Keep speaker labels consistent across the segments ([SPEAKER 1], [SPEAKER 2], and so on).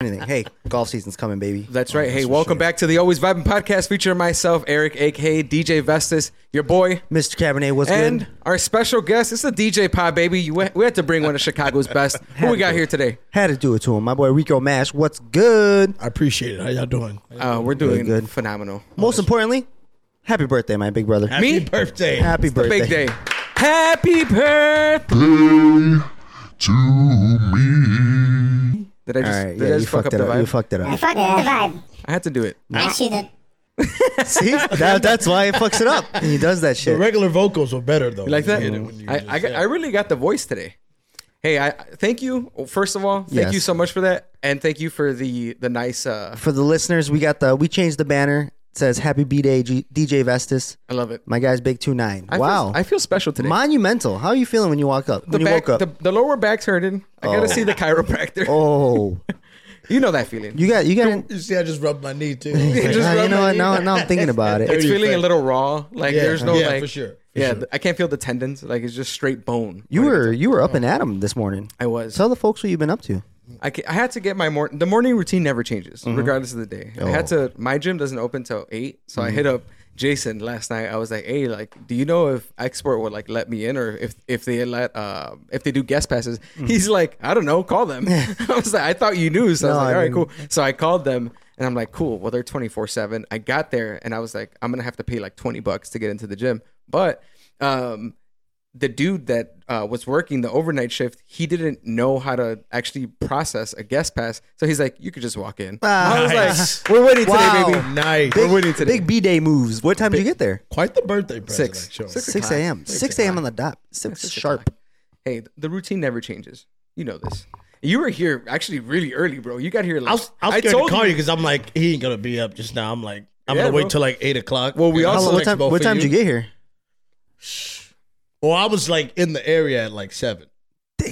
[SPEAKER 1] anything. Hey, golf season's coming, baby. Oh,
[SPEAKER 2] That's right. hey, welcome back to the Always Vibing Podcast featuring myself, Eric, aka DJ Vestas, your boy,
[SPEAKER 1] Mr. Cabernet. What's
[SPEAKER 2] and
[SPEAKER 1] good?
[SPEAKER 2] our special guest. It's a DJ Pod, baby. You, we had to bring one of Chicago's best. Who we got here today?
[SPEAKER 1] Had to do it to him. My boy Rico Mash. What's good?
[SPEAKER 3] I appreciate it. How y'all doing?
[SPEAKER 2] Uh, we're doing
[SPEAKER 1] Doing good.
[SPEAKER 2] phenomenal.
[SPEAKER 1] Most importantly, happy birthday, my big brother.
[SPEAKER 2] Me?
[SPEAKER 3] Happy birthday.
[SPEAKER 1] Happy birthday.
[SPEAKER 2] Big day. Happy birthday.
[SPEAKER 4] to me.
[SPEAKER 2] Did I just,
[SPEAKER 1] All right,
[SPEAKER 2] did
[SPEAKER 1] yeah,
[SPEAKER 2] I
[SPEAKER 1] you
[SPEAKER 2] just fuck
[SPEAKER 1] fucked
[SPEAKER 2] up
[SPEAKER 1] it
[SPEAKER 2] the
[SPEAKER 1] up. You
[SPEAKER 2] vibe?
[SPEAKER 1] fucked it up.
[SPEAKER 5] Fuck the vibe.
[SPEAKER 2] I had to do it.
[SPEAKER 5] Actually, the
[SPEAKER 1] See, that, that's why it fucks it up. And he does that
[SPEAKER 3] The
[SPEAKER 1] shit.
[SPEAKER 3] regular vocals were better though.
[SPEAKER 2] You like that?
[SPEAKER 3] Yeah, when you
[SPEAKER 2] I,
[SPEAKER 3] just-
[SPEAKER 2] I, got- I really got the voice today. Hey, I thank you first of all. Thank
[SPEAKER 1] Yes.
[SPEAKER 2] you so much for that, and thank you for the the nice. Uh,
[SPEAKER 1] For the listeners, we got the we changed the banner. It says Happy B Day G- DJ Vestas.
[SPEAKER 2] I love it.
[SPEAKER 1] My guy's big two nine.
[SPEAKER 2] I
[SPEAKER 1] wow,
[SPEAKER 2] feel, I feel special today.
[SPEAKER 1] monumental. How are you feeling when you walk up?
[SPEAKER 2] the
[SPEAKER 1] When you
[SPEAKER 2] back,
[SPEAKER 1] woke up?
[SPEAKER 2] the, the lower back's hurting. I gotta
[SPEAKER 1] Oh.
[SPEAKER 2] see the chiropractor.
[SPEAKER 1] oh,
[SPEAKER 2] You know that feeling.
[SPEAKER 1] you got you got.
[SPEAKER 3] You see, I just rubbed my knee too.
[SPEAKER 1] Like,
[SPEAKER 2] just
[SPEAKER 1] "Ah, you
[SPEAKER 2] rubbed
[SPEAKER 1] know
[SPEAKER 2] my
[SPEAKER 1] what?
[SPEAKER 2] knee."
[SPEAKER 1] Now, now I'm thinking about it.
[SPEAKER 2] it's
[SPEAKER 3] Dirty
[SPEAKER 2] feeling a
[SPEAKER 3] effect.
[SPEAKER 2] little raw. Like
[SPEAKER 3] Yeah.
[SPEAKER 2] there's no
[SPEAKER 3] Yeah,
[SPEAKER 2] like
[SPEAKER 3] for sure. For
[SPEAKER 2] yeah,
[SPEAKER 3] sure.
[SPEAKER 2] th- I can't feel the tendons. Like it's just straight bone.
[SPEAKER 1] You
[SPEAKER 2] When it
[SPEAKER 1] were
[SPEAKER 2] gets
[SPEAKER 1] you were up and at 'em this morning.
[SPEAKER 2] I was.
[SPEAKER 1] Tell the folks what you've been up to.
[SPEAKER 2] up. I, ca- I had to get my morning. The morning routine never changes,
[SPEAKER 1] Mm-hmm.
[SPEAKER 2] regardless of the day. I had
[SPEAKER 1] Oh.
[SPEAKER 2] to. My gym doesn't open till eight, so
[SPEAKER 1] Mm-hmm.
[SPEAKER 2] I hit up Jason last night. I was like, "Hey, like, do you know if Export would like let me in, or if if they let uh, if they do guest passes?"
[SPEAKER 1] Mm.
[SPEAKER 2] He's like, "I don't know. Call them." I was like, "I thought you knew." So I
[SPEAKER 1] No,
[SPEAKER 2] was like,
[SPEAKER 1] I
[SPEAKER 2] "All right,
[SPEAKER 1] didn't.
[SPEAKER 2] cool." So I called them and I'm like, cool. Well, they're 24 seven. I got there and I was like, I'm going to have to pay like 20 bucks to get into the gym. But, um, the dude that uh, was working the overnight shift, he didn't know how to actually process a guest pass. So he's like, you could just walk
[SPEAKER 1] Uh,
[SPEAKER 2] in. I was
[SPEAKER 3] Nice.
[SPEAKER 2] like, we're winning today,
[SPEAKER 1] Wow.
[SPEAKER 2] baby.
[SPEAKER 3] nice.
[SPEAKER 2] We're winning today.
[SPEAKER 1] Big B Day moves. What time did you get there?
[SPEAKER 3] Quite the birthday present.
[SPEAKER 2] Six.
[SPEAKER 3] I chose.
[SPEAKER 2] Six.
[SPEAKER 1] Six
[SPEAKER 2] o'clock.
[SPEAKER 1] a.m.
[SPEAKER 2] Six
[SPEAKER 1] Six a.m.
[SPEAKER 2] o'clock.
[SPEAKER 1] on the dot. Six
[SPEAKER 2] Six
[SPEAKER 1] sharp.
[SPEAKER 2] o'clock. Hey, th- the routine never changes. You know this. You were here actually really early, bro. You got here like
[SPEAKER 3] I was, I was scared
[SPEAKER 2] told
[SPEAKER 3] to call you because I'm like, he ain't gonna be up just now. I'm like, I'm
[SPEAKER 2] Yeah,
[SPEAKER 3] gonna
[SPEAKER 2] bro.
[SPEAKER 3] wait till like eight o'clock.
[SPEAKER 2] Well, we
[SPEAKER 3] And
[SPEAKER 2] also-
[SPEAKER 1] Oh,
[SPEAKER 3] I'll
[SPEAKER 1] what time?
[SPEAKER 3] text both
[SPEAKER 1] What
[SPEAKER 3] of
[SPEAKER 1] time did you get here?
[SPEAKER 3] Well, I was like in the area at like seven.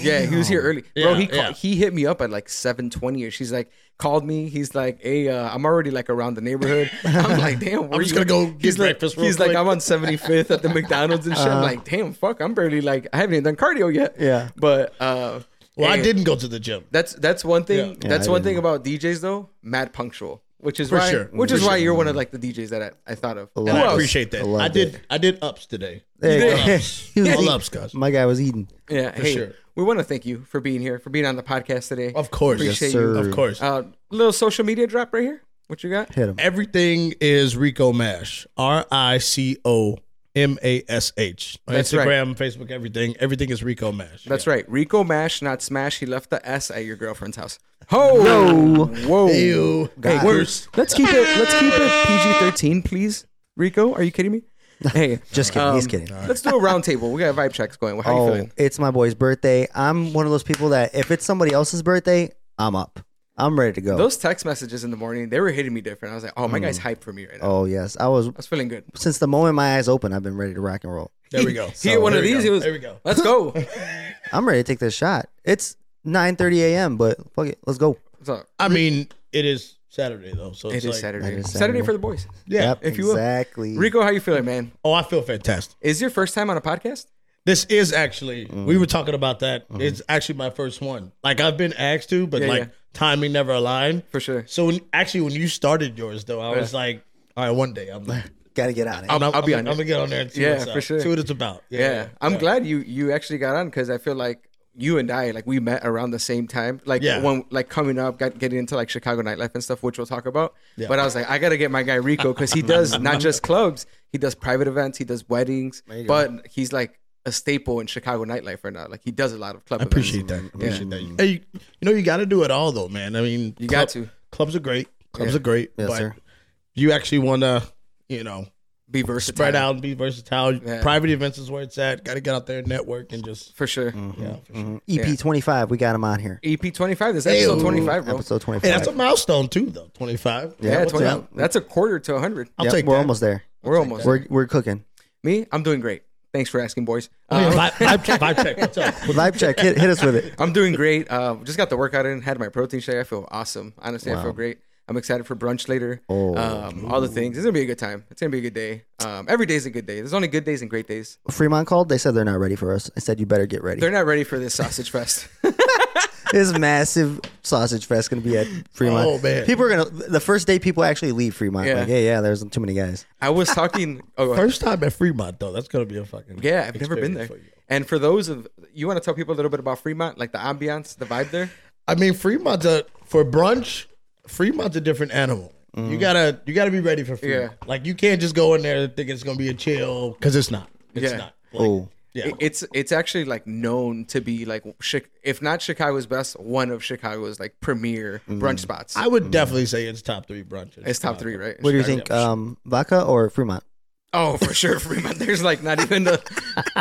[SPEAKER 2] Yeah, he was here early, bro.
[SPEAKER 3] Yeah,
[SPEAKER 2] He called,
[SPEAKER 3] yeah.
[SPEAKER 2] he hit me up at like seven twenty, or she's like called me. He's like, "Hey, uh, I'm already like around the neighborhood." I'm like, "Damn, where
[SPEAKER 3] just
[SPEAKER 2] you
[SPEAKER 3] gonna go
[SPEAKER 2] at?"
[SPEAKER 3] get
[SPEAKER 2] he's
[SPEAKER 3] breakfast
[SPEAKER 2] Like,
[SPEAKER 3] real
[SPEAKER 2] he's like,
[SPEAKER 3] quick. Uh-huh.
[SPEAKER 2] "I'm on seventy fifth at the McDonald's and shit." I'm like, "Damn, fuck, I'm barely like I haven't even done cardio yet."
[SPEAKER 1] Yeah.
[SPEAKER 2] but uh,
[SPEAKER 3] Well, I
[SPEAKER 2] hey,
[SPEAKER 3] didn't go to the gym.
[SPEAKER 2] That's that's one thing.
[SPEAKER 3] Yeah.
[SPEAKER 1] Yeah,
[SPEAKER 2] that's
[SPEAKER 1] I
[SPEAKER 2] one thing
[SPEAKER 1] didn't.
[SPEAKER 2] about DJs though, mad punctual, which is
[SPEAKER 3] For
[SPEAKER 2] why
[SPEAKER 3] sure.
[SPEAKER 2] which is
[SPEAKER 3] For
[SPEAKER 2] why
[SPEAKER 3] sure.
[SPEAKER 2] you're one of like the DJs that I, I thought of.
[SPEAKER 1] And
[SPEAKER 2] Who
[SPEAKER 3] And I
[SPEAKER 2] else?
[SPEAKER 3] appreciate that.
[SPEAKER 1] I
[SPEAKER 3] I,
[SPEAKER 1] loved
[SPEAKER 3] did.
[SPEAKER 1] it.
[SPEAKER 3] I did ups today.
[SPEAKER 1] There you
[SPEAKER 2] Yeah.
[SPEAKER 1] go. He was
[SPEAKER 3] All
[SPEAKER 1] eating.
[SPEAKER 3] ups, guys.
[SPEAKER 1] My guy was eating.
[SPEAKER 2] Yeah, hey,
[SPEAKER 3] sure.
[SPEAKER 2] we want to thank you for being here, for being on the podcast today.
[SPEAKER 3] Of course.
[SPEAKER 2] appreciate
[SPEAKER 1] Yes, sir.
[SPEAKER 2] you.
[SPEAKER 3] Of course.
[SPEAKER 2] Uh, little social media drop right here. What you got?
[SPEAKER 1] Hit him.
[SPEAKER 3] Everything is Rico Mash. R I C O M A S H. On
[SPEAKER 2] That's right.
[SPEAKER 3] Instagram, Facebook, everything. Everything is Rico Mash.
[SPEAKER 2] That's right. Rico Mash, not Smash. He left the S at your girlfriend's house. Ho! No. Whoa.
[SPEAKER 3] right. Ew.
[SPEAKER 1] God.
[SPEAKER 3] Worse.
[SPEAKER 2] Let's keep it. Let's keep it PG thirteen, please. Rico, are you kidding me? Hey, um,
[SPEAKER 1] Just kidding. He's kidding.
[SPEAKER 2] Let's do a round table. We got vibe checks going. How you
[SPEAKER 1] Oh,
[SPEAKER 2] feeling?
[SPEAKER 1] it's my boy's birthday. I'm one of those people that if it's somebody else's birthday, I'm up. I'm ready to
[SPEAKER 3] Oh.
[SPEAKER 1] go.
[SPEAKER 2] Those text messages in the morning, they were hitting me different. I was like, oh, my
[SPEAKER 3] Mm.
[SPEAKER 2] guy's hyped for me right now. I
[SPEAKER 1] oh yes, I was
[SPEAKER 2] was feeling good.
[SPEAKER 1] since the moment my eyes open. I've been ready to rock and roll.
[SPEAKER 3] There we go.
[SPEAKER 2] he hit one
[SPEAKER 3] There
[SPEAKER 2] of
[SPEAKER 3] we
[SPEAKER 2] these.
[SPEAKER 3] go.
[SPEAKER 2] He was,
[SPEAKER 3] There we go.
[SPEAKER 2] Let's go.
[SPEAKER 1] I'm ready to take this shot. It's 9:30 a.m. But fuck it, let's go.
[SPEAKER 2] so,
[SPEAKER 3] I mean, it is Saturday though, so
[SPEAKER 2] it
[SPEAKER 3] it's
[SPEAKER 2] is
[SPEAKER 3] like,
[SPEAKER 2] Saturday.
[SPEAKER 1] That is
[SPEAKER 2] Saturday.
[SPEAKER 1] Saturday.
[SPEAKER 2] for the boys.
[SPEAKER 3] Yeah.
[SPEAKER 1] Yep,
[SPEAKER 2] if you will.
[SPEAKER 1] exactly.
[SPEAKER 2] Rico, how you feeling, man?
[SPEAKER 3] Oh, I feel fantastic.
[SPEAKER 2] Is your first time on a podcast?
[SPEAKER 3] This is actually
[SPEAKER 2] Mm.
[SPEAKER 3] we were talking about that. It's actually my first one. Like I've been asked to, but
[SPEAKER 2] Mm-hmm. Yeah,
[SPEAKER 3] like
[SPEAKER 2] yeah.
[SPEAKER 3] timing never aligned.
[SPEAKER 2] For sure.
[SPEAKER 3] So when, actually, when you started yours though, I was like, all right, one day I'm like,
[SPEAKER 1] Gotta get on it.
[SPEAKER 3] I'm,
[SPEAKER 2] I'll
[SPEAKER 3] I'm,
[SPEAKER 2] be
[SPEAKER 3] I'm
[SPEAKER 2] on
[SPEAKER 3] gonna get on there and see
[SPEAKER 2] Yeah,
[SPEAKER 3] what's
[SPEAKER 2] for
[SPEAKER 3] up,
[SPEAKER 2] sure.
[SPEAKER 3] see what it's about.
[SPEAKER 2] Yeah, I'm glad you you actually got on because I feel like you and I like we met around the same time. Like
[SPEAKER 3] Yeah.
[SPEAKER 2] when like coming up, got getting into like Chicago nightlife and stuff, which we'll talk about.
[SPEAKER 3] Yeah.
[SPEAKER 2] But I was like, I gotta get my guy Rico because he does not just clubs, he does private events, he does weddings, but he's like a staple in Chicago nightlife right now. Like he does a lot of club.
[SPEAKER 3] I appreciate that. I appreciate that. Hey, you, you know, you got to do it all though, man. I mean,
[SPEAKER 2] You got to.
[SPEAKER 3] Clubs are great. Clubs
[SPEAKER 2] Yeah.
[SPEAKER 3] are great.
[SPEAKER 1] Yes,
[SPEAKER 3] but
[SPEAKER 1] sir.
[SPEAKER 3] you actually want to, you know,
[SPEAKER 2] Be versatile.
[SPEAKER 3] spread out and be versatile.
[SPEAKER 2] Yeah.
[SPEAKER 3] Private events is where it's at. Got to get out there, and network, and just
[SPEAKER 2] for sure.
[SPEAKER 3] yeah.
[SPEAKER 2] Mm-hmm.
[SPEAKER 3] For sure.
[SPEAKER 1] EP25, E we got him on here.
[SPEAKER 2] EP twenty five. This is episode
[SPEAKER 3] Ew.
[SPEAKER 2] twenty five, E bro.
[SPEAKER 1] Episode 25.
[SPEAKER 3] Hey, that's a milestone too, though. Twenty five.
[SPEAKER 1] Yeah,
[SPEAKER 2] yeah,
[SPEAKER 1] what's
[SPEAKER 2] 20,
[SPEAKER 1] up?
[SPEAKER 2] that's a quarter to hundred.
[SPEAKER 3] I'll
[SPEAKER 1] Yep,
[SPEAKER 3] take
[SPEAKER 1] we're
[SPEAKER 3] that.
[SPEAKER 1] almost there.
[SPEAKER 2] We're almost.
[SPEAKER 1] We're, we're cooking.
[SPEAKER 2] Me, I'm doing great. Thanks for asking, boys.
[SPEAKER 3] Yeah,
[SPEAKER 2] Um,
[SPEAKER 3] vibe, vibe- vibe check. What's up?
[SPEAKER 1] Live check, hit, hit us with it.
[SPEAKER 2] I'm doing great. Uh, just got the workout in, had my protein shake. I feel awesome. Honestly, I feel great. I'm excited for brunch later.
[SPEAKER 1] Oh.
[SPEAKER 2] Um, all the things. It's gonna be a good time. It's gonna be a good day. Um, every day's a good day. There's only good days and great days.
[SPEAKER 1] Fremont called. They said they're not ready for us. I said, you better get ready.
[SPEAKER 2] They're not ready for this sausage fest.
[SPEAKER 1] This massive sausage fest going to be at Fremont.
[SPEAKER 3] Oh, man.
[SPEAKER 1] people are going to the first day people actually leave Fremont.
[SPEAKER 2] Yeah.
[SPEAKER 1] Like, yeah, yeah, there's too many guys.
[SPEAKER 2] I was talking. Oh, go ahead.
[SPEAKER 3] First time at Fremont though. That's gonna be a fucking
[SPEAKER 2] yeah, I've never been
[SPEAKER 3] experience
[SPEAKER 2] there.
[SPEAKER 3] for you.
[SPEAKER 2] And for those of you, want to tell people a little bit about Fremont, like the ambiance, the vibe there.
[SPEAKER 3] I mean, Fremont's a for brunch. Fremont's a different animal. You gotta you gotta be ready for Fremont.
[SPEAKER 2] Yeah.
[SPEAKER 3] Like you can't just go in there thinking it's gonna be a chill because it's not. It's
[SPEAKER 2] Yeah.
[SPEAKER 3] not. Like,
[SPEAKER 1] Oh,
[SPEAKER 3] yeah.
[SPEAKER 2] It- It's it's actually like known to be like Chi- if not Chicago's best, one of Chicago's like premier brunch spots.
[SPEAKER 3] Mm. I would definitely say it's top three brunches.
[SPEAKER 2] it's top three, right?
[SPEAKER 1] what do you
[SPEAKER 2] Chicago.
[SPEAKER 1] think? Um, vodka or Fremont?
[SPEAKER 2] Oh, for sure, Fremont. There's like not even the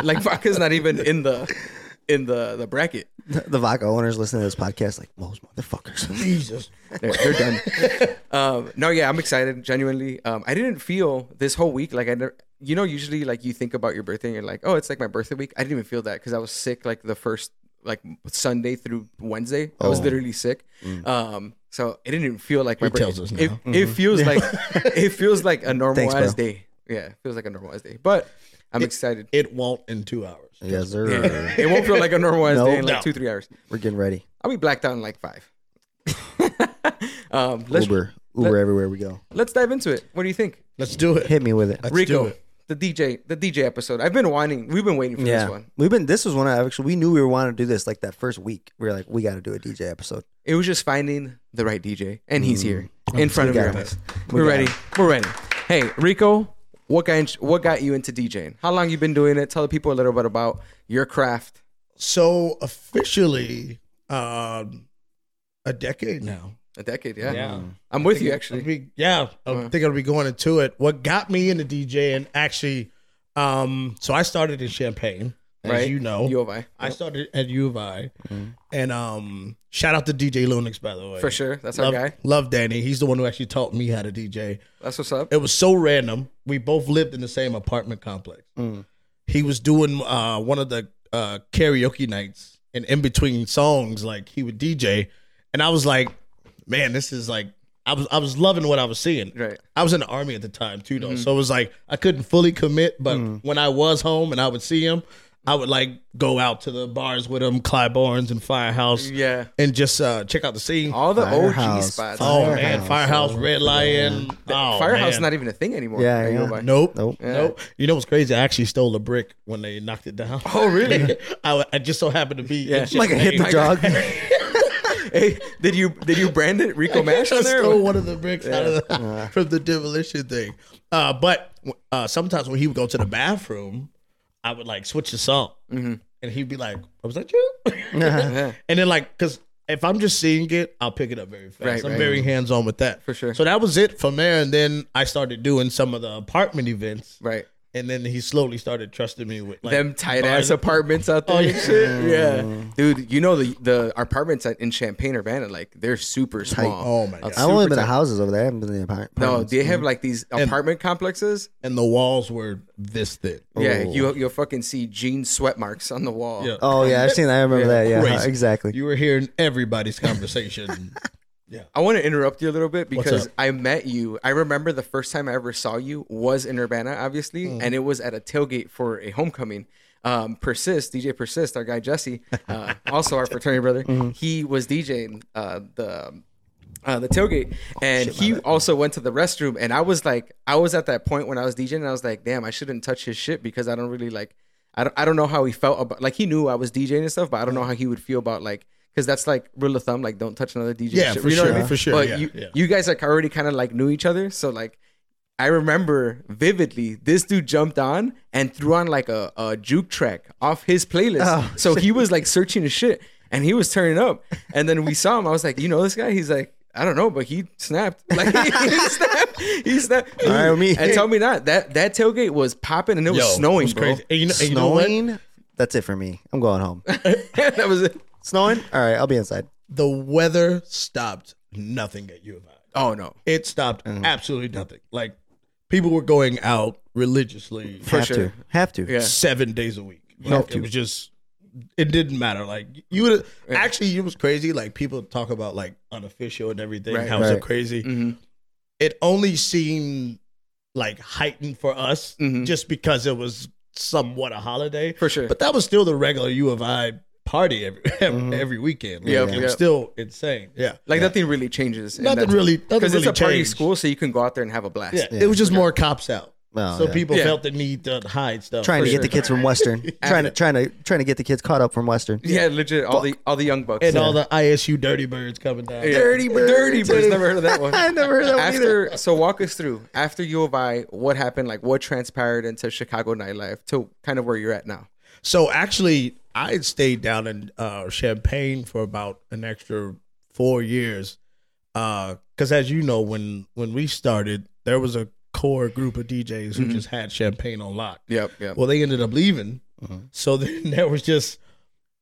[SPEAKER 2] like vodka's not even in the in the the bracket.
[SPEAKER 1] The, the vodka owners listening to this podcast, like those motherfuckers.
[SPEAKER 3] Jesus.
[SPEAKER 2] They're, they're done. um, no, yeah, I'm excited. Genuinely, um, I didn't feel this whole week like I never. You know, usually like you think about your birthday and you're like, oh, it's like my birthday week. I didn't even feel that because I was sick like the first like Sunday through Wednesday. I was
[SPEAKER 1] Oh.
[SPEAKER 2] literally sick. Um, so it didn't even feel like my
[SPEAKER 3] He
[SPEAKER 2] birthday.
[SPEAKER 3] Mm. tells us
[SPEAKER 2] It,
[SPEAKER 3] now. Mm-hmm.
[SPEAKER 2] it feels like it feels like a normalized
[SPEAKER 1] bro.
[SPEAKER 2] day. Yeah, it feels like a normalized day. But I'm excited.
[SPEAKER 3] It won't in two hours.
[SPEAKER 1] yes, sir.
[SPEAKER 2] Yeah. it won't feel like a normalized
[SPEAKER 1] No.
[SPEAKER 2] day in like
[SPEAKER 3] No.
[SPEAKER 2] two three hours.
[SPEAKER 1] We're getting ready.
[SPEAKER 2] I'll be blacked out in like five. um, let's
[SPEAKER 1] Uber, Uber everywhere we go.
[SPEAKER 2] let's dive into it. What do you think,
[SPEAKER 3] Let's do it.
[SPEAKER 1] Hit me with it.
[SPEAKER 3] Let's do
[SPEAKER 2] Rico?
[SPEAKER 3] it.
[SPEAKER 2] The DJ, the DJ episode. I've been wanting. We've been waiting for this
[SPEAKER 1] Yeah,
[SPEAKER 2] one.
[SPEAKER 1] we've been. This was one I actually we knew we were wanting to do this like that first week. We were like, we got to do a DJ episode.
[SPEAKER 2] It was just finding the right DJ, and he's here in front of
[SPEAKER 1] got
[SPEAKER 2] your
[SPEAKER 1] it.
[SPEAKER 2] eyes.
[SPEAKER 1] Mm. We
[SPEAKER 2] We're
[SPEAKER 1] got
[SPEAKER 2] ready. We're ready. Hey, Rico, what got what got you into DJing? How long you been doing it? Tell the people a little bit about your craft.
[SPEAKER 3] So officially, um, a decade now.
[SPEAKER 2] A decade, yeah.
[SPEAKER 3] Yeah.
[SPEAKER 2] I'm with you
[SPEAKER 3] I'll
[SPEAKER 2] actually.
[SPEAKER 3] be- yeah, I think I'll be going into it. What got me into DJ and actually, um, so I started in Champagne, as
[SPEAKER 2] Right,
[SPEAKER 3] you know.
[SPEAKER 2] U of I.
[SPEAKER 3] I started at U of I, and um, shout out to DJ Lunix by the way.
[SPEAKER 2] Mm-hmm. for sure. That's our
[SPEAKER 3] love,
[SPEAKER 2] guy.
[SPEAKER 3] love Danny. He's the one who actually taught me how to DJ.
[SPEAKER 2] That's what's up.
[SPEAKER 3] It was so random. We both lived in the same apartment complex.
[SPEAKER 2] Mm.
[SPEAKER 3] He was doing uh, one of the uh, karaoke nights, and in between songs, like he would DJ, and I was like, "Man, this is like." I was I was loving what I was seeing.
[SPEAKER 2] Right. Mm-hmm.
[SPEAKER 3] I was in the army at the time too, though, so it was like I couldn't fully commit. But
[SPEAKER 2] Mm.
[SPEAKER 3] when I was home and I would see him, I would like go out to the bars with him, Clybourne's and Firehouse,
[SPEAKER 2] Yeah.
[SPEAKER 3] and just uh, check out the scene.
[SPEAKER 2] All the OG
[SPEAKER 1] Firehouse,
[SPEAKER 2] spots.
[SPEAKER 3] Oh
[SPEAKER 1] Firehouse.
[SPEAKER 3] man, Firehouse, Red Lion. Oh,
[SPEAKER 2] Firehouse
[SPEAKER 3] man.
[SPEAKER 2] not even a thing anymore.
[SPEAKER 1] Yeah,
[SPEAKER 2] There you
[SPEAKER 1] yeah.
[SPEAKER 2] go, bye.
[SPEAKER 3] Nope.
[SPEAKER 1] Nope.
[SPEAKER 2] Yeah.
[SPEAKER 3] Nope. You know what's crazy? I actually stole a brick when they knocked it down.
[SPEAKER 2] Oh, really?
[SPEAKER 3] I, I just so happened to be.
[SPEAKER 2] Yeah.
[SPEAKER 3] Yeah.
[SPEAKER 1] I'm like a hit the dog.
[SPEAKER 2] hey, did you did you brand it Rico Mash
[SPEAKER 3] I
[SPEAKER 2] on there?
[SPEAKER 3] stole one of the bricks out of the, from the demolition thing. Uh, but uh, sometimes when he would go to the bathroom, I would like switch the song,
[SPEAKER 2] Mm-hmm.
[SPEAKER 3] and he'd be like, "Was that you?" and then like, because if I'm just seeing it, I'll pick it up very fast.
[SPEAKER 2] Right,
[SPEAKER 3] I'm
[SPEAKER 2] right.
[SPEAKER 3] very hands on with that
[SPEAKER 2] For sure.
[SPEAKER 3] So that was it from there, and then I started doing some of the apartment events,
[SPEAKER 2] Right.
[SPEAKER 3] and then he slowly started trusting me with like,
[SPEAKER 2] Them tight ass
[SPEAKER 3] bars.
[SPEAKER 2] apartments out there.
[SPEAKER 3] Oh, yeah.
[SPEAKER 2] and shit. yeah. Dude, you know the the apartments at- in Champaign Urbana, like they're super small.
[SPEAKER 3] Oh my
[SPEAKER 2] Uh,
[SPEAKER 3] god!
[SPEAKER 1] I've only
[SPEAKER 2] super
[SPEAKER 1] been to
[SPEAKER 2] tight.
[SPEAKER 1] houses over there. I haven't been to the apart-
[SPEAKER 2] No,
[SPEAKER 1] apartments.
[SPEAKER 2] they have like these apartment complexes.
[SPEAKER 3] And the walls were this thick.
[SPEAKER 2] Yeah, you you'll fucking see jean sweat marks on the wall.
[SPEAKER 3] Yeah.
[SPEAKER 1] Oh yeah, I've seen. that. I remember that. Yeah,
[SPEAKER 3] Crazy.
[SPEAKER 1] exactly.
[SPEAKER 3] You were hearing everybody's conversation.
[SPEAKER 2] I want to interrupt you a little bit
[SPEAKER 3] What's
[SPEAKER 2] because
[SPEAKER 3] up?
[SPEAKER 2] I met you. I remember the first time I ever saw you was in Urbana, obviously,
[SPEAKER 3] Mm.
[SPEAKER 2] and it was at a tailgate for a homecoming. Um, Persist, DJ Persist, our guy Jesse, uh, also our fraternity brother,
[SPEAKER 3] Mm-hmm.
[SPEAKER 2] he was DJing uh, the uh, the tailgate,
[SPEAKER 3] Oh,
[SPEAKER 2] and he also went to the restroom. And I was like, I was at that point when I was DJing, and I was like, damn, I shouldn't touch his shit because I don't really like, I don't, I don't know how he felt about. Like he knew I was DJing and stuff, but I don't know
[SPEAKER 3] Mm-hmm.
[SPEAKER 2] how he would feel about like. Cause that's like rule of thumb, like don't touch another DJ.
[SPEAKER 3] Yeah,
[SPEAKER 2] shit,
[SPEAKER 3] for
[SPEAKER 2] you know what I
[SPEAKER 3] sure,
[SPEAKER 2] mean?
[SPEAKER 3] for sure,
[SPEAKER 2] But
[SPEAKER 3] yeah,
[SPEAKER 2] you,
[SPEAKER 3] yeah.
[SPEAKER 2] you guys like already kind of like knew each other, so like I remember vividly this dude jumped on and threw on like a, a juke track off his playlist.
[SPEAKER 3] Oh,
[SPEAKER 2] so he was like searching his shit and he was turning up. And then we saw him. I was like, you know this guy? He's like, I don't know, but he snapped. Like he snapped. He snapped.
[SPEAKER 1] All right, me.
[SPEAKER 2] And tell me not that that tailgate was popping and it was
[SPEAKER 3] Yo,
[SPEAKER 2] snowing,
[SPEAKER 3] it was
[SPEAKER 2] bro.
[SPEAKER 3] crazy. And you know, and you know what?
[SPEAKER 1] Snowing. That's it for me. I'm going home.
[SPEAKER 2] that was it.
[SPEAKER 1] Snowing. All right, I'll be inside.
[SPEAKER 3] The weather stopped nothing at U of I.
[SPEAKER 2] Oh no.
[SPEAKER 3] It stopped
[SPEAKER 1] Mm.
[SPEAKER 3] absolutely nothing. Like people were going out religiously
[SPEAKER 1] Have
[SPEAKER 2] sure.
[SPEAKER 1] to. Have to.
[SPEAKER 2] Yeah.
[SPEAKER 3] seven days a week. Like, it was just it didn't matter. Like you would actually it was crazy. Like people talk about like unofficial and everything.
[SPEAKER 2] Right.
[SPEAKER 3] how it's so
[SPEAKER 1] Right.
[SPEAKER 3] crazy.
[SPEAKER 2] Mhm.
[SPEAKER 3] It only seemed like heightened for us
[SPEAKER 2] Mhm.
[SPEAKER 3] just because it was somewhat a holiday.
[SPEAKER 2] For sure.
[SPEAKER 3] But that was still the regular U of I party every every weekend. Like,
[SPEAKER 2] Yeah,
[SPEAKER 3] it
[SPEAKER 2] yeah.
[SPEAKER 3] was still insane. Yeah.
[SPEAKER 2] Mm-hmm. Like nothing really changes. in
[SPEAKER 3] Nothing
[SPEAKER 2] that-
[SPEAKER 3] really- nothing
[SPEAKER 2] it's
[SPEAKER 3] really
[SPEAKER 2] a party
[SPEAKER 3] changed.
[SPEAKER 2] school, so you can go out there and have a blast.
[SPEAKER 3] Yeah, it was just more cops out.
[SPEAKER 1] Oh,
[SPEAKER 3] so
[SPEAKER 1] yeah.
[SPEAKER 3] people
[SPEAKER 2] Yeah.
[SPEAKER 3] felt the need to hide stuff.
[SPEAKER 1] trying to
[SPEAKER 3] For
[SPEAKER 1] get the
[SPEAKER 3] sure.
[SPEAKER 1] kids from Western, trying to trying to trying to get the kids caught up from Western.
[SPEAKER 2] Yeah, legit. All the all the young bucks
[SPEAKER 3] and all the ISU dirty birds coming down.
[SPEAKER 2] Yeah.
[SPEAKER 1] Dirty Birds.
[SPEAKER 2] Dirty birds. Never heard of that one.
[SPEAKER 1] I never heard of that one either.
[SPEAKER 2] After, so walk us through after U of I, what happened? Like what transpired into Chicago nightlife to kind of where you're at now?
[SPEAKER 3] So actually, I had stayed down in uh, Champagne for about an extra four years, because as you know, when when we started, there was a core group of DJs who
[SPEAKER 2] Mm-hmm.
[SPEAKER 3] just had Champagne on lock.
[SPEAKER 2] Yep, yep.
[SPEAKER 3] Well, they ended up leaving,
[SPEAKER 2] Uh-huh.
[SPEAKER 3] so then there was just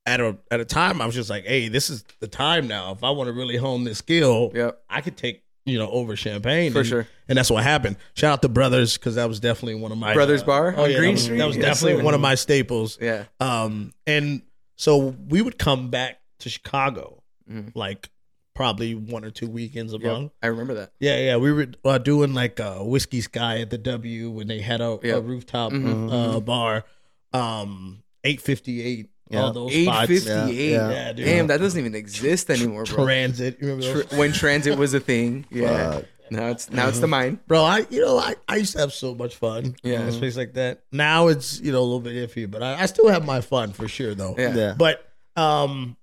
[SPEAKER 3] at a at a time I was just like, hey, this is the time now. If I want to really hone this skill,
[SPEAKER 2] Yep.
[SPEAKER 3] I could take you know over Champagne
[SPEAKER 2] For
[SPEAKER 3] and,
[SPEAKER 2] sure.
[SPEAKER 3] and that's what happened. Shout out to Brothers because that was definitely one of my
[SPEAKER 2] Brothers Bar
[SPEAKER 3] Oh
[SPEAKER 2] on
[SPEAKER 3] yeah,
[SPEAKER 2] Green
[SPEAKER 3] that was,
[SPEAKER 2] Street.
[SPEAKER 3] that was
[SPEAKER 2] Yes,
[SPEAKER 3] definitely
[SPEAKER 2] sir.
[SPEAKER 3] one of my staples.
[SPEAKER 2] Yeah.
[SPEAKER 3] Um, and so we would come back to Chicago,
[SPEAKER 2] Mhm.
[SPEAKER 3] like probably one or two weekends a
[SPEAKER 2] Yep.
[SPEAKER 3] month.
[SPEAKER 2] I remember that.
[SPEAKER 3] Yeah, yeah, we were uh, doing like uh, whiskey sky at the W when they had a, a
[SPEAKER 2] Yep.
[SPEAKER 3] rooftop
[SPEAKER 2] Mhm.
[SPEAKER 1] Mm-hmm.
[SPEAKER 3] uh, bar, um, eight fifty eight.
[SPEAKER 1] Yeah.
[SPEAKER 3] All those spots.
[SPEAKER 2] 858.
[SPEAKER 1] Yeah,
[SPEAKER 3] yeah, dude.
[SPEAKER 2] Damn, that doesn't even exist anymore, bro.
[SPEAKER 3] Transit. You remember those?
[SPEAKER 2] Tr- when transit was a thing. Yeah. Now it's now
[SPEAKER 3] Uh-huh.
[SPEAKER 2] it's the mine.
[SPEAKER 3] Bro, I you know I, I used to have so much fun.
[SPEAKER 2] Yeah.
[SPEAKER 3] in a space like that. Now it's you know a little bit iffy, but I, I still have my fun for sure though.
[SPEAKER 2] Yeah.
[SPEAKER 1] Yeah.
[SPEAKER 3] But um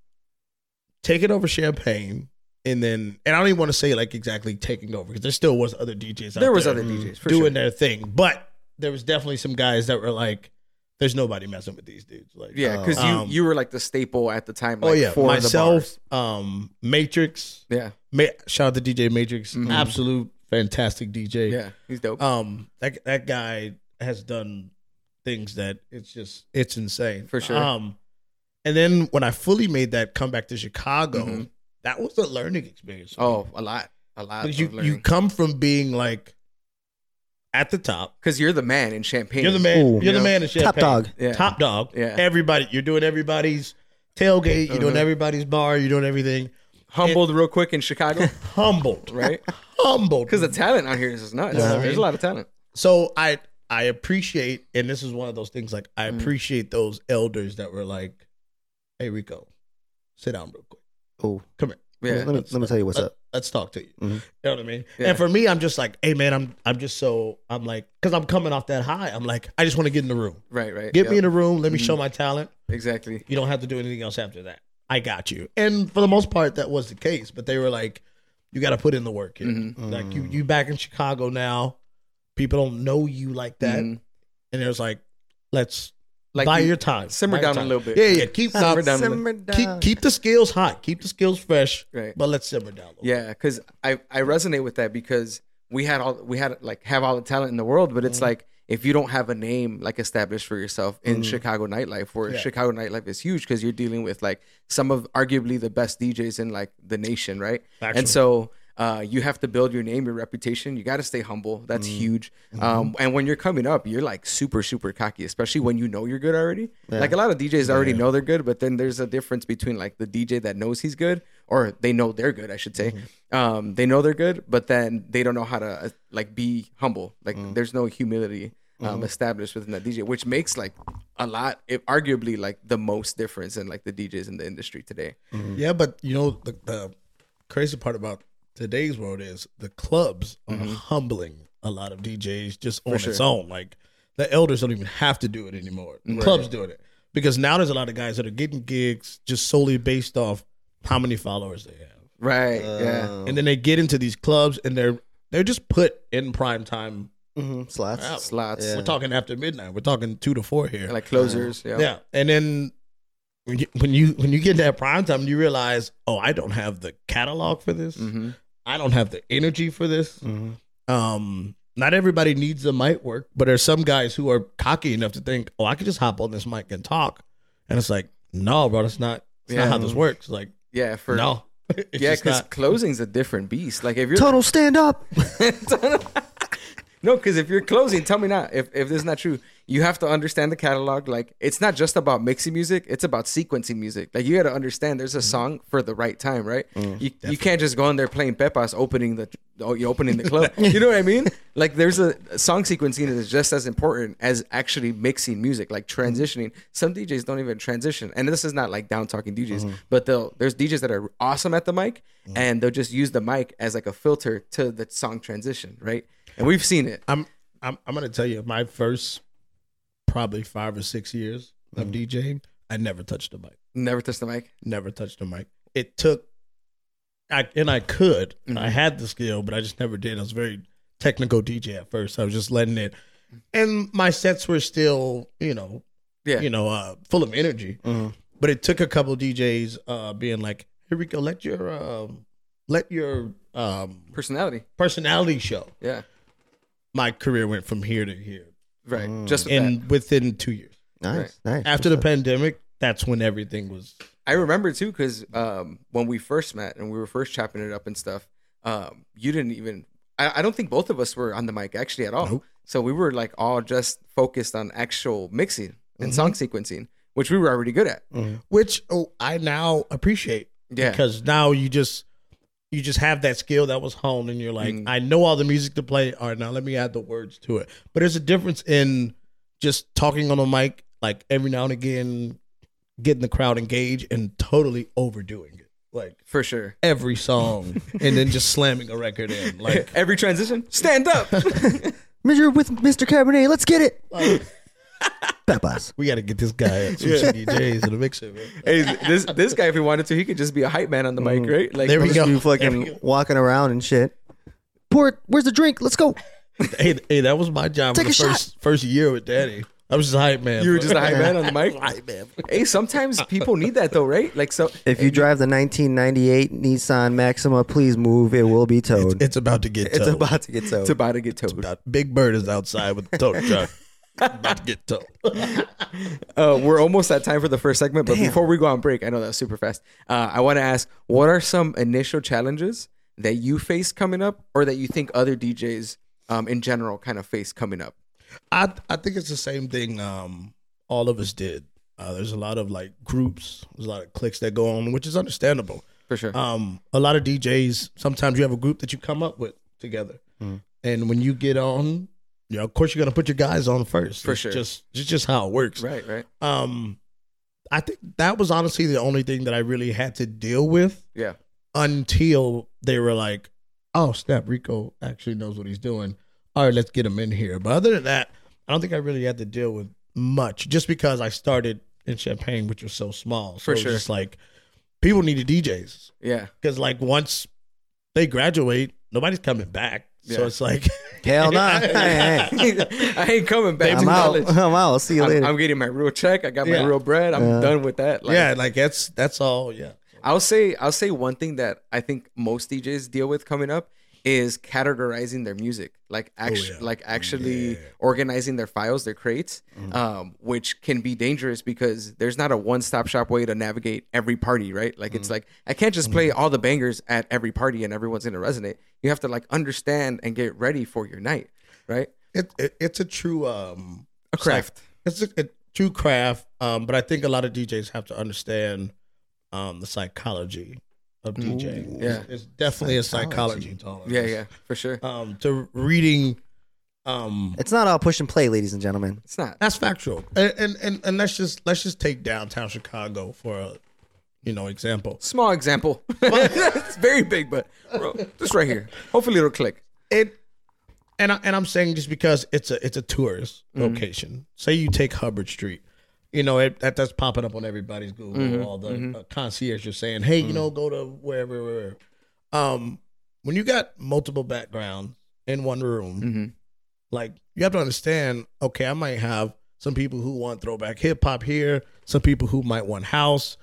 [SPEAKER 3] taking over champagne and then and I don't even want to say like exactly taking over because there still was other DJs out
[SPEAKER 2] There was
[SPEAKER 3] there
[SPEAKER 2] other DJs for
[SPEAKER 3] doing
[SPEAKER 2] sure.
[SPEAKER 3] their thing. But there was definitely some guys that were like, There's nobody messing with these dudes. Like
[SPEAKER 2] Yeah, because
[SPEAKER 3] Um,
[SPEAKER 2] you you were like the staple at the time. Like,
[SPEAKER 3] Oh yeah.
[SPEAKER 2] for
[SPEAKER 3] Myself,
[SPEAKER 2] The
[SPEAKER 3] um, Matrix.
[SPEAKER 2] bars.
[SPEAKER 3] Ma- shout out to DJ Matrix.
[SPEAKER 2] Mm-hmm.
[SPEAKER 3] Absolute fantastic
[SPEAKER 2] Yeah,
[SPEAKER 3] DJ.
[SPEAKER 2] yeah, he's dope.
[SPEAKER 3] Um that that guy has done things that it's just it's insane.
[SPEAKER 2] For sure.
[SPEAKER 3] Um and then when I fully made that comeback to Chicago,
[SPEAKER 2] Mhm.
[SPEAKER 3] that was a learning experience. for me.
[SPEAKER 2] oh, a lot, a lot.
[SPEAKER 3] Because you you come from being like at the top.
[SPEAKER 2] because you're the man in Champagne.
[SPEAKER 3] You're the man.
[SPEAKER 1] Ooh.
[SPEAKER 3] you're the man in
[SPEAKER 1] Top
[SPEAKER 3] Champagne.
[SPEAKER 1] dog.
[SPEAKER 2] Yeah.
[SPEAKER 3] Top dog.
[SPEAKER 2] Yeah.
[SPEAKER 3] Everybody. You're doing everybody's tailgate. You're doing
[SPEAKER 2] Mhm.
[SPEAKER 3] everybody's bar. You're doing everything.
[SPEAKER 2] humbled real quick in Chicago,
[SPEAKER 3] Humbled.
[SPEAKER 2] right?
[SPEAKER 3] Humbled.
[SPEAKER 2] Because the talent out here is just nuts.
[SPEAKER 3] Yeah.
[SPEAKER 2] There's a lot of talent.
[SPEAKER 3] so I I appreciate, and this is one of those things like I appreciate those elders that were like, "Hey Rico, sit down real quick.
[SPEAKER 1] Oh,
[SPEAKER 3] Come here.
[SPEAKER 1] let
[SPEAKER 2] Yeah,
[SPEAKER 1] me let me tell you what's up.
[SPEAKER 3] Let's talk to you."
[SPEAKER 1] Mhm.
[SPEAKER 3] You know what I mean?
[SPEAKER 2] Yeah.
[SPEAKER 3] And for me, I'm just like, "Hey man, I'm I'm just so I'm like, because I'm coming off that high. I'm like, I just want to get in the room.
[SPEAKER 2] right, right.
[SPEAKER 3] Get
[SPEAKER 2] Yep.
[SPEAKER 3] me in the room. Let me show my talent.
[SPEAKER 2] exactly.
[SPEAKER 3] You don't have to do anything else after that. I got you. And for the most part, that was the case. But they were like, you got to put in the work here.
[SPEAKER 2] Mm-hmm.
[SPEAKER 3] Like
[SPEAKER 1] Mm.
[SPEAKER 3] you, you back in Chicago now. People don't know you like that.
[SPEAKER 2] Mhm.
[SPEAKER 3] And there's like, let's
[SPEAKER 2] Like
[SPEAKER 3] buy
[SPEAKER 2] you-
[SPEAKER 3] your time.
[SPEAKER 2] simmer
[SPEAKER 3] Buy your
[SPEAKER 2] down a
[SPEAKER 3] time.
[SPEAKER 2] little bit.
[SPEAKER 3] Yeah, yeah. Keep
[SPEAKER 2] Simmer
[SPEAKER 3] up-
[SPEAKER 2] down.
[SPEAKER 3] Keep keep the skills hot. Keep the skills fresh.
[SPEAKER 2] Right.
[SPEAKER 3] But let's simmer down. A little
[SPEAKER 2] Yeah, because I I resonate with that because we had all we had like have all the talent in the world, but it's
[SPEAKER 3] Mm.
[SPEAKER 2] like if you don't have a name like established for yourself in Chicago nightlife, where
[SPEAKER 3] Yeah.
[SPEAKER 2] Chicago nightlife is huge because you're dealing with like some of arguably the best DJs in like the nation, right?
[SPEAKER 3] Factual.
[SPEAKER 2] And so. Uh, you have to build your name, your reputation. You got to stay humble. That's huge. Um, and when you're coming up, you're like super, super cocky, especially when you know you're good already. Like a lot of DJs already know they're good, but then there's a difference between like the DJ that knows he's good or they know they're good, I should say. Um, they know they're good, but then they don't know how to uh, like be humble. Like there's no humility um, established within that DJ, which makes like a lot, it, arguably like the most difference in like the DJs in the industry today.
[SPEAKER 3] bit. Yeah, but you know the, the crazy part about today's world is the clubs are
[SPEAKER 2] Mm-hmm.
[SPEAKER 3] humbling a lot of DJs just on its own. Like the elders don't even have to do it anymore. The clubs doing it because now there's a lot of guys that are getting gigs just solely based off how many followers they have.
[SPEAKER 2] Right.
[SPEAKER 1] Uh,
[SPEAKER 2] yeah.
[SPEAKER 3] and then they get into these clubs and they're they're just put in prime time.
[SPEAKER 1] hmm Slots.
[SPEAKER 2] Slots.
[SPEAKER 1] Yeah.
[SPEAKER 3] We're talking after midnight. We're talking two to four here.
[SPEAKER 2] Like closers. Yeah.
[SPEAKER 3] yeah, and then when you, when you when you get that prime time, you realize, oh, I don't have the catalog for this.
[SPEAKER 2] Mhm.
[SPEAKER 3] I don't have the energy for this. Um, not everybody needs the mic work, but there's some guys who are cocky enough to think, oh, I could just hop on this mic and talk. And it's like, no, bro, that's not. That's
[SPEAKER 2] Yeah.
[SPEAKER 3] not how this works. Like,
[SPEAKER 2] Yeah. For
[SPEAKER 3] no. It's
[SPEAKER 2] yeah,
[SPEAKER 3] just
[SPEAKER 2] because
[SPEAKER 3] not.
[SPEAKER 2] closing's a different beast. Like if you're
[SPEAKER 1] Tunnel, stand up.
[SPEAKER 2] No, because if you're closing, tell me not. If if this is not true, you have to understand the catalog. Like it's not just about mixing music; it's about sequencing music. Like you got to understand, there's a song for the right time, right? you you can't just go in there playing Pepas, opening the oh, you're opening the club. you know what I mean? Like there's a song sequencing that is just as important as actually mixing music, like transitioning. Some DJs don't even transition, and this is not like down talking DJs, but they'll there's DJs that are awesome at the mic, and they'll just use the mic as like a filter to the song transition, right? And we've seen it.
[SPEAKER 3] I'm I'm I'm gonna tell you my first probably five or six years of
[SPEAKER 2] Mm-hmm.
[SPEAKER 3] DJing, I never touched the mic.
[SPEAKER 2] Never touch the mic.
[SPEAKER 3] Never touched the mic. It took I and I could.
[SPEAKER 2] Mm-hmm.
[SPEAKER 3] I had the skill, but I just never did. I was a very technical DJ at first. I was just letting it and my sets were still, you know,
[SPEAKER 2] Yeah.
[SPEAKER 3] you know, uh, full of energy.
[SPEAKER 1] Mm-hmm.
[SPEAKER 3] But it took a couple DJs uh, being like, "Here we go, let your um, let your um,
[SPEAKER 2] Personality.
[SPEAKER 3] personality show."
[SPEAKER 2] Yeah.
[SPEAKER 3] My career went from here to here,
[SPEAKER 2] Right.
[SPEAKER 3] Mm.
[SPEAKER 2] Just with that.
[SPEAKER 3] and within two years
[SPEAKER 1] Nice, nice.
[SPEAKER 3] after the pandemic, that's when everything was.
[SPEAKER 2] I remember too, because um, when we first met and we were first chopping it up and stuff, um, you didn't even. I, I don't think both of us were on the mic actually at all. So we were like all just focused on actual mixing and song
[SPEAKER 3] Mm-hmm.
[SPEAKER 2] sequencing, which we were already good at.
[SPEAKER 3] Which oh, I now appreciate.
[SPEAKER 2] Yeah.
[SPEAKER 3] because now you just you just have that skill that was honed, and you're like, I know all the music to play. All right, now let me add the words to it. But there's a difference in just talking on the mic, like every now and again, getting the crowd engaged, and totally overdoing it, like
[SPEAKER 2] For sure.
[SPEAKER 3] every song, and then just slamming a record in, like.
[SPEAKER 2] Every transition, stand up.
[SPEAKER 1] Measure with Mr. Cabernet. Let's get it. Pepas.
[SPEAKER 3] We got to get this guy at some CDJs in the mixer, man.
[SPEAKER 2] hey, this this guy, if he wanted to, he could just be a hype man on the mic, right? Like,
[SPEAKER 3] Mm. There we
[SPEAKER 1] Just
[SPEAKER 3] go.
[SPEAKER 1] be fucking walking around and shit. Port, where's the drink? Let's go.
[SPEAKER 3] hey, hey, that was my job for
[SPEAKER 1] Take
[SPEAKER 3] the
[SPEAKER 1] a shot.
[SPEAKER 3] first first year with Daddy. I was just a hype man.
[SPEAKER 2] you were
[SPEAKER 3] bro.
[SPEAKER 2] just a hype man on the mic.
[SPEAKER 3] hype man.
[SPEAKER 2] Hey, sometimes people need that though, right? Like, so
[SPEAKER 1] If you drive the 1998 Nissan Maxima, please move. It will be towed.
[SPEAKER 3] It's about to get
[SPEAKER 1] It's
[SPEAKER 3] towed.
[SPEAKER 1] about Oh, to get towed.
[SPEAKER 2] it's about to get towed.
[SPEAKER 3] Big Bird is outside with the tow truck. about to get towed.
[SPEAKER 2] Uh, we're almost at time for the first segment, but
[SPEAKER 1] Damn.
[SPEAKER 2] before we go on break, I know that was super fast. Uh, I want to ask, what are some initial challenges that you face coming up, or that you think other DJs um, in general kind of face coming up?
[SPEAKER 3] I I think it's the same thing. Um, all of us did. Uh, there's a lot of like groups. There's a lot of clicks that go on, which is understandable.
[SPEAKER 2] For sure.
[SPEAKER 1] Uh,
[SPEAKER 3] Um, a lot of DJs. Sometimes you have a group that you come up with together, and when you get on, you know, of course you're gonna put your guys on first.
[SPEAKER 2] For
[SPEAKER 3] It's
[SPEAKER 2] sure.
[SPEAKER 3] Just it's just how it works.
[SPEAKER 2] right, right.
[SPEAKER 3] um i think that was honestly the only thing that i really had to deal with
[SPEAKER 2] Yeah.
[SPEAKER 3] until they were like oh snap rico actually knows what he's doing all right let's get him in here but other than that i don't think i really had to deal with much just because i started in champagne which was so small so
[SPEAKER 2] For
[SPEAKER 3] it was
[SPEAKER 2] sure.
[SPEAKER 3] just like people needed djs
[SPEAKER 2] Yeah.
[SPEAKER 3] because like once they graduate nobody's coming back so
[SPEAKER 2] Yeah.
[SPEAKER 3] it's like
[SPEAKER 1] Hell no. Hey, hey.
[SPEAKER 2] I ain't coming back to
[SPEAKER 1] I'm
[SPEAKER 2] college.
[SPEAKER 1] out. I'm out. I'll see you
[SPEAKER 2] I'm,
[SPEAKER 1] later.
[SPEAKER 2] I'm getting my real check. I got my
[SPEAKER 3] Yeah.
[SPEAKER 2] real bread. I'm
[SPEAKER 1] Yeah.
[SPEAKER 2] done with that. Like,
[SPEAKER 3] yeah like that's that's all yeah
[SPEAKER 2] I'll say I'll say one thing that I think most DJs deal with coming up is categorizing their music, like actually,
[SPEAKER 3] Oh, yeah. Mm-hmm.
[SPEAKER 2] like actually organizing their files, their crates, um, which can be dangerous because there's not a one-stop shop way to navigate every party, right? Like
[SPEAKER 3] Mm-hmm.
[SPEAKER 2] it's like I can't just play all the bangers at every party and everyone's gonna resonate. You have to like understand and get ready for your night, right?
[SPEAKER 3] it, it it's a true um
[SPEAKER 2] A craft.
[SPEAKER 3] it's a, a true craft um but i think a lot of djs have to understand um the psychology of djing
[SPEAKER 2] yeah.
[SPEAKER 3] it's, it's definitely a psychology tolerance
[SPEAKER 2] Yeah, yeah, for sure.
[SPEAKER 3] um to reading um
[SPEAKER 1] It's not all push and play, ladies and gentlemen.
[SPEAKER 2] It's not.
[SPEAKER 3] that's factual and and and, and let's just let's just take downtown chicago for a you know example
[SPEAKER 2] Small example. it's very big, but bro, just right here. Hopefully it'll click.
[SPEAKER 3] it and I, and I'm saying just because it's a it's a tourist
[SPEAKER 2] Mm-hmm.
[SPEAKER 3] location. Say you take Hubbard Street, you know it, that that's popping up on everybody's Google.
[SPEAKER 2] Mm-hmm.
[SPEAKER 3] All the uh, concierge are saying, "Hey, you know, go to wherever." wherever. Um, when you got multiple backgrounds in one room,
[SPEAKER 2] Mm-hmm.
[SPEAKER 3] like you have to understand. Okay, I might have some people who want throwback hip hop here, some people who might want house,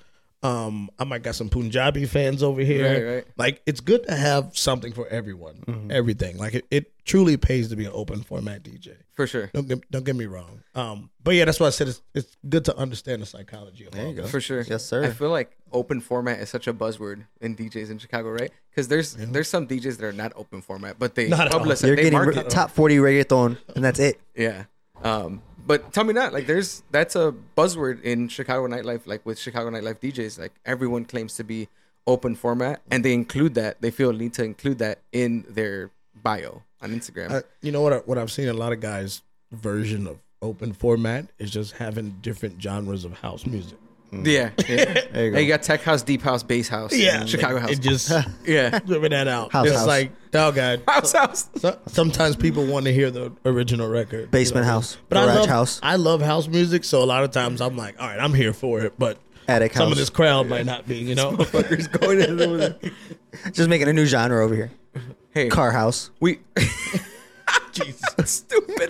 [SPEAKER 3] Um, I might got some Punjabi fans over here.
[SPEAKER 2] Right, right. Mm-hmm.
[SPEAKER 3] Like it's good to have something for everyone, everything. Like it, it truly pays to be an open format DJ.
[SPEAKER 2] for sure.
[SPEAKER 3] Don't get, don't get me wrong. Um, but yeah, that's why I said it's, it's good to understand the psychology of all this.
[SPEAKER 2] For sure.
[SPEAKER 1] Yes, sir.
[SPEAKER 2] I feel like open format is such a buzzword in DJs in Chicago, right? Because there's there's some DJs that are not open format, but they
[SPEAKER 3] Not at all.
[SPEAKER 2] publicize,
[SPEAKER 1] You're
[SPEAKER 2] they
[SPEAKER 1] getting
[SPEAKER 2] market.
[SPEAKER 1] re- top 40 reggaeton, and that's it.
[SPEAKER 2] Yeah. Um, but tell me not like there's that's a buzzword in Chicago nightlife, like with Chicago nightlife DJs, like everyone claims to be open format, and they include that. They feel need to include that in their bio on Instagram.
[SPEAKER 3] I, you know what? I, what I've seen a lot of guys' version of open format is just having different genres of house music.
[SPEAKER 2] yeah, yeah.
[SPEAKER 1] you
[SPEAKER 2] you,
[SPEAKER 1] go.
[SPEAKER 2] got tech house, deep house, bass house,
[SPEAKER 1] Mm-hmm.
[SPEAKER 2] Chicago house,
[SPEAKER 3] It just
[SPEAKER 2] yeah,
[SPEAKER 3] dripping that out.
[SPEAKER 1] House,
[SPEAKER 3] it's
[SPEAKER 1] house.
[SPEAKER 3] like, oh god.
[SPEAKER 2] house house.
[SPEAKER 3] So, sometimes people want to hear the original record.
[SPEAKER 1] Basement
[SPEAKER 3] You know?
[SPEAKER 1] house,
[SPEAKER 3] But I
[SPEAKER 1] garage
[SPEAKER 3] love
[SPEAKER 1] house.
[SPEAKER 3] I love house music, so a lot of times I'm like, all right, I'm here for it, but
[SPEAKER 1] Attic
[SPEAKER 3] some
[SPEAKER 1] house.
[SPEAKER 3] of this crowd might not be, you know.
[SPEAKER 2] going in over there.
[SPEAKER 1] Just making a new genre over here.
[SPEAKER 2] Hey,
[SPEAKER 1] Car house.
[SPEAKER 2] we
[SPEAKER 3] Jesus.
[SPEAKER 2] stupid.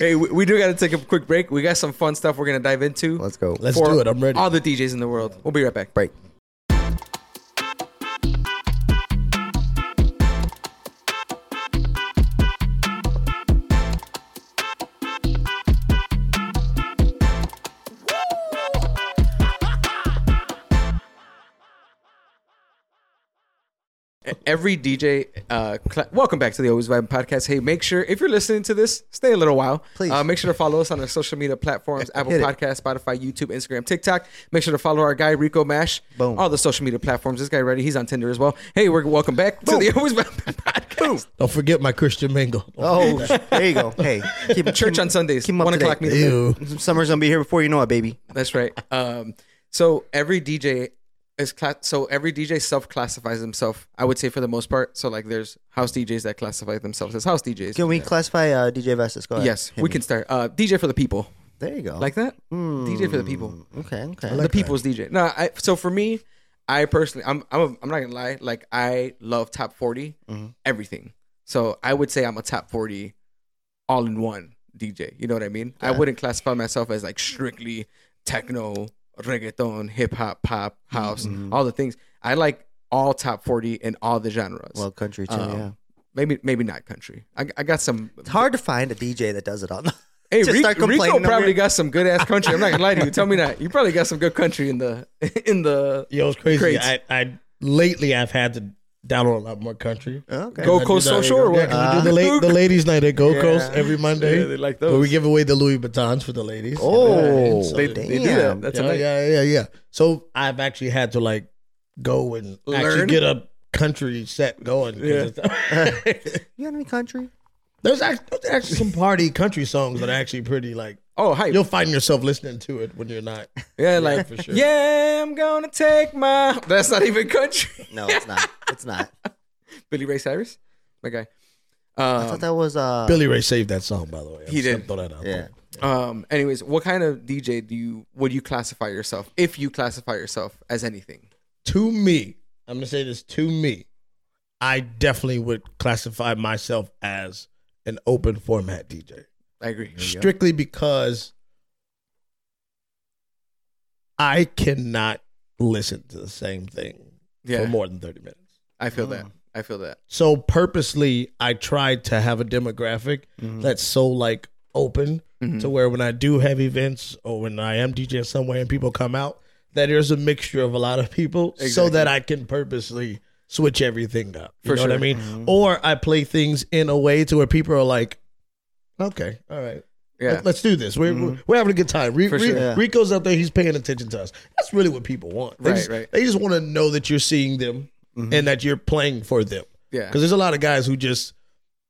[SPEAKER 2] hey, we, we do got to take a quick break. We got some fun stuff we're gonna dive into.
[SPEAKER 1] Let's go.
[SPEAKER 3] Let's do it. I'm ready.
[SPEAKER 2] All the DJs in the world. We'll be right back.
[SPEAKER 1] break.
[SPEAKER 2] every DJ. Uh, cla welcome back to the Always Vibe podcast. Hey, make sure if you're listening to this, stay a little while.
[SPEAKER 1] Please.
[SPEAKER 2] uh, make sure to follow us on our social media platforms: Apple
[SPEAKER 1] Hit it.
[SPEAKER 2] Podcast, Spotify, YouTube, Instagram, TikTok. Make sure to follow our guy Rico Mash.
[SPEAKER 1] Boom.
[SPEAKER 2] All the social media platforms. This guy ready? He's on Tinder as well. Hey, we're welcome back to the Always Vibe podcast.
[SPEAKER 3] Don't forget my Christian Mingle.
[SPEAKER 1] Oh, there you go. Hey, keep
[SPEAKER 2] Church
[SPEAKER 1] keep-
[SPEAKER 2] on Sundays,
[SPEAKER 1] keep 'em up
[SPEAKER 2] one
[SPEAKER 1] to date.
[SPEAKER 2] o'clock meeting.
[SPEAKER 3] Ew.
[SPEAKER 1] Summer's gonna be here before you know it, baby.
[SPEAKER 2] That's right. Um, so every DJ is class. So every DJ self classifies himself. I would say for the most part. So like, there's house DJs that classify themselves as house DJs.
[SPEAKER 1] Can we classify uh, DJ Vestas? Go ahead.
[SPEAKER 2] yes,
[SPEAKER 1] Hit
[SPEAKER 2] we
[SPEAKER 1] me.
[SPEAKER 2] can start. Uh, DJ for the people.
[SPEAKER 1] There you go.
[SPEAKER 2] like that dj for the people
[SPEAKER 1] okay, okay.
[SPEAKER 2] the people's dj no i so for me i personally i'm i'm, a, I'm not gonna lie like i love top 40
[SPEAKER 1] Mm-hmm.
[SPEAKER 2] everything so i would say i'm a top 40 all in one dj you know what i mean i wouldn't classify myself as like strictly techno reggaeton hip hop pop house
[SPEAKER 1] Mm-hmm.
[SPEAKER 2] all the things i like all top 40 in all the genres
[SPEAKER 1] well, country too.
[SPEAKER 2] Um,
[SPEAKER 1] yeah,
[SPEAKER 2] maybe maybe not country i, I got some
[SPEAKER 1] it's hard to find a DJ that does it all.
[SPEAKER 2] Hey,
[SPEAKER 1] Just
[SPEAKER 2] Rico,
[SPEAKER 1] start complaining
[SPEAKER 2] Rico
[SPEAKER 1] over
[SPEAKER 2] probably
[SPEAKER 1] it.
[SPEAKER 2] got some good ass country. I'm not gonna lie to you. Tell me that you probably got some good country in the in the
[SPEAKER 3] Yo, it's crazy.
[SPEAKER 2] Crazy.
[SPEAKER 3] I, I lately I've had to download a lot more country.
[SPEAKER 1] Okay.
[SPEAKER 2] Go
[SPEAKER 3] I do
[SPEAKER 2] Coast
[SPEAKER 3] that.
[SPEAKER 2] Social or
[SPEAKER 3] Yeah,
[SPEAKER 2] what?
[SPEAKER 3] 'cause we do the, la- the ladies' night at Go Coast every Monday.
[SPEAKER 2] Uh, Yeah, they like
[SPEAKER 3] Where we
[SPEAKER 2] those.
[SPEAKER 3] give away the Louis Vuittons for the ladies.
[SPEAKER 1] Oh,
[SPEAKER 3] So-
[SPEAKER 1] they-
[SPEAKER 2] they do that.
[SPEAKER 1] Damn.
[SPEAKER 2] That's
[SPEAKER 3] yeah,
[SPEAKER 2] amazing.
[SPEAKER 3] yeah, yeah, yeah. So I've actually had to like go and
[SPEAKER 2] Learn?
[SPEAKER 3] actually get a country set going. 'cause it's-
[SPEAKER 1] You got any country?
[SPEAKER 3] there's, actually, there's actually some party country songs that are actually pretty like
[SPEAKER 2] Oh, hype.
[SPEAKER 3] you'll find yourself listening to it when you're not.
[SPEAKER 2] yeah, like
[SPEAKER 3] for sure.
[SPEAKER 2] yeah, I'm gonna take my. That's not even country.
[SPEAKER 1] No, it's not. It's not.
[SPEAKER 2] Billy Ray Cyrus, my guy.
[SPEAKER 1] I thought
[SPEAKER 2] Um,
[SPEAKER 1] that was uh.
[SPEAKER 3] Billy Ray saved that song by the way. I'm
[SPEAKER 2] He
[SPEAKER 3] just gonna
[SPEAKER 2] did.
[SPEAKER 3] Throw that out
[SPEAKER 1] Yeah.
[SPEAKER 3] there.
[SPEAKER 2] um. Anyways, what kind of DJ do you would you classify yourself if you classify yourself as anything?
[SPEAKER 3] to me, I'm gonna say this to me, I definitely would classify myself as an open format DJ.
[SPEAKER 2] I agree.
[SPEAKER 3] Strictly because I cannot listen to the same thing
[SPEAKER 2] Yeah,
[SPEAKER 3] for more than 30 minutes.
[SPEAKER 2] I feel
[SPEAKER 3] Oh.
[SPEAKER 2] that. I feel that.
[SPEAKER 3] So purposely I tried to have a demographic that's so like open
[SPEAKER 2] Mm.
[SPEAKER 3] to where when I do have events or when I am DJing somewhere and people come out, that there's a mixture of a lot of people so that I can purposely switch everything up. You
[SPEAKER 2] For
[SPEAKER 3] know what I
[SPEAKER 2] sure. Mm-hmm.
[SPEAKER 3] mean? Or I play things in a way to where people are like, Okay, all right.
[SPEAKER 2] Yeah. Mm-hmm.
[SPEAKER 3] Let, us do this. We're, we're- we're having a good time. Re-
[SPEAKER 2] For
[SPEAKER 3] Re-
[SPEAKER 2] sure.
[SPEAKER 1] Yeah.
[SPEAKER 3] Rico's out there. He's paying attention to us. That's really what people want. They
[SPEAKER 2] Right,
[SPEAKER 3] just,
[SPEAKER 2] right.
[SPEAKER 3] They just want to know that you're seeing them and that you're playing for them.
[SPEAKER 2] Yeah.
[SPEAKER 3] Because there's a lot of guys who just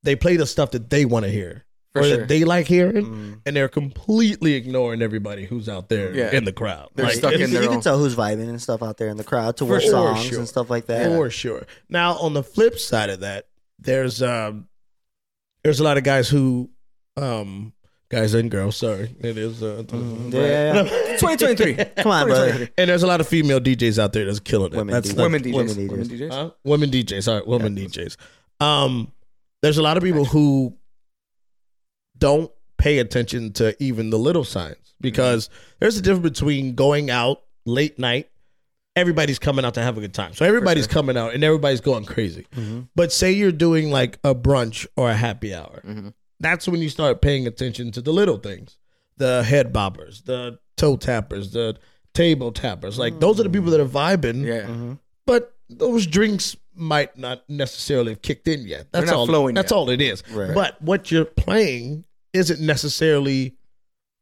[SPEAKER 3] they play the stuff that they want to hear
[SPEAKER 2] For
[SPEAKER 3] or
[SPEAKER 2] sure.
[SPEAKER 3] that they like hearing,
[SPEAKER 1] mm,
[SPEAKER 3] and they're completely ignoring everybody who's out there
[SPEAKER 2] Yeah.
[SPEAKER 3] in the crowd.
[SPEAKER 2] They're
[SPEAKER 3] Like,
[SPEAKER 2] stuck
[SPEAKER 1] You
[SPEAKER 2] in
[SPEAKER 1] can,
[SPEAKER 2] their
[SPEAKER 1] you can
[SPEAKER 2] own.
[SPEAKER 1] tell who's vibing and stuff out there in the crowd to
[SPEAKER 3] For
[SPEAKER 1] what
[SPEAKER 3] sure.
[SPEAKER 1] songs
[SPEAKER 3] Sure.
[SPEAKER 1] and stuff like that.
[SPEAKER 3] for sure. Now, on the flip side of that, there's um, there's a lot of guys who, um, guys and girls. Sorry, it is. Uh,
[SPEAKER 1] Yeah, yeah, yeah.
[SPEAKER 2] Mm-hmm. 2023.
[SPEAKER 1] Come on, brother.
[SPEAKER 3] And there's a lot of female DJs out there that's killing it.
[SPEAKER 1] Women
[SPEAKER 3] that's
[SPEAKER 1] DJs.
[SPEAKER 3] that's-
[SPEAKER 2] Women DJs.
[SPEAKER 1] Women
[SPEAKER 2] Women
[SPEAKER 1] DJs.
[SPEAKER 2] DJs.
[SPEAKER 3] Huh? Women DJs. All right, women DJs. Um, there's a lot of people who don't pay attention to even the little signs because there's a difference between going out late night. Everybody's coming out to have a good time. So everybody's coming out and everybody's going crazy. But say you're doing like a brunch or a happy hour. That's when you start paying attention to the little things. The head bobbers, the toe tappers, the table tappers. Like those are the people that are vibing.
[SPEAKER 2] Yeah.
[SPEAKER 3] But those drinks might not necessarily have kicked in yet. That's
[SPEAKER 2] not
[SPEAKER 3] all
[SPEAKER 2] flowing
[SPEAKER 3] that's
[SPEAKER 2] yet.
[SPEAKER 3] all it is.
[SPEAKER 1] Right.
[SPEAKER 3] But what you're playing isn't necessarily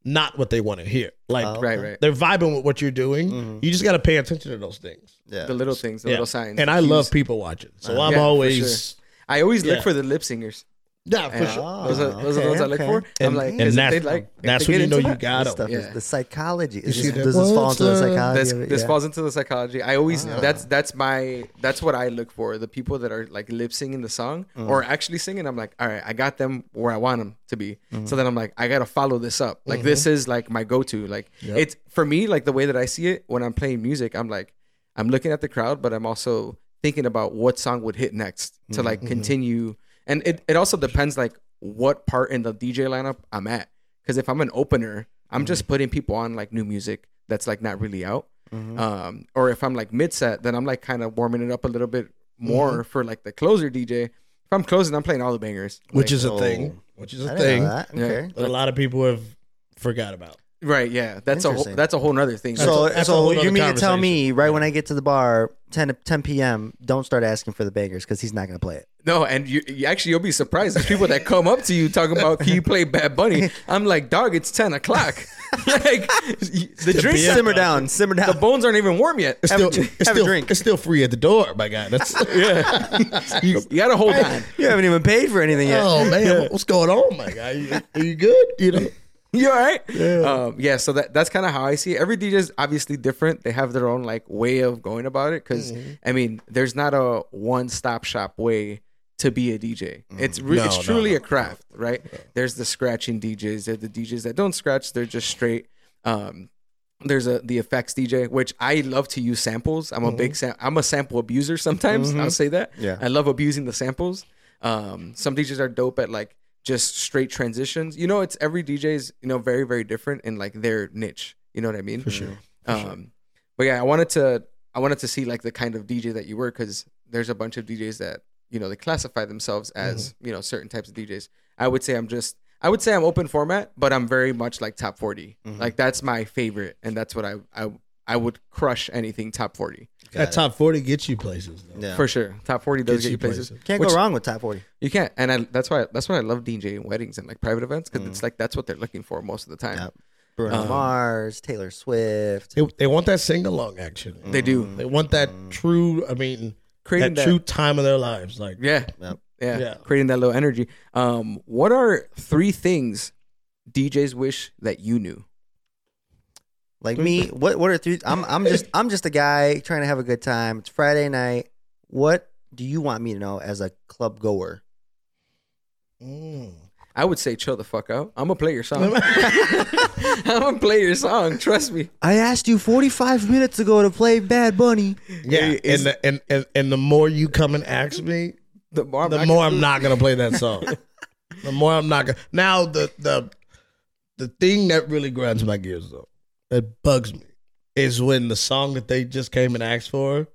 [SPEAKER 3] not what they want to hear. Like
[SPEAKER 1] Oh.
[SPEAKER 2] Right, right.
[SPEAKER 3] they're vibing with what you're doing.
[SPEAKER 1] Mhm.
[SPEAKER 3] You just got to pay attention to those things.
[SPEAKER 1] Yeah.
[SPEAKER 2] The little things, the
[SPEAKER 3] Yeah.
[SPEAKER 2] little signs.
[SPEAKER 3] And
[SPEAKER 2] the
[SPEAKER 3] I
[SPEAKER 2] cues.
[SPEAKER 3] love people watching, so
[SPEAKER 1] Uh,
[SPEAKER 3] I'm
[SPEAKER 2] yeah, for
[SPEAKER 3] always
[SPEAKER 2] I always
[SPEAKER 3] Yeah.
[SPEAKER 2] look for the lip singers.
[SPEAKER 3] yeah for
[SPEAKER 2] And
[SPEAKER 3] sure.
[SPEAKER 2] Those are those
[SPEAKER 1] Ah,
[SPEAKER 2] are the ones I
[SPEAKER 1] okay,
[SPEAKER 2] look
[SPEAKER 1] okay.
[SPEAKER 2] for. I'm
[SPEAKER 3] And-
[SPEAKER 2] like,
[SPEAKER 3] and
[SPEAKER 2] is
[SPEAKER 3] that's-
[SPEAKER 2] it, like, if
[SPEAKER 3] that's
[SPEAKER 2] they
[SPEAKER 3] when
[SPEAKER 2] get
[SPEAKER 3] you know
[SPEAKER 2] into
[SPEAKER 3] you
[SPEAKER 2] that-
[SPEAKER 3] got
[SPEAKER 1] This
[SPEAKER 3] 'em.
[SPEAKER 1] stuff
[SPEAKER 2] Yeah.
[SPEAKER 1] is the psychology. Is
[SPEAKER 3] see
[SPEAKER 1] this,
[SPEAKER 3] that-
[SPEAKER 1] does this fall into the
[SPEAKER 3] What's up?
[SPEAKER 1] psychology?
[SPEAKER 2] This,
[SPEAKER 1] of it?
[SPEAKER 2] this
[SPEAKER 1] Yeah. Ah.
[SPEAKER 2] falls into the psychology. I always that's that's my that's what I look for. The people that are like lip singing the song
[SPEAKER 1] Mm.
[SPEAKER 2] or actually singing. I'm like, all right, I got them where I want them to be.
[SPEAKER 1] Mm-hmm.
[SPEAKER 2] So then I'm like, I gotta follow this up. Like this is like my go to. Like it's for me. Like the way that I see it when I'm playing music, I'm like, I'm looking at the crowd, but I'm also thinking about what song would hit next to
[SPEAKER 1] Mm-hmm.
[SPEAKER 2] like continue. And it it also depends like what part in the DJ lineup I'm at. Because if I'm an opener, I'm just
[SPEAKER 1] Mm-hmm.
[SPEAKER 2] putting people on like new music that's like not really out.
[SPEAKER 1] Mm-hmm.
[SPEAKER 2] Um, or if I'm like mid set, then I'm like kind of warming it up a little bit more
[SPEAKER 1] Mm-hmm.
[SPEAKER 2] for like the closer DJ. If I'm closing, I'm playing all the bangers,
[SPEAKER 3] which
[SPEAKER 2] Like,
[SPEAKER 3] is a
[SPEAKER 1] oh.
[SPEAKER 3] thing, which is
[SPEAKER 1] I
[SPEAKER 3] a
[SPEAKER 1] didn't
[SPEAKER 3] thing
[SPEAKER 1] know
[SPEAKER 3] that.
[SPEAKER 1] that.
[SPEAKER 2] Yeah.
[SPEAKER 1] Okay.
[SPEAKER 3] a lot of people have forgot about.
[SPEAKER 2] right. Yeah, that's a whole,
[SPEAKER 1] Interesting.
[SPEAKER 2] that's a whole nother thing.
[SPEAKER 1] So,
[SPEAKER 3] that's a
[SPEAKER 1] so
[SPEAKER 3] whole other
[SPEAKER 1] you mean to tell
[SPEAKER 3] conversation.
[SPEAKER 1] me right when I get to the bar, 10, 10 p.m., don't start asking for the bangers because he's not going to play it.
[SPEAKER 2] no, and you, you actually you'll be surprised. There's people that come up to you talking about can you play Bad Bunny? I'm like, dog, it's ten o'clock. like the drinks,
[SPEAKER 3] Yeah.
[SPEAKER 1] Simmer down, simmer down.
[SPEAKER 2] the bones aren't even warm yet.
[SPEAKER 3] It's
[SPEAKER 1] Have a
[SPEAKER 3] still,
[SPEAKER 1] dr-
[SPEAKER 3] it's
[SPEAKER 1] have a
[SPEAKER 3] still,
[SPEAKER 1] drink.
[SPEAKER 3] It's still free at the door. My God, that's
[SPEAKER 2] You, you gotta hold on.
[SPEAKER 1] you haven't even paid for anything yet.
[SPEAKER 3] oh man, what's going on? My God, you, are you good? You know,
[SPEAKER 2] You all right? Yeah. Um, yeah. So that that's kind of how I see it. Every DJ is obviously different. They have their own like way of going about it. because
[SPEAKER 3] Mm-hmm.
[SPEAKER 2] I mean, there's not a one stop shop way to be a DJ. It's re-
[SPEAKER 3] No,
[SPEAKER 2] it's
[SPEAKER 3] Mm-hmm. no,
[SPEAKER 2] truly
[SPEAKER 3] no.
[SPEAKER 2] a craft, right? There's the scratching DJs. There's the DJs that don't scratch. They're just straight. Um, there's a the effects DJ, which I love to use samples. I'm a big
[SPEAKER 3] Mm-hmm.
[SPEAKER 2] sam- I'm a sample abuser sometimes. I'll say that.
[SPEAKER 1] Yeah.
[SPEAKER 2] I love abusing the samples. Um, some DJs are dope at like just straight transitions. You know, it's every DJ's you know very very different in like their niche. You know what I mean? For sure. um, but yeah, I wanted to I wanted to see like the kind of DJ that you were because there's a bunch of DJs that you know they classify themselves as you know certain types of DJs. I would say I'm just I would say I'm open format, but I'm very much like top 40. Like that's my favorite, and that's what I I I would crush anything top 40
[SPEAKER 3] that top forty gets you places. Though.
[SPEAKER 1] Yeah.
[SPEAKER 2] for sure. Top 40 does
[SPEAKER 3] Gets
[SPEAKER 2] get
[SPEAKER 3] you
[SPEAKER 2] you places.
[SPEAKER 3] places.
[SPEAKER 1] Can't
[SPEAKER 2] Which-
[SPEAKER 1] go wrong with top 40.
[SPEAKER 2] You can't, and I, that's why that's why I love DJing weddings and like private events because
[SPEAKER 3] Mm.
[SPEAKER 2] it's like that's what they're looking for most of the time.
[SPEAKER 1] Yep. Bruno Mars, Taylor Swift.
[SPEAKER 3] They, they want that sing along action.
[SPEAKER 2] They do Mm.
[SPEAKER 3] They want that true. I mean,
[SPEAKER 2] creating
[SPEAKER 3] Mm. that,
[SPEAKER 2] that,
[SPEAKER 3] true time of their lives. Like
[SPEAKER 2] yeah,
[SPEAKER 1] Yep.
[SPEAKER 2] yeah,
[SPEAKER 3] Yeah.
[SPEAKER 2] creating that low energy. Um, what are three things DJs wish that you knew?
[SPEAKER 1] Like me, what what are three I'm I'm just I'm just a guy trying to have a good time. It's Friday night. What do you want me to know as a club goer?
[SPEAKER 3] mm.
[SPEAKER 2] I would say chill the fuck out. I'm gonna play your song. I'm gonna play your song. Trust me.
[SPEAKER 1] I asked you 45 minutes ago to play Bad Bunny.
[SPEAKER 3] yeah.
[SPEAKER 2] is-
[SPEAKER 3] and, the, and and and the more you come and ask me,
[SPEAKER 2] The more,
[SPEAKER 3] the more I'm not gonna play that song. the more I'm not gonna. Now the the the thing that really grinds my gears though, that bugs me, is when the song that they just came and asked for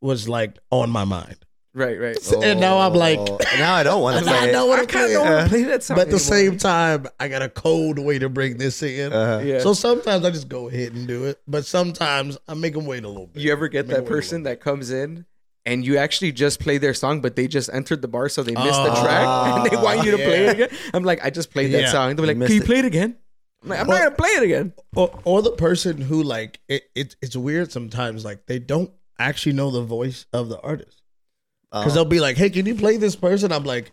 [SPEAKER 3] was like on my mind,
[SPEAKER 2] right, right.
[SPEAKER 3] and now I'm like,
[SPEAKER 1] Oh, now I don't want to play.
[SPEAKER 3] I
[SPEAKER 1] it.
[SPEAKER 3] know
[SPEAKER 2] I
[SPEAKER 3] what
[SPEAKER 2] kind of
[SPEAKER 3] I'm
[SPEAKER 2] don't want
[SPEAKER 3] saying.
[SPEAKER 2] to play that song.
[SPEAKER 3] But at the same
[SPEAKER 2] anymore.
[SPEAKER 3] time, I got a cold way to bring this in.
[SPEAKER 1] Uh-huh.
[SPEAKER 2] yeah.
[SPEAKER 3] So sometimes I just go ahead and do it, but sometimes I make them wait a little bit.
[SPEAKER 2] you ever get
[SPEAKER 3] Make 'em
[SPEAKER 2] that
[SPEAKER 3] wait a
[SPEAKER 2] person
[SPEAKER 3] little
[SPEAKER 2] that comes in and you actually just play their song, but they just entered the bar, so they missed the
[SPEAKER 3] Oh.
[SPEAKER 2] track and they want you to play it
[SPEAKER 3] Yeah.
[SPEAKER 2] again. I'm like, I just played that
[SPEAKER 3] Yeah.
[SPEAKER 2] song. They're like,
[SPEAKER 1] missed
[SPEAKER 2] can you
[SPEAKER 1] it.
[SPEAKER 2] play it again? I'm like, I'm not gonna play it again.
[SPEAKER 3] or, or the person who like it, it it's weird sometimes like they don't actually know the voice of the artist
[SPEAKER 1] Uh-huh.
[SPEAKER 3] because they'll be like hey can you play this person i'm like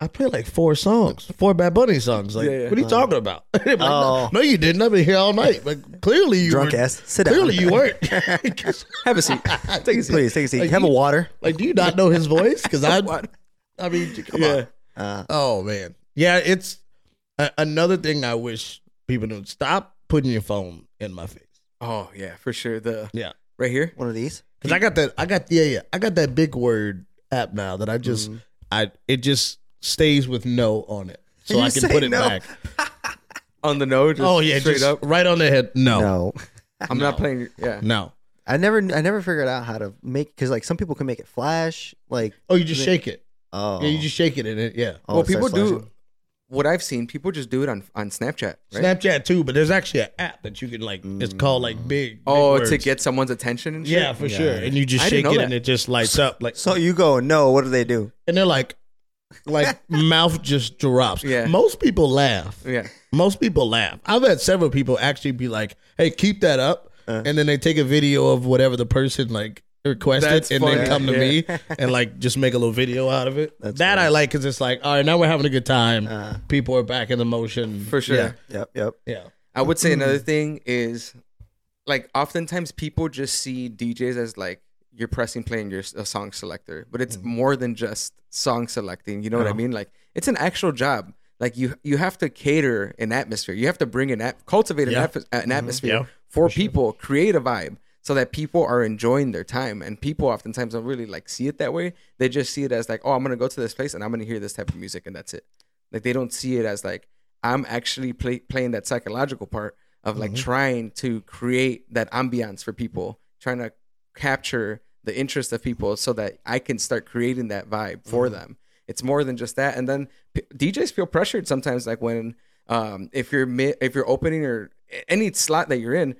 [SPEAKER 3] i played like four songs four bad bunny songs like
[SPEAKER 2] Yeah, yeah.
[SPEAKER 3] what are you talking about I'm like,
[SPEAKER 1] Uh-huh. Oh.
[SPEAKER 3] no, no, you didn't i've been here all night like clearly you
[SPEAKER 1] Drunk
[SPEAKER 3] were-
[SPEAKER 1] ass. Sit down.
[SPEAKER 3] clearly you weren't
[SPEAKER 2] Have a seat. Take a seat.
[SPEAKER 1] Please take a seat.
[SPEAKER 3] Like,
[SPEAKER 1] have a
[SPEAKER 3] you-
[SPEAKER 1] water.
[SPEAKER 3] like do you not know his voice because i i mean come on
[SPEAKER 1] Uh,
[SPEAKER 3] oh man yeah it's a- another thing i wish people knew stop putting your phone in my face
[SPEAKER 2] Oh yeah, for sure. The
[SPEAKER 3] yeah
[SPEAKER 2] right here.
[SPEAKER 1] one of these.
[SPEAKER 3] Cause I got that, I got yeah, yeah, I got that big word app now that I just, I it just stays with no on it, so
[SPEAKER 1] You
[SPEAKER 3] I can
[SPEAKER 1] say
[SPEAKER 3] put it
[SPEAKER 1] no.
[SPEAKER 3] back.
[SPEAKER 2] on the nose.
[SPEAKER 3] Oh yeah,
[SPEAKER 2] straight
[SPEAKER 3] just
[SPEAKER 2] up.
[SPEAKER 3] right on the head. No,
[SPEAKER 1] No.
[SPEAKER 2] I'm not playing.
[SPEAKER 1] Oh,
[SPEAKER 2] Yeah.
[SPEAKER 3] No.
[SPEAKER 1] I never, I never figured out how to make because like some people can make it flash, like
[SPEAKER 3] Oh, you just
[SPEAKER 1] They-
[SPEAKER 3] shake it.
[SPEAKER 1] oh,
[SPEAKER 3] Yeah, you just shake it in it. Yeah.
[SPEAKER 1] oh,
[SPEAKER 2] well,
[SPEAKER 1] it starts
[SPEAKER 2] people do.
[SPEAKER 1] flashing.
[SPEAKER 2] What I've seen, people just do it on on Snapchat, right?
[SPEAKER 3] Snapchat too, but there's actually an app that you can like. It's called like big. big
[SPEAKER 2] oh, to
[SPEAKER 3] words.
[SPEAKER 2] get someone's attention and shit.
[SPEAKER 3] Yeah, for sure. And you just
[SPEAKER 2] I didn't
[SPEAKER 3] shake it
[SPEAKER 2] know
[SPEAKER 3] and
[SPEAKER 2] that.
[SPEAKER 3] it just lights up like
[SPEAKER 1] So you go, no, what do they do?
[SPEAKER 3] and they're like like mouth just drops.
[SPEAKER 2] Yeah.
[SPEAKER 3] Most people laugh.
[SPEAKER 2] Yeah.
[SPEAKER 3] Most people laugh. I've had several people actually be like, "Hey, keep that up."
[SPEAKER 2] Uh.
[SPEAKER 3] and then they take a video of whatever the person like requested
[SPEAKER 2] That's
[SPEAKER 3] and then
[SPEAKER 2] funny.
[SPEAKER 3] come to
[SPEAKER 2] Yeah.
[SPEAKER 3] me and like just make a little video out of it.
[SPEAKER 1] That's
[SPEAKER 3] that
[SPEAKER 1] funny.
[SPEAKER 3] I like cuz it's like, "All right, now we're having a good time.
[SPEAKER 1] Uh,
[SPEAKER 3] people are back in the motion."
[SPEAKER 2] For sure.
[SPEAKER 3] Yeah.
[SPEAKER 1] yep, yep.
[SPEAKER 3] yeah.
[SPEAKER 2] I would say
[SPEAKER 3] Mm.
[SPEAKER 2] another thing is, like, oftentimes people just see DJs as like you're pressing play and you're a song selector, but
[SPEAKER 3] Mm.
[SPEAKER 2] it's more than just song selecting. You know what I mean? Like, it's an actual job. Like you, you have to cater an atmosphere. You have to bring an at, cultivate an,
[SPEAKER 3] Yeah. Mm-hmm.
[SPEAKER 2] atmos- an atmosphere
[SPEAKER 3] Yeah,
[SPEAKER 2] for people, create a vibe so that people are enjoying their time. And people oftentimes don't really like see it that way. They just see it as like, oh, I'm gonna go to this place and I'm gonna hear this type of music and that's it. Like they don't see it as like I'm actually play, playing that psychological part of like trying to create that ambiance for people, trying to capture the interest of people so that I can start creating that vibe for them. It's more than just that. And then p- DJs feel pressured sometimes, like when um, if you're mi- if you're opening or a- any slot that you're in,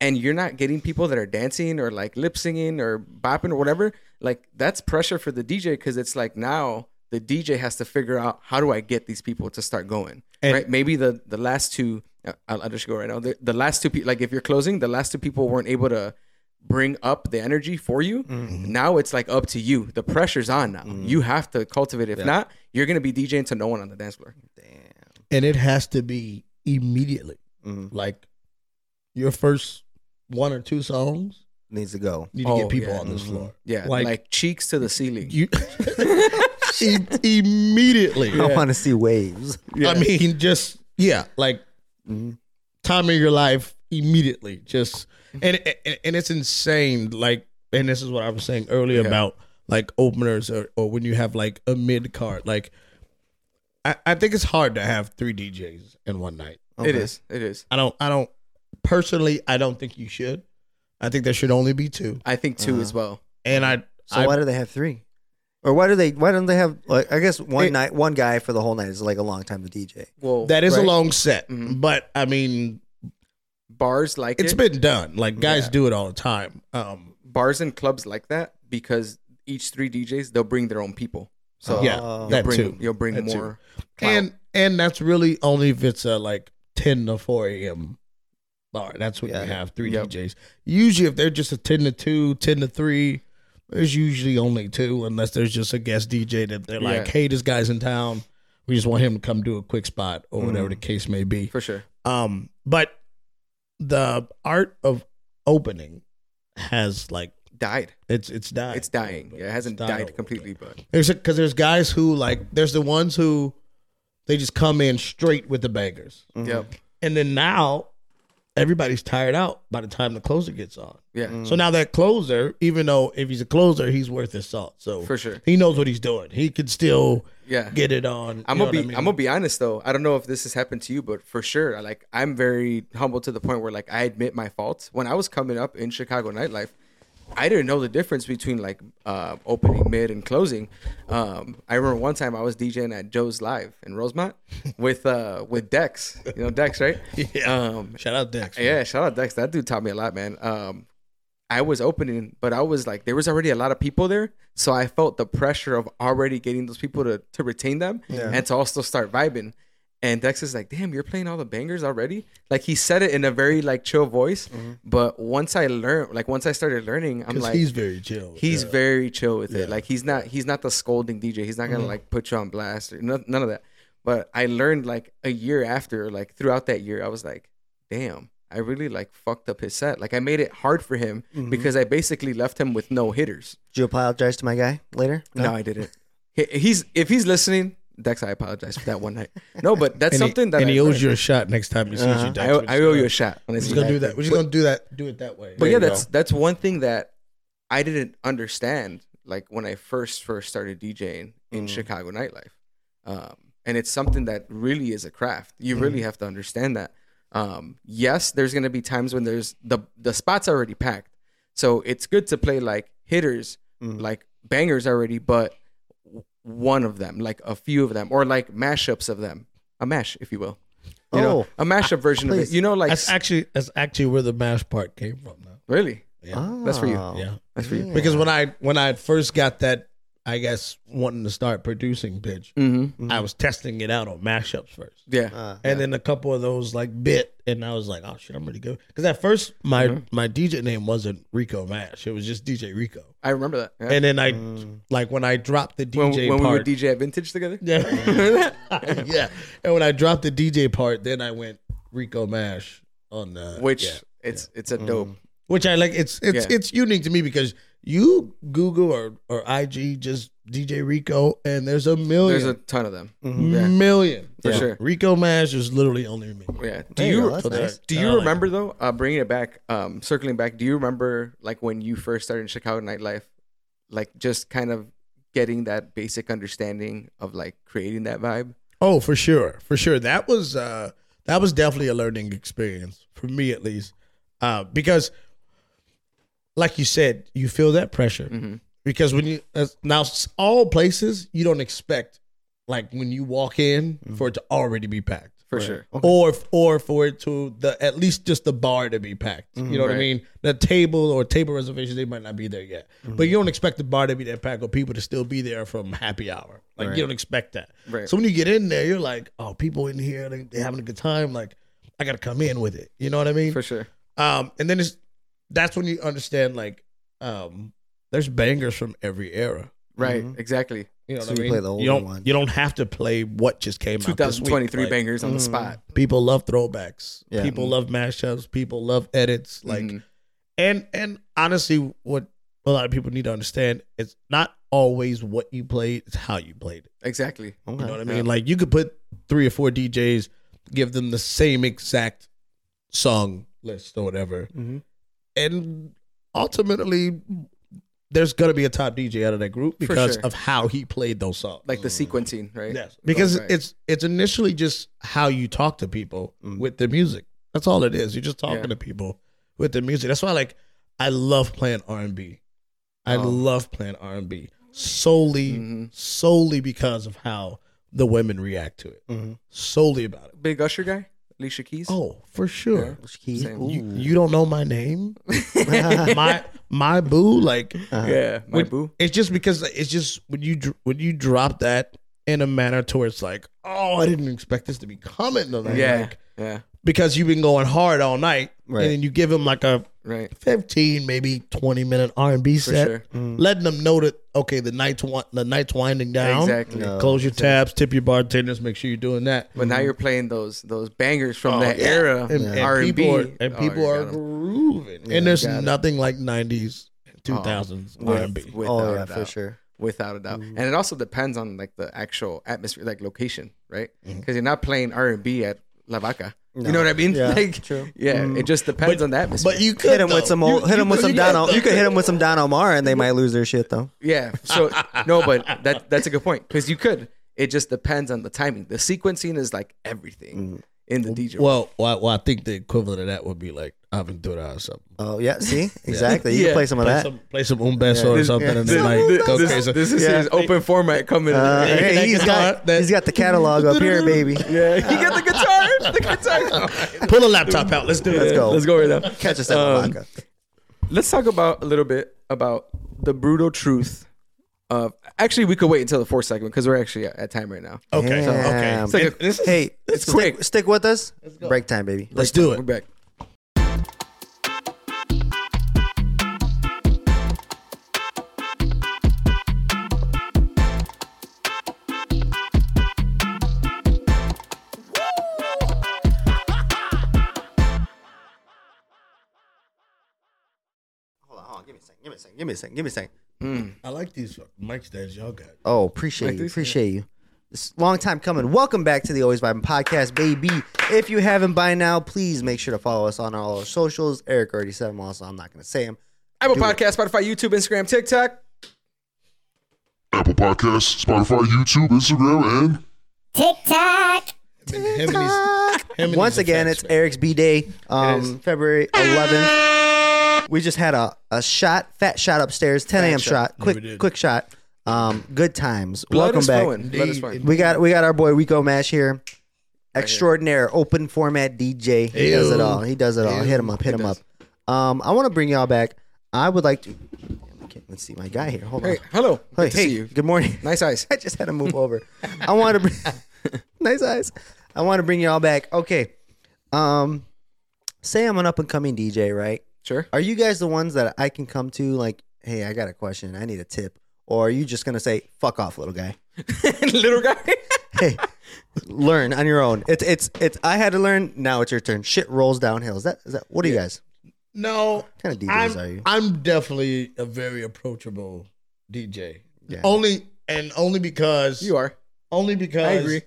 [SPEAKER 2] and you're not getting people that are dancing or like lip singing or bopping or whatever, like that's pressure for the DJ because it's like now the DJ has to figure out how do I get these people to start going,
[SPEAKER 3] And-
[SPEAKER 2] right? Maybe the the last two, uh, I'll, I'll just go right now. The, the last two people, like if you're closing, the last two people weren't able to bring up the energy for you.
[SPEAKER 3] Mm-hmm.
[SPEAKER 2] Now it's like up to you. The pressure's on now. You have to cultivate. If not, you're gonna be DJing to no one on the dance floor.
[SPEAKER 3] And it has to be immediately.
[SPEAKER 1] Mhm.
[SPEAKER 3] Like your first one or two songs
[SPEAKER 1] Needs to go.
[SPEAKER 3] need to
[SPEAKER 2] Oh,
[SPEAKER 3] get people
[SPEAKER 2] yeah.
[SPEAKER 3] on this floor.
[SPEAKER 2] Yeah,
[SPEAKER 3] Like-
[SPEAKER 2] like, cheeks to the ceiling.
[SPEAKER 3] You I- immediately.
[SPEAKER 1] I want to see waves. Mm-hmm.
[SPEAKER 3] I mean, just yeah, like time of your life immediately. Just and and, and it's insane. Like, and this is what I was saying earlier
[SPEAKER 2] Yeah.
[SPEAKER 3] about like openers or, or when you have like a mid card. Like, I, I think it's hard to have three DJs in one night.
[SPEAKER 2] It is. It is.
[SPEAKER 3] I don't. I don't personally. I don't think you should. I think there should only be two.
[SPEAKER 2] I think
[SPEAKER 3] Uh-huh.
[SPEAKER 2] 2 as well.
[SPEAKER 3] And
[SPEAKER 2] Mm-hmm.
[SPEAKER 3] I.
[SPEAKER 1] So
[SPEAKER 3] I,
[SPEAKER 1] why do they have three? Or why do they? Why don't they have? Like, I guess one
[SPEAKER 3] It-
[SPEAKER 1] night, one guy for the whole night is like a long time to DJ.
[SPEAKER 2] Well,
[SPEAKER 3] that is
[SPEAKER 2] right?
[SPEAKER 3] a long set,
[SPEAKER 2] Mhm.
[SPEAKER 3] but I mean,
[SPEAKER 2] bars like
[SPEAKER 3] it's
[SPEAKER 2] it.
[SPEAKER 3] been done. Like guys do it all the time. Um,
[SPEAKER 2] bars and clubs like that because each three DJs they'll bring their own people. So
[SPEAKER 3] yeah,
[SPEAKER 1] Oh.
[SPEAKER 2] you'll
[SPEAKER 3] that
[SPEAKER 2] bring
[SPEAKER 3] too.
[SPEAKER 2] you'll bring
[SPEAKER 3] That too.
[SPEAKER 2] more. clout.
[SPEAKER 3] and and that's really only if it's a like ten to four a.m. bar. That's when
[SPEAKER 1] Yeah.
[SPEAKER 3] you have three
[SPEAKER 2] Yep.
[SPEAKER 3] DJs. Usually, if they're just a ten to two, 10 to three, there's usually only two, unless there's just a guest DJ that they're like,
[SPEAKER 2] Yeah.
[SPEAKER 3] hey, this guy's in town. We just want him to come do a quick spot
[SPEAKER 2] Mm.
[SPEAKER 3] or whatever the case may be.
[SPEAKER 2] for sure.
[SPEAKER 3] Um, but the art of opening has like
[SPEAKER 2] Died.
[SPEAKER 3] it's it's died.
[SPEAKER 2] It's dying. Yeah, it hasn't
[SPEAKER 3] It's
[SPEAKER 2] died
[SPEAKER 3] dying.
[SPEAKER 2] completely, but
[SPEAKER 3] There's because there's guys who like there's the ones who they just come in straight with the bangers,
[SPEAKER 2] yep.
[SPEAKER 3] and then now everybody's tired out by the time the closer gets on.
[SPEAKER 2] Yeah.
[SPEAKER 3] So now that closer, even though if he's a closer, he's worth his salt. So
[SPEAKER 2] For sure.
[SPEAKER 3] he knows what he's doing. He could still
[SPEAKER 2] Yeah.
[SPEAKER 3] get it on.
[SPEAKER 2] I'm
[SPEAKER 3] you know
[SPEAKER 2] gonna
[SPEAKER 3] what
[SPEAKER 2] be
[SPEAKER 3] I
[SPEAKER 2] I
[SPEAKER 3] mean?
[SPEAKER 2] am gonna be honest though. I don't know if this has happened to you, but for sure, I, like I'm very humble to the point where like I admit my faults. When I was coming up in Chicago nightlife, I didn't know the difference between like uh, opening, mid, and closing. Um, I remember one time I was DJing at Joe's Live in Rosemont with uh, with Dex. You know Dex, right?
[SPEAKER 3] Yeah.
[SPEAKER 2] Um,
[SPEAKER 3] shout out Dex. man.
[SPEAKER 2] yeah, shout out Dex. That dude taught me a lot, man. Um, I was opening, but I was like, there was already a lot of people there, so I felt the pressure of already getting those people to to retain them and to also start vibing. And Dex is like, damn, you're playing all the bangers already. Like he said it in a very like chill voice, but once I learned, like once I started learning, I'm
[SPEAKER 3] 'Cause
[SPEAKER 2] like,
[SPEAKER 3] Mm-hmm. he's very chill.
[SPEAKER 2] he's
[SPEAKER 3] Yeah. Mm-hmm.
[SPEAKER 2] very chill with it. Like he's not he's not the scolding DJ. He's not gonna like put you on blast or none, none of that. But I learned like a year after, like throughout that year, I was like, damn, I really like fucked up his set. Like I made it hard for him
[SPEAKER 3] Mm-hmm.
[SPEAKER 2] because I basically left him with no hitters.
[SPEAKER 1] Did you apologize to my guy later?
[SPEAKER 2] No, I didn't. He, he's if he's listening, Dex, I apologize for that one night. No, but that's
[SPEAKER 3] and
[SPEAKER 2] something
[SPEAKER 3] he,
[SPEAKER 2] that
[SPEAKER 3] and
[SPEAKER 2] I,
[SPEAKER 3] he owes
[SPEAKER 2] learned. Uh-huh.
[SPEAKER 3] you a shot next time he sees you. Dex.
[SPEAKER 2] I, owe- I owe you a shot.
[SPEAKER 3] We're just gonna do that. We're just gonna do that. Do it that way.
[SPEAKER 2] but yeah, that's that's one thing that I didn't understand like when I first first started DJing
[SPEAKER 1] Mm.
[SPEAKER 2] in Chicago
[SPEAKER 1] Mm.
[SPEAKER 2] nightlife, um, and it's something that really is a craft. You really have to understand that. Um, yes, there's going to be times when there's the the spots already packed, so it's good to play like hitters,
[SPEAKER 1] Mm.
[SPEAKER 2] like bangers already, but w- one of them, like a few of them, or like mashups of them, a mash, if you will.
[SPEAKER 1] Oh,
[SPEAKER 2] You know, a mashup version of it.
[SPEAKER 1] please.
[SPEAKER 2] You know, like
[SPEAKER 3] That's actually that's actually where the mash part came from. Now.
[SPEAKER 2] really,
[SPEAKER 3] Yeah.
[SPEAKER 2] That's for you.
[SPEAKER 1] Oh,
[SPEAKER 3] yeah.
[SPEAKER 2] that's for you.
[SPEAKER 1] yeah.
[SPEAKER 3] Because when I when I first got that, I guess wanting to start producing bitch,
[SPEAKER 2] hmm
[SPEAKER 3] I was testing it out on mashups first.
[SPEAKER 2] Yeah.
[SPEAKER 1] Uh,
[SPEAKER 3] And then a couple of those like bit, and I was like, "Oh shit, I'm really good." Because at first, my
[SPEAKER 2] Mm-hmm.
[SPEAKER 3] my DJ name wasn't Rico Mash; it was just DJ Rico.
[SPEAKER 2] I remember that. Yeah.
[SPEAKER 3] And then I, like, when I dropped the
[SPEAKER 2] Mm. when
[SPEAKER 3] DJ
[SPEAKER 2] when we were Mm.
[SPEAKER 3] part,
[SPEAKER 2] DJ at Vintage together.
[SPEAKER 3] yeah, yeah. And when I dropped the DJ part, then I went Rico Mash on the
[SPEAKER 2] which
[SPEAKER 3] yeah. Mm-hmm.
[SPEAKER 2] it's it's a dope.
[SPEAKER 3] which I like. It's it's
[SPEAKER 2] Yeah.
[SPEAKER 3] it's unique to me because you Google or or IG just DJ Rico, and there's a million,
[SPEAKER 2] There's a ton of them.
[SPEAKER 3] Mm-hmm.
[SPEAKER 2] Yeah.
[SPEAKER 3] million
[SPEAKER 2] For sure.
[SPEAKER 3] Rico Mash is literally only me.
[SPEAKER 2] Yeah. Do
[SPEAKER 1] There you
[SPEAKER 2] you
[SPEAKER 1] go, that's
[SPEAKER 3] So
[SPEAKER 1] nice.
[SPEAKER 2] do
[SPEAKER 3] I
[SPEAKER 2] you
[SPEAKER 3] like
[SPEAKER 2] remember though? Uh, bringing it back, um, circling back. Do you remember like when you first started in Chicago nightlife, like just kind of getting that basic understanding of like creating that vibe?
[SPEAKER 3] Oh, for sure, for sure. That was uh, that was definitely a learning experience for me, at least, uh, because, like you said, you feel that pressure
[SPEAKER 2] Mm-hmm.
[SPEAKER 3] because when you as- now s- all places you don't expect, like when you walk in, for it to already be packed.
[SPEAKER 2] Mm-hmm. For sure.
[SPEAKER 3] Or, or for it to the at least just the bar to be packed.
[SPEAKER 1] Mm-hmm.
[SPEAKER 3] you know what I
[SPEAKER 2] Right.
[SPEAKER 3] mean? The table or table reservations they might not be there yet, but you don't expect the bar to be that packed or people to still be there from happy hour. Like you don't expect that.
[SPEAKER 2] Right.
[SPEAKER 3] So when you get in there, you're like, oh, people in here, they, they having a good time. Like I gotta come in with it. You know what I mean?
[SPEAKER 2] For sure.
[SPEAKER 3] Um, and then it's that's when you understand like um, there's bangers from every era.
[SPEAKER 2] Right.
[SPEAKER 3] mm-hmm.
[SPEAKER 2] Exactly.
[SPEAKER 3] You know
[SPEAKER 1] Mm-hmm. So
[SPEAKER 3] what
[SPEAKER 1] you
[SPEAKER 3] I mean?
[SPEAKER 1] play the older
[SPEAKER 3] you don't
[SPEAKER 1] ones.
[SPEAKER 3] you don't have to play what just came out. this week.
[SPEAKER 2] 2023
[SPEAKER 3] Like, mm-hmm.
[SPEAKER 2] bangers on the spot.
[SPEAKER 3] people love throwbacks
[SPEAKER 1] Yeah.
[SPEAKER 2] Mm-hmm.
[SPEAKER 3] people love mashups people love edits like
[SPEAKER 2] Mhm.
[SPEAKER 3] and and honestly what a lot of people need to understand it's not always what you played it's how you played it
[SPEAKER 2] Exactly.
[SPEAKER 1] okay.
[SPEAKER 3] you know what i mean like you could put three or four djs give them the same exact song list or whatever
[SPEAKER 1] Mhm.
[SPEAKER 3] and ultimately there's gonna be a top dj out of that group because
[SPEAKER 2] sure.
[SPEAKER 3] of how he played those songs Mm-hmm.
[SPEAKER 2] Like the sequencing, right?
[SPEAKER 3] Yes, because
[SPEAKER 2] Right.
[SPEAKER 3] it's it's initially just how you talk to people with the music. That's all it is. You're just talking
[SPEAKER 2] Mm. Yeah.
[SPEAKER 3] to people with the music. That's why, like, I love playing R and B. I
[SPEAKER 2] Oh.
[SPEAKER 3] love playing R and B solely
[SPEAKER 2] Mm-hmm.
[SPEAKER 3] solely because of how the women react to it.
[SPEAKER 1] Mm-hmm.
[SPEAKER 3] Solely about it.
[SPEAKER 2] Big Usher guy, Alicia Keys.
[SPEAKER 3] Oh, for sure.
[SPEAKER 1] Keys.
[SPEAKER 2] Same.
[SPEAKER 1] Ooh.
[SPEAKER 3] You, you don't know my name, my my boo. Like
[SPEAKER 2] Uh, yeah. My
[SPEAKER 3] when-
[SPEAKER 2] boo.
[SPEAKER 3] It's just because like, it's just when you dr- when you drop that in a manner to where it's like, oh, I didn't expect this to be coming tonight.
[SPEAKER 2] Yeah.
[SPEAKER 3] Like,
[SPEAKER 2] yeah.
[SPEAKER 3] because you've been going hard all night,
[SPEAKER 1] Right.
[SPEAKER 3] and then you give them like a
[SPEAKER 2] Right.
[SPEAKER 3] fifteen, maybe twenty minute R and B
[SPEAKER 2] For
[SPEAKER 3] set,
[SPEAKER 2] sure.
[SPEAKER 1] Mm.
[SPEAKER 3] letting them know that okay, the night's wi- the night's winding down.
[SPEAKER 2] Exactly.
[SPEAKER 1] No.
[SPEAKER 3] Close your tabs, tip your bartenders, make sure you're doing that.
[SPEAKER 2] But now you're playing those those bangers from
[SPEAKER 3] Mm-hmm. Oh,
[SPEAKER 2] that
[SPEAKER 3] yeah.
[SPEAKER 2] era
[SPEAKER 3] And, and
[SPEAKER 2] R&B.
[SPEAKER 3] people are, and
[SPEAKER 2] Oh,
[SPEAKER 3] people
[SPEAKER 2] you
[SPEAKER 3] are
[SPEAKER 2] got 'em.
[SPEAKER 3] grooving, and there's
[SPEAKER 2] got 'em.
[SPEAKER 3] nothing like '90s, 2000s
[SPEAKER 2] With-
[SPEAKER 3] R&B.
[SPEAKER 2] without
[SPEAKER 1] Oh yeah,
[SPEAKER 2] a
[SPEAKER 1] for
[SPEAKER 2] doubt.
[SPEAKER 1] sure.
[SPEAKER 2] without a doubt.
[SPEAKER 3] Mm-hmm.
[SPEAKER 2] And it also depends on like the actual atmosphere, like location, right?
[SPEAKER 3] Mm-hmm.
[SPEAKER 2] Because you're not playing R and B at La Vaca. You know what I mean?
[SPEAKER 1] Yeah,
[SPEAKER 2] like,
[SPEAKER 1] true. Mm-hmm.
[SPEAKER 2] yeah, it just depends on the atmosphere.
[SPEAKER 3] Mm-hmm. But you could
[SPEAKER 1] Hit him with
[SPEAKER 3] though.
[SPEAKER 1] some
[SPEAKER 3] You-
[SPEAKER 1] old, hit
[SPEAKER 3] you
[SPEAKER 1] him with
[SPEAKER 3] could-
[SPEAKER 1] some
[SPEAKER 3] you could,
[SPEAKER 1] Don.
[SPEAKER 3] though.
[SPEAKER 1] You could hit him with some Don Omar, and they might lose their shit though.
[SPEAKER 2] yeah. So no, but that that's a good point because you could. It just depends on the timing. The sequencing is like everything in the DJ.
[SPEAKER 3] Mm. Well, well, I- well, I think the equivalent of that would be like Ivan Duda or something.
[SPEAKER 1] Oh yeah, see, exactly. You can play some of
[SPEAKER 3] play
[SPEAKER 1] that.
[SPEAKER 3] some play some un beso or
[SPEAKER 1] This-
[SPEAKER 3] something,
[SPEAKER 1] yeah.
[SPEAKER 3] and then like go
[SPEAKER 2] this,
[SPEAKER 3] crazy.
[SPEAKER 2] this is
[SPEAKER 1] Yeah.
[SPEAKER 2] his open format coming.
[SPEAKER 1] Uh,
[SPEAKER 2] yeah,
[SPEAKER 1] hey, he's got he's got the catalog up here, baby.
[SPEAKER 2] he got the guitar. The guitar.
[SPEAKER 3] Pull a laptop out. Let's do it.
[SPEAKER 1] go.
[SPEAKER 2] Let's go right now.
[SPEAKER 1] Catch us at La
[SPEAKER 2] Um,
[SPEAKER 1] Vaca.
[SPEAKER 2] let's talk about a little bit about the brutal truth of actually we could wait until the fourth segment because we're actually at, at time right now
[SPEAKER 3] Okay. Okay.
[SPEAKER 1] Damn.
[SPEAKER 2] It's like a-
[SPEAKER 3] This is-
[SPEAKER 1] Hey,
[SPEAKER 2] it's
[SPEAKER 1] stick-
[SPEAKER 2] quick.
[SPEAKER 1] Stick with us. Break time, baby.
[SPEAKER 3] let's do
[SPEAKER 2] we're
[SPEAKER 3] it.
[SPEAKER 2] back
[SPEAKER 1] Hold on, hold on. Give me a second. Give me a second. Give me a second. Give me a second.
[SPEAKER 3] I like these fucking mic stands y'all got.
[SPEAKER 1] Oh, appreciate you. Appreciate you. It's a long time coming. Welcome back to the Always Vibing Podcast, baby. If you haven't by now, please make sure to follow us on all our socials. Eric already said them all, so I'm not going to say them.
[SPEAKER 2] apple podcast spotify youtube instagram tiktok
[SPEAKER 4] Apple Podcasts, Spotify, YouTube, Instagram, and
[SPEAKER 5] TikTok.
[SPEAKER 3] Him and his- him and his
[SPEAKER 1] Once again,
[SPEAKER 3] effects,
[SPEAKER 1] it's
[SPEAKER 3] man.
[SPEAKER 1] Eric's B Day, um,
[SPEAKER 2] is.
[SPEAKER 1] February 11th. We just had a, a shot, fat shot upstairs, 10 a.m. shot,
[SPEAKER 3] we
[SPEAKER 1] quick
[SPEAKER 3] did.
[SPEAKER 1] quick shot. Um, good times.
[SPEAKER 2] Blood
[SPEAKER 1] Welcome
[SPEAKER 2] is
[SPEAKER 1] back.
[SPEAKER 2] flowing. Blood is flowing.
[SPEAKER 1] We got we got our boy Rico Mash here, extraordinaire open format DJ. He does it
[SPEAKER 3] Ew.
[SPEAKER 1] all. He does it all. Hit him up. Hit him up. Um, I want to bring y'all back. I would like to. Okay, let's see my guy here. Hold on.
[SPEAKER 2] Hey,
[SPEAKER 3] Oh.
[SPEAKER 2] hello.
[SPEAKER 1] Hey,
[SPEAKER 2] Good to
[SPEAKER 1] hey,
[SPEAKER 2] see you.
[SPEAKER 1] good morning.
[SPEAKER 2] Nice eyes.
[SPEAKER 1] I just had to move over. I want to bring nice eyes. I want to bring y'all back. Okay. Um, say I'm an up and coming DJ, right?
[SPEAKER 2] Sure.
[SPEAKER 1] Are you guys the ones that I can come to? Like, hey, I got a question. I need a tip. Or are you just gonna say, "Fuck off, little guy"?
[SPEAKER 2] Little guy.
[SPEAKER 1] Hey, learn on your own. It's it's it's. I had to learn. Now it's your turn. Shit rolls downhill. Is that is that? What are you guys?
[SPEAKER 3] No,
[SPEAKER 1] What kind of DJs
[SPEAKER 3] I'm,
[SPEAKER 1] are you?
[SPEAKER 3] I'm definitely a very approachable DJ.
[SPEAKER 1] Yeah.
[SPEAKER 3] Only and only because
[SPEAKER 2] you are.
[SPEAKER 3] Only because
[SPEAKER 2] I agree.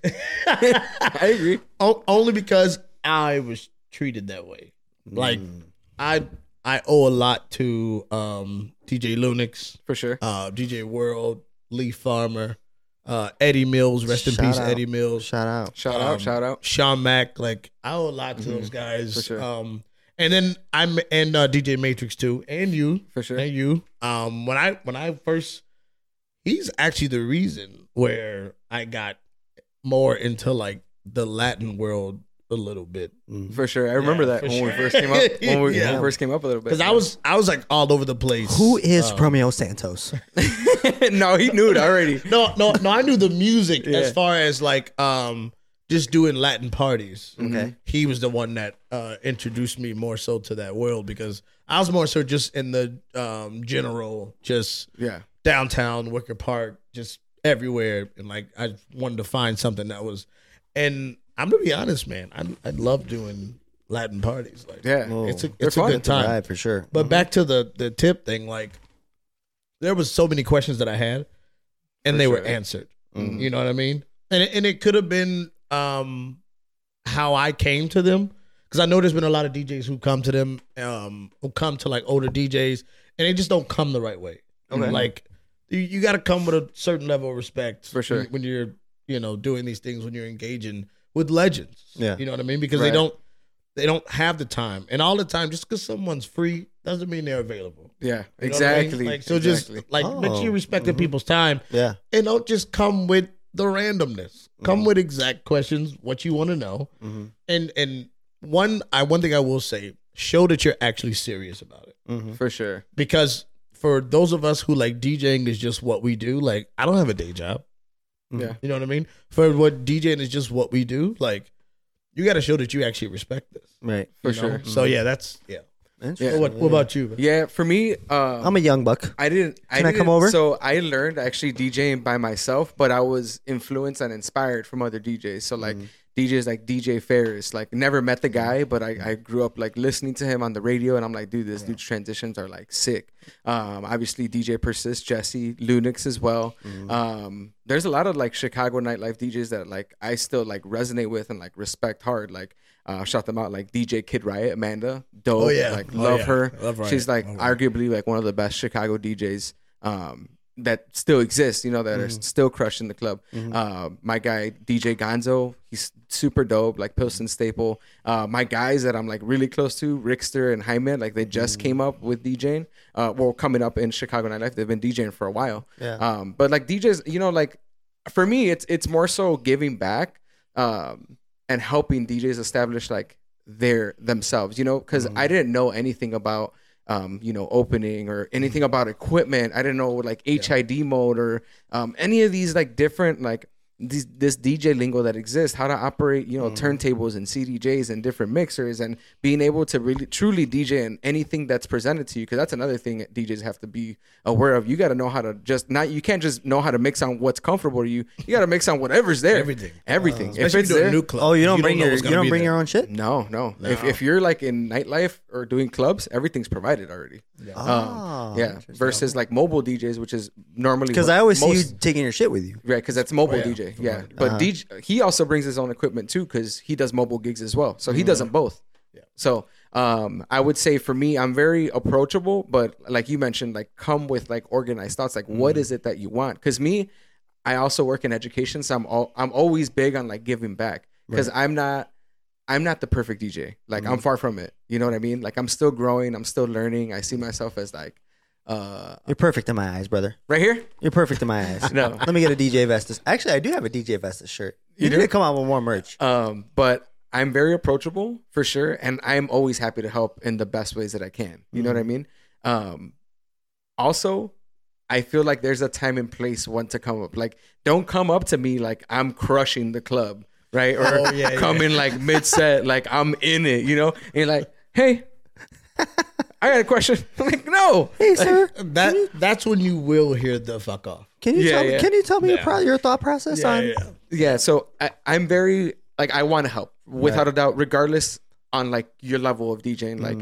[SPEAKER 2] I agree.
[SPEAKER 3] o- only because I was treated that way. Like
[SPEAKER 1] Mm.
[SPEAKER 3] I I owe a lot to um DJ Lunix,
[SPEAKER 2] For sure.
[SPEAKER 3] uh DJ World, Lee Farmer, uh Eddie Mills, rest
[SPEAKER 1] Shout
[SPEAKER 3] in peace,
[SPEAKER 1] out.
[SPEAKER 3] Eddie Mills,
[SPEAKER 1] Shout out.
[SPEAKER 2] Shout
[SPEAKER 3] Um,
[SPEAKER 2] out. Shout out.
[SPEAKER 3] Sean Mack, like I owe a lot to
[SPEAKER 1] Mm-hmm.
[SPEAKER 3] those
[SPEAKER 2] For
[SPEAKER 3] guys.
[SPEAKER 2] sure.
[SPEAKER 3] Um and then I'm and uh, DJ Matrix too, and you.
[SPEAKER 2] For sure.
[SPEAKER 3] And you. Um when I when I first he's actually the reason where I got more into like the Latin world a little bit.
[SPEAKER 2] For sure. I remember
[SPEAKER 3] Yeah,
[SPEAKER 2] that
[SPEAKER 3] for
[SPEAKER 2] when we
[SPEAKER 3] sure.
[SPEAKER 2] first came up. When we, when
[SPEAKER 3] Yeah.
[SPEAKER 2] we first came up a little bit.
[SPEAKER 3] Because I was I was like all over the place.
[SPEAKER 1] Who
[SPEAKER 3] Uh,
[SPEAKER 1] is Romeo Santos?
[SPEAKER 2] no, he knew it already.
[SPEAKER 3] No, no, no, I knew the music
[SPEAKER 2] Yeah.
[SPEAKER 3] as far as like um just doing Latin parties.
[SPEAKER 2] Mm-hmm.
[SPEAKER 1] Okay.
[SPEAKER 3] He was the one that uh introduced me more so to that world because I was more so just in the um general just
[SPEAKER 2] Mm-hmm. Yeah.
[SPEAKER 3] downtown Wicker Park, just everywhere, and like I wanted to find something that was. And I'm gonna be honest, man, I I love doing Latin parties. Like,
[SPEAKER 2] Yeah.
[SPEAKER 3] it's a
[SPEAKER 2] They're
[SPEAKER 3] it's a
[SPEAKER 2] fun.
[SPEAKER 3] good time.
[SPEAKER 1] Right, for sure. Mm,
[SPEAKER 3] But
[SPEAKER 2] Mm-hmm.
[SPEAKER 3] back to the the tip thing, like there was so many questions that I had, and they were
[SPEAKER 2] sure. Mm-hmm.
[SPEAKER 3] answered. You know what I mean? And it, and it could have been um how I came to them because I know there's been a lot of DJs who come to them um who come to like older DJs and they just don't come the right way. Mm-hmm.
[SPEAKER 2] Okay.
[SPEAKER 3] Like you, you got to come with a certain level of respect
[SPEAKER 2] For sure.
[SPEAKER 3] when, when you're you know doing these things when you're engaging with legends.
[SPEAKER 1] Yeah.
[SPEAKER 3] you know what I mean because
[SPEAKER 2] Right.
[SPEAKER 3] they don't they don't have the time and all the time just because someone's free doesn't mean they're available.
[SPEAKER 2] Yeah.
[SPEAKER 3] You know what I mean?
[SPEAKER 2] Exactly.
[SPEAKER 3] Like, so
[SPEAKER 2] exactly.
[SPEAKER 3] just like make
[SPEAKER 1] Oh.
[SPEAKER 3] sure you respect the people's time
[SPEAKER 1] Yeah.
[SPEAKER 3] and don't just come with the randomness.
[SPEAKER 2] Mm-hmm.
[SPEAKER 3] Come with exact questions, what you want to know,
[SPEAKER 1] Mm-hmm.
[SPEAKER 3] and and one I one thing I will say, show that you're actually serious about it
[SPEAKER 2] for sure.
[SPEAKER 3] because for those of us who like DJing is just what we do, like I don't have a day job.
[SPEAKER 2] Yeah.
[SPEAKER 3] Mm-hmm. You know what I mean? For what DJing is just what we do, like you got to show that you actually respect this.
[SPEAKER 1] Right.
[SPEAKER 2] For
[SPEAKER 3] you know?
[SPEAKER 2] sure.
[SPEAKER 3] So yeah, that's yeah.
[SPEAKER 1] Interesting.
[SPEAKER 3] So what, what about you? man?
[SPEAKER 2] Yeah. For me, um,
[SPEAKER 1] I'm a young buck.
[SPEAKER 2] I didn't. I
[SPEAKER 1] Can I come
[SPEAKER 2] didn't-
[SPEAKER 1] over?
[SPEAKER 2] So I learned actually DJing by myself, but I was influenced and inspired from other DJs. So like DJs like DJ Ferris, like never met the guy, but I, I grew up like listening to him on the radio, and I'm like, dude, this dude's transitions are like sick. Um, obviously DJ Persist, Jesse Lunix as well. Um, there's a lot of like Chicago nightlife DJs that like I still like resonate with and like respect hard. Like uh, shout them out, like DJ Kid Riot, Amanda, dope.
[SPEAKER 3] Oh, yeah.
[SPEAKER 2] like
[SPEAKER 3] Oh,
[SPEAKER 2] love
[SPEAKER 3] yeah.
[SPEAKER 2] her.
[SPEAKER 3] Love Riot.
[SPEAKER 2] She's like arguably like one of the best Chicago DJs um, that still exist. You know that
[SPEAKER 3] Mm-hmm.
[SPEAKER 2] are still crushing the club. Uh, my guy DJ Gonzo, he's super dope, like Pilsen staple. Uh, my guys that I'm like really close to, Rickster and Jaime, like they
[SPEAKER 3] Mm-hmm.
[SPEAKER 2] just came up with DJing. Uh, well, coming up in Chicago nightlife, they've been DJing for a while.
[SPEAKER 1] Yeah.
[SPEAKER 2] Um, but like DJs, you know, like for me, it's it's more so giving back um, and helping DJs establish like their themselves. You know, because
[SPEAKER 3] Mm-hmm.
[SPEAKER 2] I didn't know anything about um, you know opening or anything about equipment. I didn't know like HID mode or um, any of these like different like these, this DJ lingo that exists, how to operate, you
[SPEAKER 3] Mm-hmm.
[SPEAKER 2] know, turntables and CDJs and different mixers, and being able to really truly DJ in anything that's presented to you, because that's another thing that DJs have to be aware of. You got to know how to just not you can't just know how to mix on what's comfortable to you. You got to mix on whatever's there.
[SPEAKER 3] Everything. Uh,
[SPEAKER 2] everything. if
[SPEAKER 3] Especially
[SPEAKER 2] it's
[SPEAKER 3] doing
[SPEAKER 2] there,
[SPEAKER 3] new club.
[SPEAKER 1] Oh, you don't bring
[SPEAKER 3] know
[SPEAKER 1] your you
[SPEAKER 3] what's gonna
[SPEAKER 1] don't
[SPEAKER 3] be
[SPEAKER 1] bring
[SPEAKER 3] there.
[SPEAKER 1] your own shit.
[SPEAKER 2] no, no, If if you're like in nightlife or doing clubs, everything's provided already. Yeah.
[SPEAKER 1] Ah,
[SPEAKER 2] yeah. Versus like mobile DJs, which is normally
[SPEAKER 1] Because
[SPEAKER 2] what
[SPEAKER 1] I always
[SPEAKER 2] most-
[SPEAKER 1] see you taking your shit with you.
[SPEAKER 2] Right, because that's mobile DJ. Oh, Yeah, but DJ he also brings his own equipment too, because he does mobile gigs as well. So he does them both. Mm-hmm. Yeah. So um, I would say for me, I'm very approachable, but like you mentioned, like come with like organized thoughts. Like, what is it that you want? Because me, I also work in education, so I'm all, I'm always big on like giving back. because I'm not I'm not the perfect DJ. Like I'm far from it. You know what I mean? Like I'm still growing. I'm still learning. I see myself as like uh
[SPEAKER 1] You're perfect in my eyes, brother.
[SPEAKER 2] right here.
[SPEAKER 1] You're perfect in my eyes.
[SPEAKER 2] No.
[SPEAKER 1] Let me get a DJ Vestas. Actually, I do have a DJ Vestas shirt. You,
[SPEAKER 2] You
[SPEAKER 1] need
[SPEAKER 2] do?
[SPEAKER 1] to come out with more merch.
[SPEAKER 2] Um, but I'm very approachable for sure, and I'm always happy to help in the best ways that I can. You know what I
[SPEAKER 3] Mm-hmm.
[SPEAKER 2] mean? Um, also, I feel like there's a time and place when to come up. Like, don't come up to me like I'm crushing the club, right? Or
[SPEAKER 3] Oh, yeah,
[SPEAKER 2] come in like mid set, like I'm in it, you know? And you're like, hey, I got a question. I'm like, no.
[SPEAKER 1] hey, sir.
[SPEAKER 3] That
[SPEAKER 2] Hmm?
[SPEAKER 3] that's when you will hear the fuck off.
[SPEAKER 1] Can you
[SPEAKER 2] Yeah,
[SPEAKER 1] tell me?
[SPEAKER 2] yeah.
[SPEAKER 1] Can you tell me your, pro- your thought process on?
[SPEAKER 2] Yeah, so I, I'm very like I want to help without a doubt, regardless on like your level of DJing. Like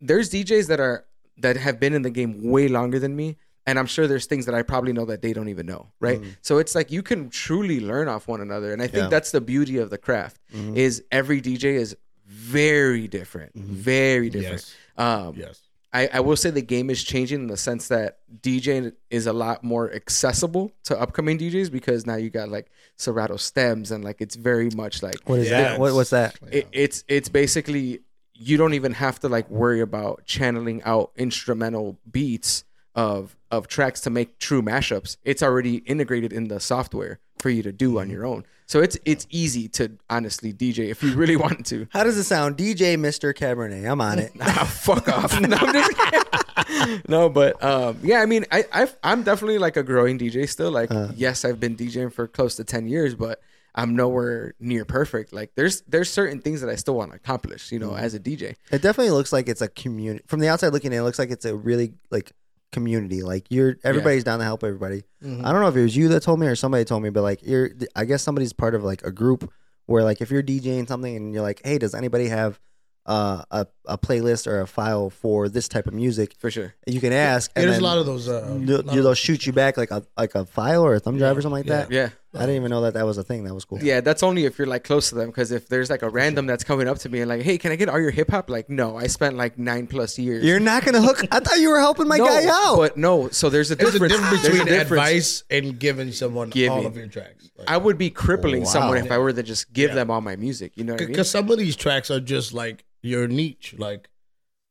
[SPEAKER 2] there's DJs that are that have been in the game way longer than me, and I'm sure there's things that I probably know that they don't even know, right? So it's like you can truly learn off one another, and I think
[SPEAKER 1] Yeah.
[SPEAKER 2] that's the beauty of the craft is every DJ is very different, very different.
[SPEAKER 3] Yes.
[SPEAKER 2] Um,
[SPEAKER 3] Yes.
[SPEAKER 2] I, I will say the game is changing in the sense that DJing is a lot more accessible to upcoming DJs because now you got like Serato stems and like it's very much like
[SPEAKER 1] What is
[SPEAKER 3] Yeah,
[SPEAKER 1] that? What,
[SPEAKER 3] it's-
[SPEAKER 1] what's that?
[SPEAKER 2] it, it's it's basically you don't even have to like worry about channeling out instrumental beats of of tracks to make true mashups. It's already integrated in the software for you to do on your own. So it's it's easy to honestly DJ if you really want to.
[SPEAKER 1] How does it sound, DJ Mister Cabernet? I'm on it.
[SPEAKER 2] Ah, fuck off. No, I'm just kidding. No, but um, yeah, I mean, I I've, I'm definitely like a growing DJ still. Like, yes, I've been DJing for close to ten years, but I'm nowhere near perfect. Like, there's there's certain things that I still want to accomplish, you know, as a DJ.
[SPEAKER 1] It definitely looks like it's a community. From the outside looking in, it looks like it's a really like community. Like you're everybody's down to help everybody. I don't know if it was you that told me or somebody told me, but like you're I guess somebody's part of like a group where like if you're DJing something and you're like, "Hey, does anybody have uh, a a playlist or a file for this type of music?"
[SPEAKER 2] For sure.
[SPEAKER 1] You can ask and
[SPEAKER 3] There's
[SPEAKER 1] then
[SPEAKER 3] a lot of those. Uh,
[SPEAKER 1] they'll,
[SPEAKER 3] lot
[SPEAKER 1] they'll
[SPEAKER 3] of-
[SPEAKER 1] shoot you back like a like a file or a thumb drive or something like that.
[SPEAKER 2] Yeah.
[SPEAKER 1] I didn't even know that that was a thing. That was cool.
[SPEAKER 2] Yeah, that's only if you're like close to them. Because if there's like a random that's coming up to me and like, hey, can I get all your hip hop? Like, no, I spent like nine plus years.
[SPEAKER 1] You're not gonna hook. I thought you were helping my
[SPEAKER 2] no,
[SPEAKER 1] guy out.
[SPEAKER 2] but no. So there's a
[SPEAKER 3] there's
[SPEAKER 2] difference,
[SPEAKER 3] a difference between
[SPEAKER 2] advice.
[SPEAKER 3] advice and giving someone all
[SPEAKER 2] Giving.
[SPEAKER 3] of your tracks. Like,
[SPEAKER 2] I would be crippling
[SPEAKER 1] Wow.
[SPEAKER 2] someone if I were to just give them all my music. You know what I mean?
[SPEAKER 3] because some of these tracks are just like your niche like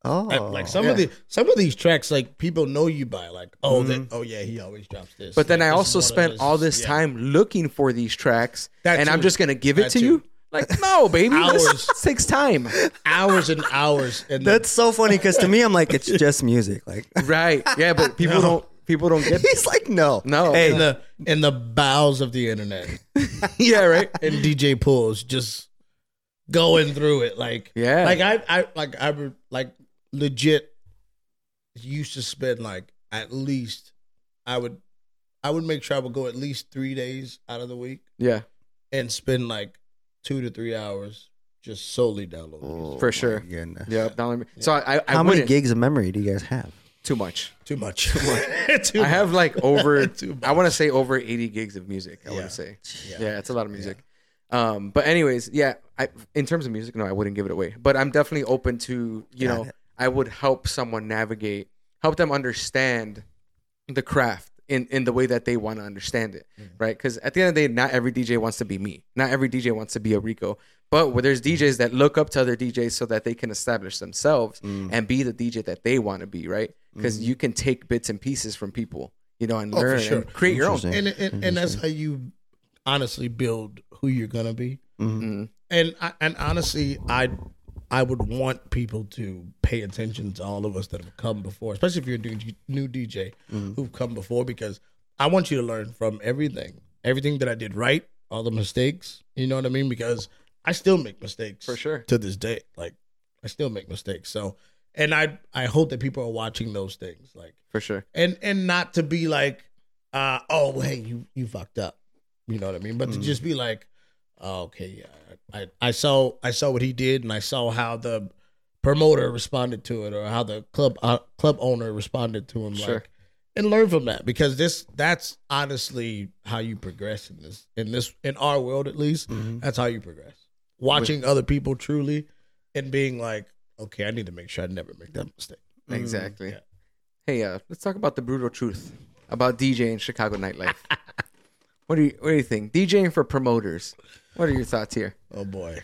[SPEAKER 1] oh,
[SPEAKER 3] I- like some of
[SPEAKER 2] Yeah.
[SPEAKER 3] the some of these tracks like people know you by like oh that oh yeah he always drops this
[SPEAKER 2] Mm-hmm. But then
[SPEAKER 3] Like,
[SPEAKER 2] I
[SPEAKER 3] this is
[SPEAKER 2] also
[SPEAKER 3] one of
[SPEAKER 2] spent
[SPEAKER 3] his-
[SPEAKER 2] all this
[SPEAKER 3] yeah.
[SPEAKER 2] time looking for these tracks,
[SPEAKER 3] That
[SPEAKER 2] and I'm
[SPEAKER 3] too.
[SPEAKER 2] just gonna give it
[SPEAKER 3] That
[SPEAKER 2] to
[SPEAKER 3] too.
[SPEAKER 2] you. Like, no, baby,
[SPEAKER 3] Hours.
[SPEAKER 2] this takes time.
[SPEAKER 3] hours and hours and
[SPEAKER 1] That's so funny because to me, I'm like, it's just music. Like
[SPEAKER 2] Right? Yeah, but people don't. People don't get.
[SPEAKER 1] he's like, no,
[SPEAKER 2] No.
[SPEAKER 1] Hey,
[SPEAKER 3] in the in the bowels of the internet
[SPEAKER 2] yeah. Right.
[SPEAKER 3] and DJ pools just going through it like
[SPEAKER 2] Yeah.
[SPEAKER 3] like I I like I re- like legit used to spend like at least I would I would make sure I would go at least three days out of the week
[SPEAKER 2] Yeah.
[SPEAKER 3] and spend like two to three hours just solely downloading music.
[SPEAKER 2] For sure.
[SPEAKER 1] Oh goodness.
[SPEAKER 2] Yeah. Don't let me- So I. I, I
[SPEAKER 1] How many
[SPEAKER 2] wouldn't
[SPEAKER 1] gigs of memory do you guys have?
[SPEAKER 2] too much.
[SPEAKER 3] Too much. Too
[SPEAKER 2] I have like over.
[SPEAKER 3] Too much.
[SPEAKER 2] I want to say over 80 gigs of music. I
[SPEAKER 3] Yeah.
[SPEAKER 2] want to say.
[SPEAKER 3] Yeah.
[SPEAKER 2] Yeah. it's a lot of music. Um, but anyways, yeah. I in terms of music, no, I wouldn't give it away. But I'm definitely open to you
[SPEAKER 1] Got
[SPEAKER 2] know.
[SPEAKER 1] it.
[SPEAKER 2] I would help someone navigate, help them understand the craft in, in the way that they want to understand it, right? Because at the end of the day, not every DJ wants to be me. Not every DJ wants to be a Rico. But where there's DJs that look up to other DJs so that they can establish themselves
[SPEAKER 1] Mm.
[SPEAKER 2] and be the DJ that they want to be, right? Because you can take bits and pieces from people, you know, and
[SPEAKER 3] Oh, for
[SPEAKER 2] learn
[SPEAKER 3] sure.
[SPEAKER 2] and create your own.
[SPEAKER 1] Interesting.
[SPEAKER 3] and, and and that's how you honestly build who you're gonna be.
[SPEAKER 1] Mm-hmm.
[SPEAKER 2] Mhm.
[SPEAKER 3] And I, and honestly, I I would want people to pay attention to all of us that have come before, especially if you're a new, new DJ
[SPEAKER 2] Mm-hmm.
[SPEAKER 3] who've come before, because I want you to learn from everything, everything that I did right, all the mistakes. You know what I mean? Because I still make mistakes
[SPEAKER 2] For sure.
[SPEAKER 3] to this day. Like I still make mistakes. So, and I I hope that people are watching those things. Like
[SPEAKER 2] For sure.
[SPEAKER 3] and and not to be like uh oh well, hey you you fucked up you know what i mean but to just be like oh, okay yeah I, I i saw i saw what he did and i saw how the promoter responded to it or how the club uh, club owner responded to him
[SPEAKER 2] Sure.
[SPEAKER 3] like and learn from that because this that's honestly how you progress in this in this in our world at least that's how you progress watching other people truly and being like okay i need to make sure i never make that mistake
[SPEAKER 2] Exactly.
[SPEAKER 3] Mm, Yeah.
[SPEAKER 2] Hey, uh, let's talk about the brutal truth about DJing Chicago nightlife. what do you What do you think? DJing for promoters. What are your thoughts here?
[SPEAKER 3] Oh boy.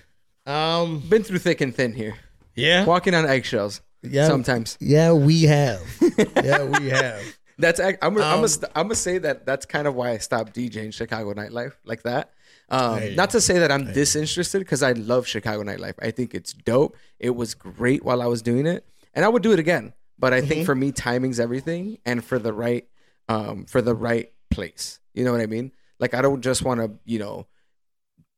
[SPEAKER 3] Um.
[SPEAKER 2] Been through thick and thin here.
[SPEAKER 3] Yeah.
[SPEAKER 2] Walking on eggshells.
[SPEAKER 3] Yeah.
[SPEAKER 2] Sometimes.
[SPEAKER 3] Yeah, we have. yeah, we have.
[SPEAKER 2] That's ac- I'm gonna- I'm gonna st- I'm gonna say that that's kind of why I stopped DJing Chicago nightlife like that. Um,
[SPEAKER 3] Hey.
[SPEAKER 2] Not to say that I'm disinterested because I love Chicago nightlife. I think it's dope. It was great while I was doing it, and I would do it again. But I think for me, timing's everything, and for the right, um, for the right place. You know what I mean? Like I don't just want to, you know,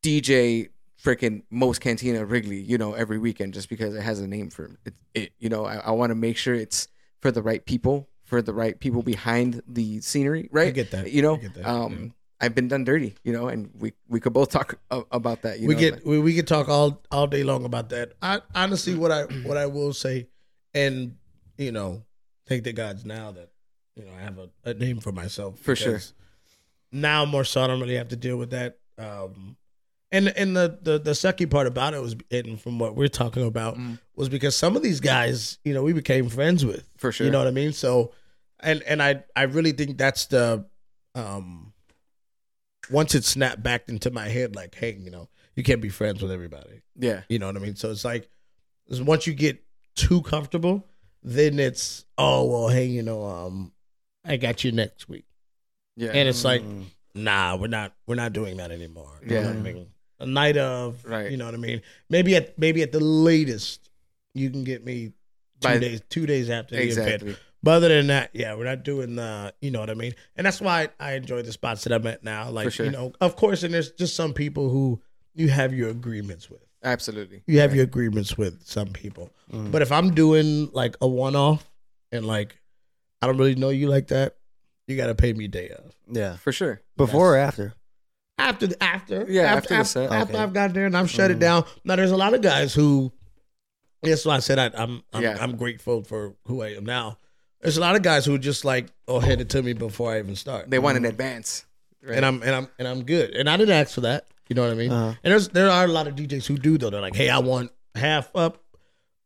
[SPEAKER 2] DJ freaking most cantina Wrigley, you know, every weekend just because it has a name for it. it you know, I, I want to make sure it's for the right people, for the right people behind the scenery, right?
[SPEAKER 3] get that.
[SPEAKER 2] You know,
[SPEAKER 3] I get that,
[SPEAKER 2] um, I've been done dirty, you know, and we we could both talk a- about that. You
[SPEAKER 3] we
[SPEAKER 2] know,
[SPEAKER 3] get
[SPEAKER 2] like-
[SPEAKER 3] we, we could talk all all day long about that. I honestly what I what I will say, and you know, thank the gods now that you know I have a, a name for myself
[SPEAKER 2] For sure.
[SPEAKER 3] because Now more so, I don't really have to deal with that. Um, and and the the the sucky part about it was, and from what we're talking about,
[SPEAKER 2] Mm-hmm.
[SPEAKER 3] was because some of these guys, you know, we became friends with
[SPEAKER 2] For sure.
[SPEAKER 3] You know what I mean? So, and and I I really think that's the um once it snapped back into my head, like, hey, you know, you can't be friends with everybody.
[SPEAKER 2] yeah,
[SPEAKER 3] You know what I mean? So it's like, it's once you get too comfortable, then it's, oh, well, hey, you know, um, I got you next week.
[SPEAKER 2] yeah,
[SPEAKER 3] And it's like,
[SPEAKER 1] Mm.
[SPEAKER 3] nah, we're not, we're not doing that anymore. You know
[SPEAKER 2] Yeah.
[SPEAKER 3] what I mean? A night of,
[SPEAKER 2] Right.
[SPEAKER 3] you know what I mean? Maybe at, maybe at the latest, you can get me two
[SPEAKER 2] By-
[SPEAKER 3] days, two days after the event.
[SPEAKER 2] exactly.
[SPEAKER 3] But other than that, yeah, we're not doing the, you know what I mean? And that's why I enjoy the spots that I'm at now. Like,
[SPEAKER 2] sure.
[SPEAKER 3] you know, of course, and there's just some people who you have your agreements with.
[SPEAKER 2] Absolutely.
[SPEAKER 3] You have your agreements with some people.
[SPEAKER 1] Mm.
[SPEAKER 3] But if I'm doing like a one off and like, I don't really know you like that, you got to pay me day off.
[SPEAKER 1] Yeah.
[SPEAKER 2] For sure.
[SPEAKER 1] Before or after?
[SPEAKER 3] After the after,
[SPEAKER 2] Yeah, after
[SPEAKER 3] after
[SPEAKER 2] the
[SPEAKER 3] after,
[SPEAKER 2] set. Mm-hmm.
[SPEAKER 3] after
[SPEAKER 1] Okay.
[SPEAKER 3] I've got there and I've shut it down. Now there's a lot of guys who. That's why I said I, I'm I'm,
[SPEAKER 2] Yeah.
[SPEAKER 3] I'm grateful for who I am now. There's a lot of guys who are just like, oh, hand it to me before I even start,
[SPEAKER 2] They want an advance. Right.
[SPEAKER 3] Mm. and I'm and I'm and I'm good, and I didn't ask for that. You know what I mean?
[SPEAKER 1] Uh-huh.
[SPEAKER 3] And there's there are a lot of DJs who do though. They're like, hey, I want half up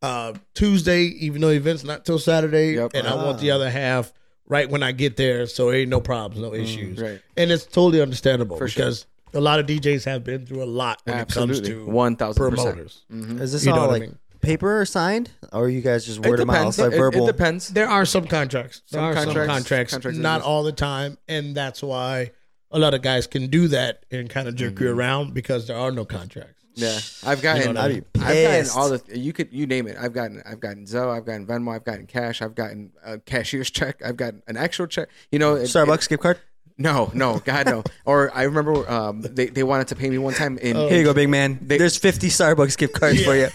[SPEAKER 3] uh Tuesday, even though the event's not till Saturday,
[SPEAKER 2] Yep. Ah.
[SPEAKER 3] and I want the other half right when I get there, so ain't no problems, no issues.
[SPEAKER 2] Mm, right.
[SPEAKER 3] And it's totally understandable
[SPEAKER 2] For sure.
[SPEAKER 3] because a lot of DJs have been through a lot when it comes
[SPEAKER 2] Absolutely.
[SPEAKER 3] to
[SPEAKER 2] One thousand percent. Mm.
[SPEAKER 3] promoters.
[SPEAKER 1] Mm-hmm. Is this
[SPEAKER 3] You know
[SPEAKER 1] all
[SPEAKER 3] what I
[SPEAKER 1] like
[SPEAKER 3] mean?
[SPEAKER 1] paper or signed? Or are you guys just
[SPEAKER 2] It
[SPEAKER 1] word of mouth?
[SPEAKER 2] depends.
[SPEAKER 1] Like
[SPEAKER 2] It- it,
[SPEAKER 1] verbal?
[SPEAKER 2] depends.
[SPEAKER 3] There are some contracts. There
[SPEAKER 2] Some
[SPEAKER 3] are some
[SPEAKER 2] contracts-
[SPEAKER 3] contracts,
[SPEAKER 2] contracts
[SPEAKER 3] not
[SPEAKER 2] exist.
[SPEAKER 3] all the time, and that's why a lot of guys can do that and kind of jerk you
[SPEAKER 2] Mm-hmm.
[SPEAKER 3] around because there are no contracts.
[SPEAKER 2] Yeah, I've gotten.
[SPEAKER 3] what I
[SPEAKER 1] mean?
[SPEAKER 2] I've gotten
[SPEAKER 1] Pissed.
[SPEAKER 2] all the. You could. You name it. I've gotten. I've gotten Zoe. I've gotten Venmo. I've gotten cash. I've gotten a cashier's check. I've gotten an actual check. You know, it-
[SPEAKER 1] Starbucks gift card?
[SPEAKER 2] it- no, no, God no. or I remember um, they they wanted to pay me one time in.
[SPEAKER 1] Oh. Here you go, big man. There's 50 Starbucks gift cards for you.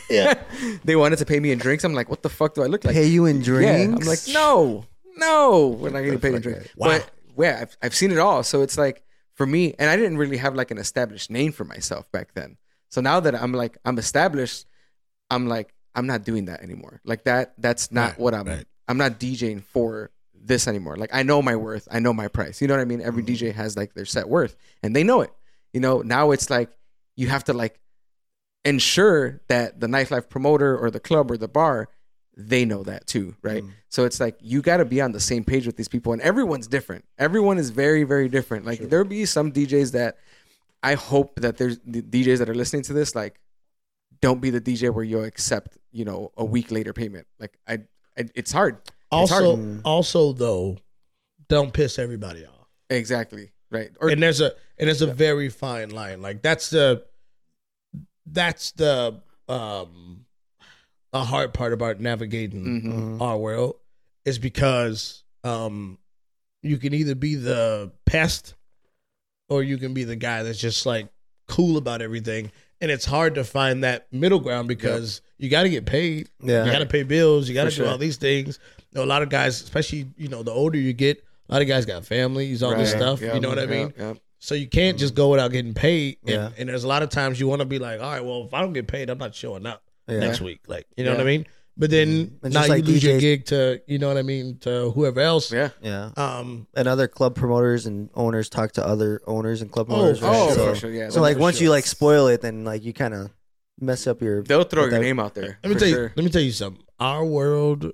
[SPEAKER 2] They wanted to pay me in drinks. I'm like, what the fuck do I look like?
[SPEAKER 1] Pay you in drinks?
[SPEAKER 2] Yeah. I'm like, no, no, we're not getting paid in drinks. But yeah, I've, I've seen it all. So it's like for me, and I didn't really have like an established name for myself back then. So now that I'm like I'm established, I'm like I'm not doing that anymore. Like that that's not what I'm. I'm not DJing for this anymore. Like I know my worth. I know my price. You know what I mean? Every DJ has like their set worth, and they know it. You know now it's like you have to like ensure that the nightlife promoter or the club or the bar they know that too right so it's like you got to be on the same page with these people and everyone's different everyone is very very different like there'll be some djs that i hope that there's the djs that are listening to this like don't be the dj where you'll accept you know a week later payment like i, I it's hard It's hard.
[SPEAKER 3] Also, also though, don't piss everybody off.
[SPEAKER 2] exactly right or
[SPEAKER 3] and there's a and there's a very fine line. Like that's the that's the um the hard part about navigating
[SPEAKER 2] Mhm.
[SPEAKER 1] Mm-hmm.
[SPEAKER 3] our world is because um you can either be the pest or you can be the guy that's just like cool about everything. And it's hard to find that middle ground because you got to get paid.
[SPEAKER 1] Yeah.
[SPEAKER 3] You got to pay bills. You got to
[SPEAKER 2] For
[SPEAKER 3] do
[SPEAKER 2] sure.
[SPEAKER 3] all these things. You know, a lot of guys, especially you know, the older you get, a lot of guys got families, all this
[SPEAKER 2] Right.
[SPEAKER 3] stuff.
[SPEAKER 2] Yeah.
[SPEAKER 3] You know what I
[SPEAKER 2] Yeah.
[SPEAKER 3] mean?
[SPEAKER 2] Yeah.
[SPEAKER 3] So you can't just go without getting paid. And,
[SPEAKER 1] Yeah.
[SPEAKER 3] and there's a lot of times you want to be like, all right, well, if I don't get paid, I'm not showing up
[SPEAKER 1] Yeah.
[SPEAKER 3] next week. Like, you know
[SPEAKER 2] Yeah. Mm-hmm.
[SPEAKER 3] what I mean? But then
[SPEAKER 1] And
[SPEAKER 3] now
[SPEAKER 1] just
[SPEAKER 3] you
[SPEAKER 1] like
[SPEAKER 3] lose your
[SPEAKER 1] DJs
[SPEAKER 3] gig to, you know what I mean, to whoever else.
[SPEAKER 2] yeah
[SPEAKER 1] Yeah.
[SPEAKER 3] Um,
[SPEAKER 1] And other club promoters and owners talk to other owners and club promoters.
[SPEAKER 3] for
[SPEAKER 1] right?
[SPEAKER 2] oh
[SPEAKER 3] sure.
[SPEAKER 1] so,
[SPEAKER 2] for sure yeah
[SPEAKER 1] so, like,
[SPEAKER 3] for
[SPEAKER 1] once you
[SPEAKER 3] sure.
[SPEAKER 1] like spoil it, then like you kind of mess up your.
[SPEAKER 2] they'll throw
[SPEAKER 1] with
[SPEAKER 2] your
[SPEAKER 1] that-
[SPEAKER 2] name out there
[SPEAKER 3] let me
[SPEAKER 2] for
[SPEAKER 3] tell you,
[SPEAKER 2] sure.
[SPEAKER 3] let me tell you something. Our world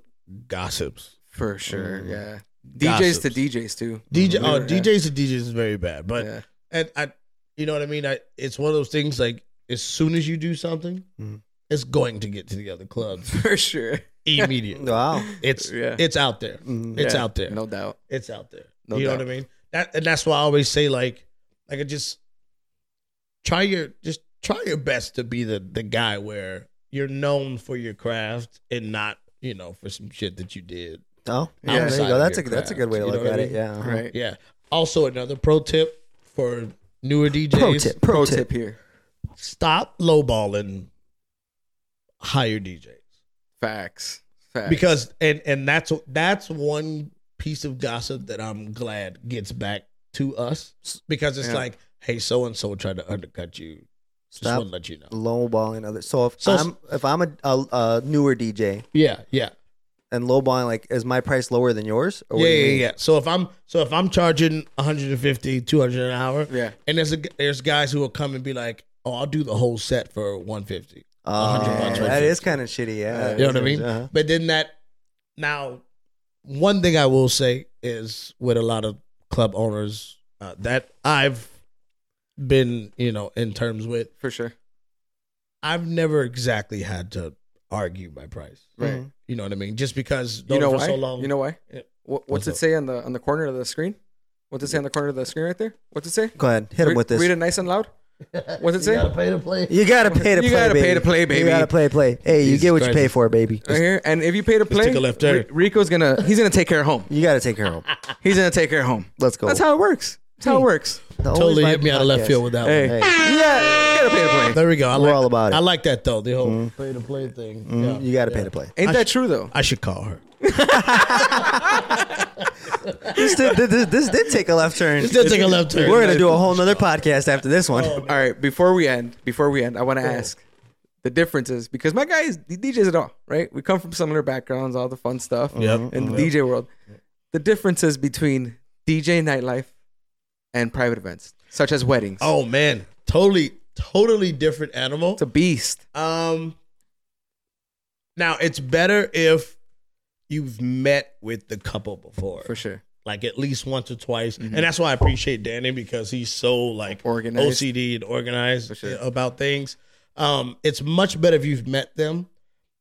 [SPEAKER 3] gossips.
[SPEAKER 2] for sure
[SPEAKER 1] Mm-hmm.
[SPEAKER 2] yeah DJs to
[SPEAKER 3] Gossips.
[SPEAKER 2] DJs too.
[SPEAKER 3] DJ,
[SPEAKER 2] Mm-hmm. Yeah.
[SPEAKER 3] oh, DJs to DJs is very bad, but
[SPEAKER 2] Yeah.
[SPEAKER 3] and I, You know what I mean? I, it's one of those things like as soon as you do something,
[SPEAKER 2] Mm-hmm.
[SPEAKER 1] Mhm.
[SPEAKER 3] it's going to get to the other clubs
[SPEAKER 2] for sure.
[SPEAKER 3] immediately.
[SPEAKER 1] Wow.
[SPEAKER 3] It's
[SPEAKER 2] Yeah.
[SPEAKER 3] it's out there.
[SPEAKER 1] Mhm.
[SPEAKER 3] It's
[SPEAKER 2] Yeah,
[SPEAKER 3] out there.
[SPEAKER 2] no doubt.
[SPEAKER 3] It's out there.
[SPEAKER 2] No
[SPEAKER 3] you know
[SPEAKER 2] doubt.
[SPEAKER 3] what I mean? That and that's why I always say like like I just try your just try your best to be the the guy where you're known for your craft and not you know for some shit that you did.
[SPEAKER 1] Oh, yeah,
[SPEAKER 3] Yeah.
[SPEAKER 1] there
[SPEAKER 3] Outside
[SPEAKER 1] you go.
[SPEAKER 3] of
[SPEAKER 1] That's a
[SPEAKER 2] your
[SPEAKER 1] that's a good
[SPEAKER 2] craft,
[SPEAKER 1] way to
[SPEAKER 3] you know
[SPEAKER 1] look
[SPEAKER 3] what I
[SPEAKER 1] at it.
[SPEAKER 3] mean?
[SPEAKER 1] Yeah. uh-huh.
[SPEAKER 2] Right.
[SPEAKER 3] Yeah. Also another pro tip for newer DJs:
[SPEAKER 1] Pro tip. Pro,
[SPEAKER 2] Pro
[SPEAKER 1] tip.
[SPEAKER 2] tip here.
[SPEAKER 3] stop lowballing higher DJs.
[SPEAKER 2] Facts. Facts.
[SPEAKER 3] because and and that's that's one piece of gossip that I'm glad gets back to us because it's
[SPEAKER 2] Yeah.
[SPEAKER 3] like, hey, so and so tried to undercut you. Just
[SPEAKER 1] Stop.
[SPEAKER 3] want to let you know.
[SPEAKER 1] Lowballing others. So if
[SPEAKER 3] So-
[SPEAKER 1] I'm if I'm a, a, a newer DJ
[SPEAKER 3] Yeah, yeah,
[SPEAKER 1] and lowballing, like, is my price lower than yours? Or
[SPEAKER 3] yeah,
[SPEAKER 1] what do you
[SPEAKER 3] yeah,
[SPEAKER 1] mean?
[SPEAKER 3] yeah. So if I'm so if I'm charging 150, 200 an hour,
[SPEAKER 2] Yeah.
[SPEAKER 3] and there's a there's guys who will come and be like, oh, I'll do the whole set for 150.
[SPEAKER 1] Oh,
[SPEAKER 3] 100 bucks right
[SPEAKER 1] that
[SPEAKER 3] there.
[SPEAKER 1] is kind of shitty. Yeah.
[SPEAKER 3] You know what I mean?
[SPEAKER 1] Uh-huh.
[SPEAKER 3] But then that now, one thing I will say is with a lot of club owners uh, that I've been, you know, in terms with,
[SPEAKER 2] For sure.
[SPEAKER 3] I've never exactly had to argue my price.
[SPEAKER 2] Right.
[SPEAKER 1] Mhm.
[SPEAKER 3] You know what I mean? Just because
[SPEAKER 2] You know
[SPEAKER 3] for
[SPEAKER 2] why?
[SPEAKER 3] so long.
[SPEAKER 2] You know why?
[SPEAKER 3] Yeah.
[SPEAKER 2] What, what's
[SPEAKER 3] What's
[SPEAKER 2] it
[SPEAKER 3] up?
[SPEAKER 2] say on the on the corner of the screen? What's it say on the corner of the screen right there? What's it say?
[SPEAKER 1] Go ahead, hit him
[SPEAKER 2] Read-
[SPEAKER 1] with this.
[SPEAKER 2] Read it nice and loud. What's it say?
[SPEAKER 3] gotta
[SPEAKER 2] Right
[SPEAKER 3] pay to play.
[SPEAKER 1] You gotta pay to play.
[SPEAKER 2] You gotta pay
[SPEAKER 1] baby.
[SPEAKER 2] to play,
[SPEAKER 1] You
[SPEAKER 2] baby.
[SPEAKER 1] gotta play, play. Hey, you
[SPEAKER 3] Jesus
[SPEAKER 1] get what you
[SPEAKER 3] Christ.
[SPEAKER 1] pay for, baby.
[SPEAKER 2] here. And if you pay to play,
[SPEAKER 3] take a left turn.
[SPEAKER 2] Ri- Rico's gonna he's gonna take care of home.
[SPEAKER 1] You gotta take care of him.
[SPEAKER 2] He's gonna take care of home.
[SPEAKER 1] Let's go.
[SPEAKER 2] That's how it works. That's how it works.
[SPEAKER 1] The Always
[SPEAKER 3] Totally
[SPEAKER 1] Vibe
[SPEAKER 3] hit me out of left
[SPEAKER 1] podcast.
[SPEAKER 3] field with that
[SPEAKER 2] Hey,
[SPEAKER 3] one.
[SPEAKER 1] Hey.
[SPEAKER 2] yeah, you gotta pay to play.
[SPEAKER 3] There we go. I
[SPEAKER 1] We're
[SPEAKER 3] like,
[SPEAKER 1] all about it.
[SPEAKER 3] I like that though. The whole
[SPEAKER 2] Mm-hmm.
[SPEAKER 3] pay to play thing. Yeah.
[SPEAKER 1] You gotta pay to play.
[SPEAKER 2] Ain't that true though?
[SPEAKER 3] I should call her.
[SPEAKER 1] This did, this, this did take a left turn.
[SPEAKER 3] Just take a left turn. Oh.
[SPEAKER 1] We're gonna do a whole nother podcast after this one.
[SPEAKER 2] All right, before we end, before we end, I want to ask the differences because my guys, the DJs at all, right? We come from similar backgrounds, all the fun stuff
[SPEAKER 3] Yep.
[SPEAKER 2] in the DJ world. The differences between DJ nightlife and private events, such as weddings.
[SPEAKER 3] Oh man, totally, totally different animal.
[SPEAKER 2] It's a beast.
[SPEAKER 3] Um, now it's better if you've met with the couple before,
[SPEAKER 2] For sure. Mm-hmm.
[SPEAKER 3] like at least once or twice, and that's why I appreciate Danny because he's so like
[SPEAKER 2] Organized.
[SPEAKER 3] OCD and organized
[SPEAKER 2] sure.
[SPEAKER 3] about things. Um, it's much better if you've met them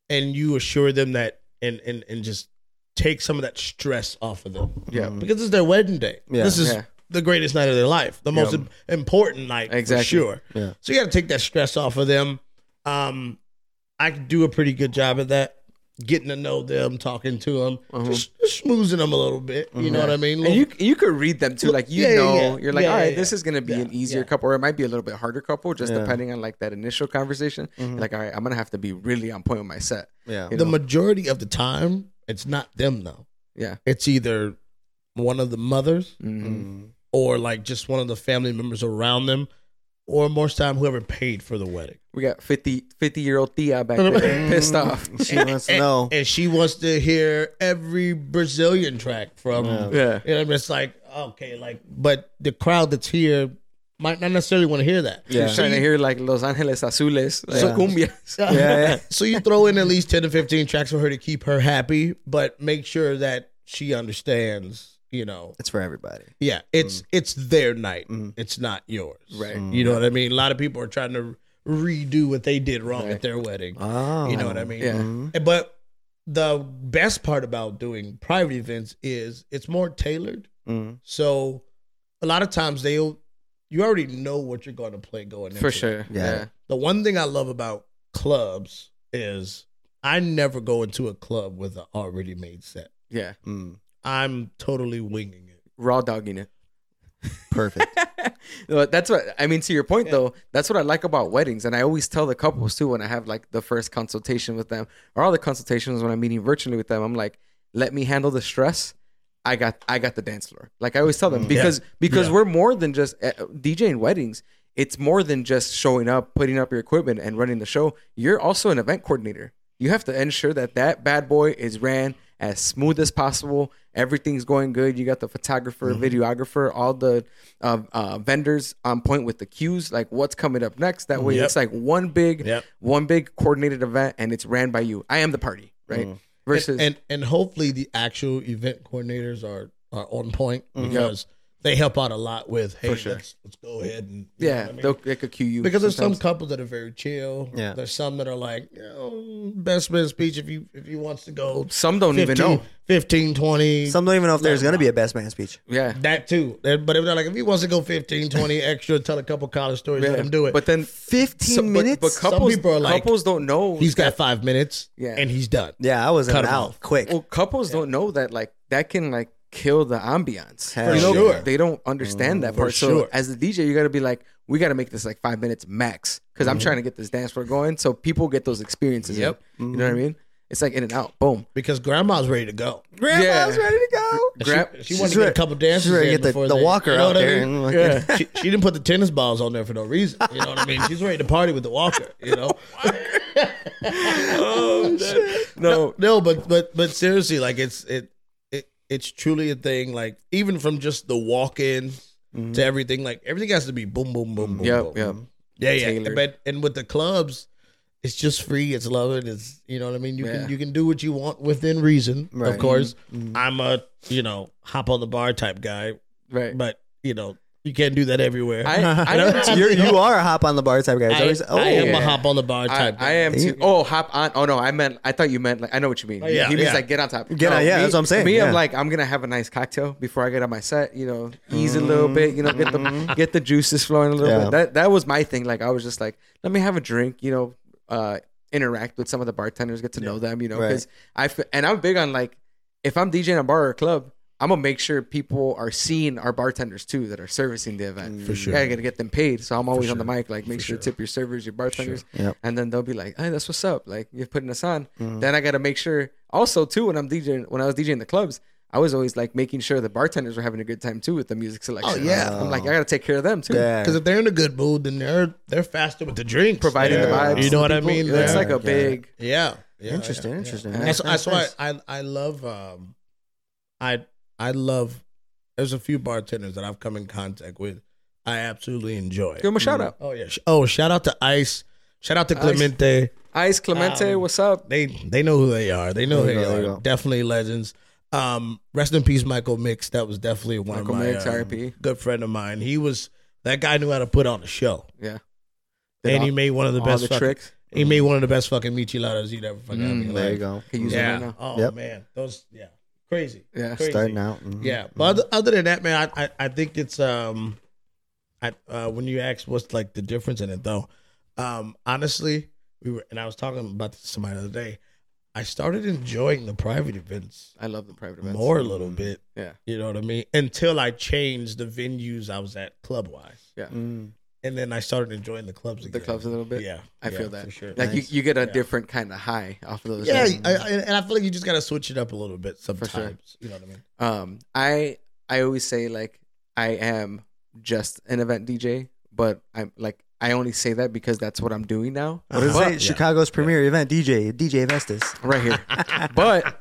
[SPEAKER 3] and you assure them that, and and and just take some of that stress off of them.
[SPEAKER 2] Yeah.
[SPEAKER 3] because it's their wedding day.
[SPEAKER 1] Yeah.
[SPEAKER 3] This is
[SPEAKER 2] Yeah.
[SPEAKER 3] the greatest night of their life, the most im- important night
[SPEAKER 2] Exactly.
[SPEAKER 3] for sure.
[SPEAKER 1] Yeah.
[SPEAKER 3] So you got to take that stress off of them. Um, I can do a pretty good job of that, getting to know them, talking to them,
[SPEAKER 2] Mm-hmm.
[SPEAKER 3] just, just smoozing them a little bit. You know what I mean?
[SPEAKER 2] And you you could read them too, like you
[SPEAKER 3] Yeah, yeah,
[SPEAKER 2] know,
[SPEAKER 3] yeah.
[SPEAKER 2] you're like,
[SPEAKER 3] Yeah,
[SPEAKER 2] all right,
[SPEAKER 3] yeah,
[SPEAKER 2] this
[SPEAKER 3] yeah.
[SPEAKER 2] is gonna be an
[SPEAKER 3] Yeah,
[SPEAKER 2] easier
[SPEAKER 3] yeah.
[SPEAKER 2] couple, or it might be a little bit harder couple, just
[SPEAKER 1] Yeah.
[SPEAKER 2] depending on like that initial conversation.
[SPEAKER 3] Mm-hmm.
[SPEAKER 2] You're Like, all right, I'm gonna have to be really on point with my set.
[SPEAKER 1] Yeah.
[SPEAKER 2] You
[SPEAKER 3] the
[SPEAKER 2] know?
[SPEAKER 3] majority of the time, it's not them though.
[SPEAKER 2] yeah.
[SPEAKER 3] It's either one of the mothers
[SPEAKER 2] Mhm.
[SPEAKER 1] Mm.
[SPEAKER 3] or like just one of the family members around them, or most time whoever paid for the wedding.
[SPEAKER 2] We got 50, 50 year old Thea back there, pissed off.
[SPEAKER 1] She wants to
[SPEAKER 3] and,
[SPEAKER 1] know.
[SPEAKER 3] and she wants to hear every Brazilian track from.
[SPEAKER 2] Yeah.
[SPEAKER 3] You know, I'm just like, okay, like, but the crowd that's here might not necessarily want to hear that.
[SPEAKER 1] Yeah.
[SPEAKER 2] She's trying to hear like Los Angeles Azules, like
[SPEAKER 1] Yeah.
[SPEAKER 2] cumbias.
[SPEAKER 1] Yeah, yeah.
[SPEAKER 3] So you throw in at least 10 to 15 tracks for her to keep her happy, but make sure that she understands, you know.
[SPEAKER 1] It's for everybody.
[SPEAKER 3] Yeah, it's it's their night. It's not yours.
[SPEAKER 2] Mm-hmm. Right.
[SPEAKER 1] Mm.
[SPEAKER 3] You know what I mean? A lot of people are trying to redo what they did wrong at their wedding.
[SPEAKER 1] Oh.
[SPEAKER 3] You know what I mean?
[SPEAKER 2] Uh-huh. Yeah.
[SPEAKER 3] And- But the best part about doing private events is it's more tailored.
[SPEAKER 1] Mm.
[SPEAKER 3] So a lot of times they'll you already know what you're going to play going into.
[SPEAKER 2] For
[SPEAKER 3] it.
[SPEAKER 2] sure.
[SPEAKER 1] Yeah.
[SPEAKER 2] Yeah.
[SPEAKER 3] The one thing I love about clubs is I never go into a club with an already made set.
[SPEAKER 2] Yeah.
[SPEAKER 1] Mm.
[SPEAKER 3] I'm totally winging it.
[SPEAKER 2] Raw dogging it.
[SPEAKER 1] Perfect.
[SPEAKER 2] But that's what I mean to your point though, that's what I like about weddings. And I always tell the couples too when I have like the first consultation with them or all the consultations when I'm meeting virtually with them, I'm like, let me handle the stress. I got I got the dance floor. Like I always tell them because because we're more than just uh, DJing weddings. It's more than just showing up, putting up your equipment, and running the show. You're also an event coordinator. You have to ensure that that bad boy is ran as smooth as possible. Everything's going good. You got the photographer,
[SPEAKER 3] Mm-hmm.
[SPEAKER 2] videographer, all the uh, uh, vendors on point with the cues, like what's coming up next. That way,
[SPEAKER 3] Yep.
[SPEAKER 2] it's like one big,
[SPEAKER 3] Yep.
[SPEAKER 2] one big coordinated event, and it's ran by you. I am the party,
[SPEAKER 3] Mm.
[SPEAKER 2] right? Versus
[SPEAKER 3] and and hopefully the actual event coordinators are are on point because they help out a lot with hey,
[SPEAKER 2] sure.
[SPEAKER 3] let's, let's go ahead and you know
[SPEAKER 2] Yeah,
[SPEAKER 3] what I mean?
[SPEAKER 2] they'll, they could cue you
[SPEAKER 3] because there's some
[SPEAKER 2] sometimes.
[SPEAKER 3] couples that are very chill.
[SPEAKER 1] Yeah.
[SPEAKER 3] there's some that are like you know, best man speech if you if he wants to go.
[SPEAKER 2] some don't even know.
[SPEAKER 3] 15, 20.
[SPEAKER 1] Some don't even know if there's gonna be a best man speech.
[SPEAKER 2] Yeah,
[SPEAKER 3] that too. And- But if they're like, if he wants to go 15, 20 extra, tell a couple college stories,
[SPEAKER 2] yeah.
[SPEAKER 3] let him do it.
[SPEAKER 2] But then
[SPEAKER 1] Fifteen
[SPEAKER 2] so- but-
[SPEAKER 1] minutes.
[SPEAKER 2] But, couples,
[SPEAKER 3] people are like,
[SPEAKER 2] couples don't know.
[SPEAKER 3] he's got five minutes,
[SPEAKER 2] Yeah.
[SPEAKER 3] and he's done.
[SPEAKER 1] yeah, I was in
[SPEAKER 3] Cut
[SPEAKER 1] and
[SPEAKER 3] 'em
[SPEAKER 1] out
[SPEAKER 3] off.
[SPEAKER 1] quick.
[SPEAKER 2] well, couples don't know that like that can like kill the ambiance.
[SPEAKER 1] Hell
[SPEAKER 2] you know,
[SPEAKER 3] sure.
[SPEAKER 2] they don't understand that
[SPEAKER 3] Mm, for
[SPEAKER 2] part. So
[SPEAKER 3] sure.
[SPEAKER 2] as a DJ, you got to be like, we got to make this like five minutes max because
[SPEAKER 3] Mm-hmm.
[SPEAKER 2] I'm trying to get this dance floor going. So people get those experiences. Yep. You know what I mean? It's like in and out. Boom.
[SPEAKER 3] Because grandma's ready to go.
[SPEAKER 1] Grandma's
[SPEAKER 2] Yeah.
[SPEAKER 1] ready to go.
[SPEAKER 2] Grab.
[SPEAKER 3] She wanted to get a
[SPEAKER 1] ready-
[SPEAKER 3] couple dances
[SPEAKER 1] she's ready to
[SPEAKER 3] in
[SPEAKER 1] get the-
[SPEAKER 3] before
[SPEAKER 1] the
[SPEAKER 3] they-
[SPEAKER 1] walker
[SPEAKER 3] you know
[SPEAKER 1] out
[SPEAKER 3] what I
[SPEAKER 1] there
[SPEAKER 3] mean?
[SPEAKER 1] and like-
[SPEAKER 3] yeah. she, she didn't put the tennis balls on there for no reason. You know what I mean? She's ready to party with the walker. You know?
[SPEAKER 2] no.
[SPEAKER 3] no, but but but seriously, like it's it it it's truly a thing. Like even from just the walk in
[SPEAKER 1] Mm-hmm.
[SPEAKER 3] to everything, like everything has to be boom, boom, boom, boom,
[SPEAKER 2] Yep.
[SPEAKER 3] boom.
[SPEAKER 2] Yep.
[SPEAKER 3] Yeah, yeah.
[SPEAKER 2] Tailored.
[SPEAKER 3] But and with the clubs, it's just free. It's loving. It's you know what I mean. You
[SPEAKER 2] Yeah.
[SPEAKER 3] can you can do what you want within reason.
[SPEAKER 1] Right. Mm-hmm.
[SPEAKER 3] Of course, I'm a you know hop on the bar type guy,
[SPEAKER 2] Right.
[SPEAKER 3] but you know you can't do that everywhere.
[SPEAKER 2] I, I,
[SPEAKER 3] know.
[SPEAKER 2] don't-
[SPEAKER 1] You're, you are a hop on the bar type guy. It's
[SPEAKER 3] I,
[SPEAKER 1] always, oh,
[SPEAKER 3] I am
[SPEAKER 2] yeah.
[SPEAKER 3] a hop on the bar
[SPEAKER 2] I,
[SPEAKER 3] type.
[SPEAKER 2] I
[SPEAKER 3] guy.
[SPEAKER 2] am too. Oh, hop on. Oh no, I meant. I thought you meant like. I know what you mean.
[SPEAKER 3] Oh, yeah,
[SPEAKER 2] he means
[SPEAKER 3] yeah.
[SPEAKER 2] like get on top.
[SPEAKER 1] Get
[SPEAKER 2] No,
[SPEAKER 1] on- yeah,
[SPEAKER 2] me-
[SPEAKER 1] that's what I'm saying,
[SPEAKER 2] Me,
[SPEAKER 1] yeah.
[SPEAKER 2] I'm like, I'm gonna have a nice cocktail before I get on my set. You know, ease a little bit. You know, get the get the juices flowing a little
[SPEAKER 1] Mm-hmm. Yeah.
[SPEAKER 2] bit. That that was my thing. Like I was just like, let me have a drink. You know, uh, interact with some of the bartenders, get to know them. You know,
[SPEAKER 1] Right.
[SPEAKER 2] because I f- and I'm big on like, if I'm DJing a bar or a club. I'm gonna make sure people are seeing our bartenders too that are servicing the event.
[SPEAKER 1] Mm.
[SPEAKER 2] For
[SPEAKER 3] sure.
[SPEAKER 2] I gotta get them paid. So I'm always on the mic, like make sure, to tip your servers, your bartenders,
[SPEAKER 1] Yep.
[SPEAKER 2] and then they'll be like, "Hey, that's what's up. Like you're putting us on."
[SPEAKER 3] Mm-hmm.
[SPEAKER 2] Then I got to make sure. Also, too, when I'm DJing, when I was DJing the clubs, I was always like making sure the bartenders were having a good time too with the music selection.
[SPEAKER 3] Oh, yeah.
[SPEAKER 2] I'm like, I gotta take care of them too.
[SPEAKER 1] yeah.
[SPEAKER 3] Because if they're in a good mood, then they're they're faster with the drinks,
[SPEAKER 2] Providing the
[SPEAKER 3] They're-
[SPEAKER 2] vibes.
[SPEAKER 3] You know
[SPEAKER 2] to
[SPEAKER 3] what I
[SPEAKER 2] people.
[SPEAKER 3] mean?
[SPEAKER 2] That's
[SPEAKER 3] They're-
[SPEAKER 2] like a big.
[SPEAKER 3] yeah. Yeah, yeah.
[SPEAKER 1] Interesting, interesting.
[SPEAKER 3] That's,
[SPEAKER 1] Nice,
[SPEAKER 3] that's
[SPEAKER 1] nice,
[SPEAKER 3] why I I love um, I I love. There's a few bartenders that I've come in contact with. I absolutely enjoy.
[SPEAKER 2] Give them a shout out.
[SPEAKER 3] Oh yeah. Sh- Oh, shout out to Ice. Shout out to
[SPEAKER 2] Ice.
[SPEAKER 3] Clemente.
[SPEAKER 2] Ice Clemente,
[SPEAKER 3] Um,
[SPEAKER 2] what's up?
[SPEAKER 3] They they know who they are. They know who
[SPEAKER 1] There you
[SPEAKER 3] they
[SPEAKER 1] go, there you
[SPEAKER 3] are.
[SPEAKER 1] go.
[SPEAKER 3] Definitely legends. Um, rest in peace, Michael Mix. That was definitely one
[SPEAKER 2] Michael
[SPEAKER 3] of my
[SPEAKER 2] Mix,
[SPEAKER 3] um,
[SPEAKER 2] RIP.
[SPEAKER 3] good friend of mine. He was that guy knew how to put on a show,
[SPEAKER 2] Yeah.
[SPEAKER 3] and he made one of the
[SPEAKER 2] all
[SPEAKER 3] best
[SPEAKER 2] the
[SPEAKER 3] fucking-
[SPEAKER 2] tricks.
[SPEAKER 3] He made one of the best fucking micheladas you'd ever fucking. have in your
[SPEAKER 1] There you
[SPEAKER 3] life.
[SPEAKER 1] go.
[SPEAKER 2] Can you use
[SPEAKER 3] Yeah.
[SPEAKER 2] them right now?
[SPEAKER 3] Oh
[SPEAKER 1] Yep.
[SPEAKER 3] man, those yeah, crazy.
[SPEAKER 2] Yeah.
[SPEAKER 3] Crazy.
[SPEAKER 1] Starting out. mhm.
[SPEAKER 3] Yeah, but other, other than that, man, I, I, I think it's um, I uh, when you ask what's like the difference in it though, um, honestly, we were and I was talking about this to somebody the other day. I started enjoying the private events
[SPEAKER 2] I love the private events. Mm-hmm.
[SPEAKER 3] more a little bit.
[SPEAKER 2] Yeah.
[SPEAKER 3] You know what I mean? Until I changed the venues I was at club wise,
[SPEAKER 1] Mm.
[SPEAKER 3] and then I started enjoying the clubs
[SPEAKER 2] The
[SPEAKER 3] again.
[SPEAKER 2] clubs a little bit.
[SPEAKER 3] Yeah,
[SPEAKER 2] I
[SPEAKER 3] yeah,
[SPEAKER 2] feel that.
[SPEAKER 3] for sure.
[SPEAKER 2] Like
[SPEAKER 1] Nice.
[SPEAKER 2] you, you get a
[SPEAKER 3] Yeah.
[SPEAKER 2] different kind of high off of those.
[SPEAKER 3] yeah,
[SPEAKER 2] things.
[SPEAKER 3] I, I, and I feel like you just gotta switch it up a little bit
[SPEAKER 2] sure.
[SPEAKER 3] sometimes. You know what I mean?
[SPEAKER 2] um i i always say like i am just an event dj but i'm like i only say that because that's what i'm doing now
[SPEAKER 1] What does it say?
[SPEAKER 2] But-
[SPEAKER 1] Chicago's premier event DJ, DJ Vestas.
[SPEAKER 2] right here but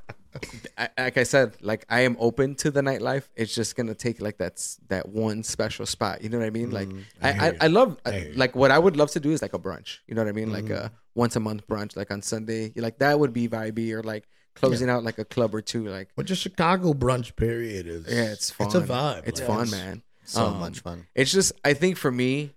[SPEAKER 2] I, like i said like i am open to the nightlife it's just gonna take like that's that one special spot you know what i mean like I, I i love like what i would love to do is like a brunch you know what i mean like a once a month brunch like on sunday like that would be vibey or like closing out like a club or two like
[SPEAKER 3] But just Chicago brunch period is
[SPEAKER 2] yeah it's fun
[SPEAKER 3] It's a vibe.
[SPEAKER 2] it's
[SPEAKER 3] like,
[SPEAKER 2] fun man
[SPEAKER 1] So
[SPEAKER 2] Um,
[SPEAKER 1] much fun.
[SPEAKER 2] It's just I think for me,